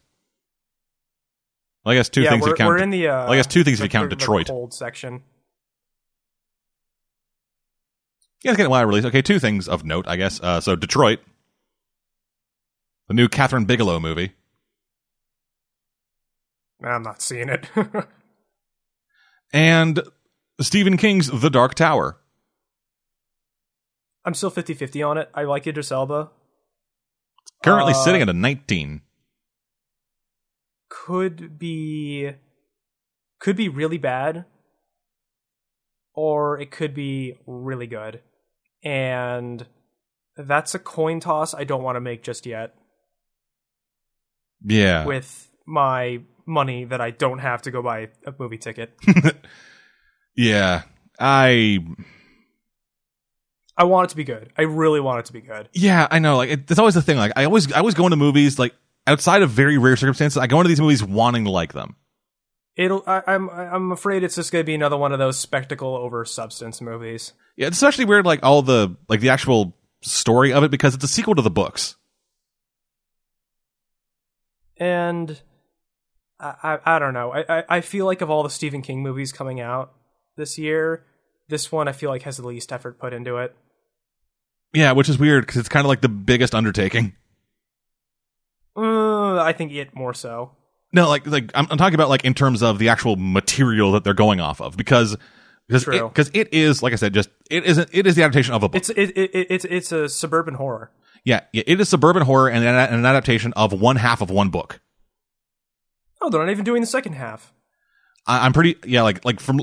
Well, I guess two yeah things we're, if you count. we're in the uh I guess two things if you the- count the- the Detroit. cold section Yeah, it's getting a wide release. Okay, two things of note, I guess. Uh, so Detroit, the new Catherine Bigelow movie. i'm not seeing it and Stephen King's The Dark Tower. i'm still 50-50 on it i like idris elba Currently Uh, sitting at a 19. could be could be really bad or it could be really good and that's a coin toss i don't want to make just yet Yeah. with my money that i don't have to go buy a movie ticket yeah. I i want it to be good i really want it to be good yeah, I know like it, it's always the thing like I always I always go into movies like outside of very rare circumstances I go into these movies wanting to like them. it'll I, i'm i'm afraid it's just going to be another one of those spectacle over substance movies Yeah, it's especially weird like all the like the actual story of it because it's a sequel to the books. and I, I, I don't know. I, I, I feel like of all the Stephen King movies coming out this year, this one I feel like has the least effort put into it. Yeah, which is weird cuz it's kind of like the biggest undertaking. Uh, I think it more so. No, like like I'm, I'm talking about like in terms of the actual material that they're going off of because because True. because it is like I said just it isn't it is the adaptation of a book. It's it, it, it it's it's a suburban horror. Yeah, yeah, it is suburban horror and an an adaptation of one half of one book. Oh, they're not even doing the second half. I, I'm pretty yeah, like like from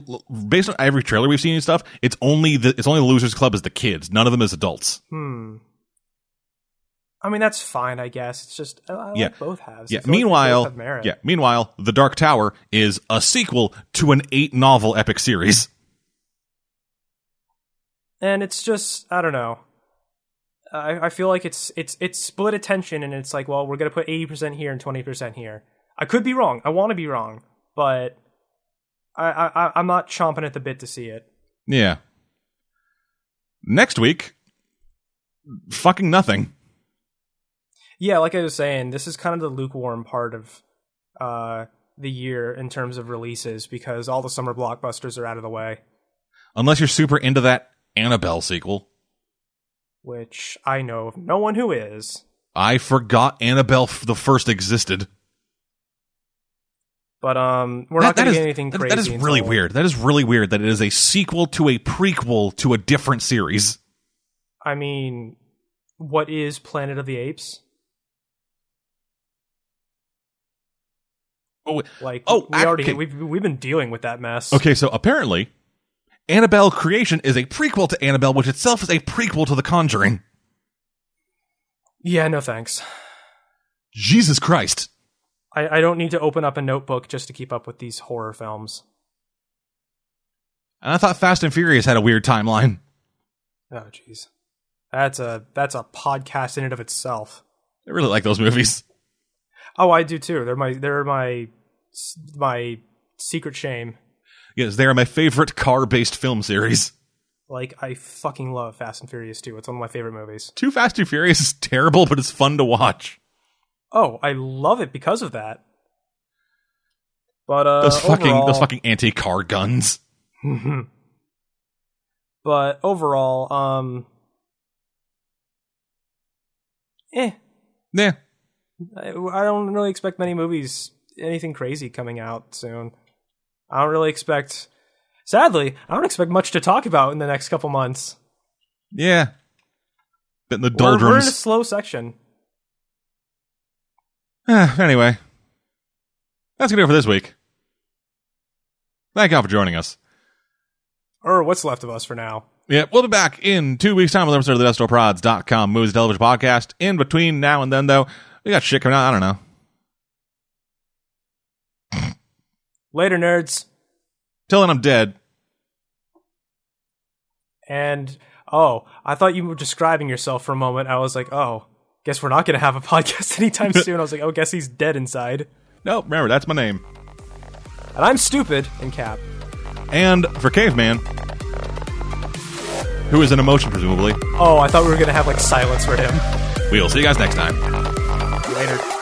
based on every trailer we've seen and stuff, it's only the it's only the Losers Club is the kids, none of them is adults. Hmm. I mean that's fine, I guess. It's just I, I like Yeah. both halves. Yeah. I feel like they both Meanwhile, have merit. yeah. Meanwhile, The Dark Tower is a sequel to an eight novel epic series. and it's just I don't know. I, I feel like it's it's it's split attention, and it's like, well, we're gonna put eighty percent here and twenty percent here. I could be wrong. I want to be wrong, but I, I I- I'm not chomping at the bit to see it. Yeah. Next week, fucking nothing. Yeah, like I was saying, this is kind of the lukewarm part of uh, the year in terms of releases because all the summer blockbusters are out of the way, Unless you're super into that Annabelle sequel. which I know of no one who is. I forgot Annabelle f- the first existed. But um, we're not That- that going to is- get anything that- crazy. that is until- really weird. That is really weird that it is a sequel to a prequel to a different series. I mean, what is Planet of the Apes? Oh, wait. Like, Oh, we ac- already okay. we've we've been dealing with that mess. Okay, so apparently, Annabelle Creation is a prequel to Annabelle, which itself is a prequel to The Conjuring. Yeah, no thanks. Jesus Christ. I, I don't need to open up a notebook just to keep up with these horror films. And I thought Fast and Furious had a weird timeline. Oh, jeez, that's a that's a podcast in and of itself. I really like those movies. Oh, I do too. They're my they're my s- my secret shame. Yes, they are my favorite car based film series. Like I fucking love Fast and Furious too. It's one of my favorite movies. Too Fast, Too Furious is terrible, but it's fun to watch. Oh, I love it because of that. But uh Those fucking those overall- fucking anti car guns. Mhm. but overall, um, eh, Yeah. I, I don't really expect many movies, anything crazy coming out soon. I don't really expect. Sadly, I don't expect much to talk about in the next couple months. Yeah. Bit in the We're, we're in a doldrums. slow section. Eh, anyway. That's gonna do it for this week. Thank y'all for joining us. Or what's left of us for now. Yeah, we'll be back in two weeks' time with another episode of the DestoProds.com movies and television podcast. In between now and then, though, we got shit coming out. I don't know. Later, nerds. Till then, I'm dead. And oh, I thought you were describing yourself for a moment. I was like, oh, guess we're not going to have a podcast anytime soon. I was like, oh, guess he's dead inside. Nope, remember, that's my name. And I'm stupid in cap. And for Caveman, who is an emotion, presumably, Oh, I thought we were going to have like silence for him. we'll see you guys next time. Later.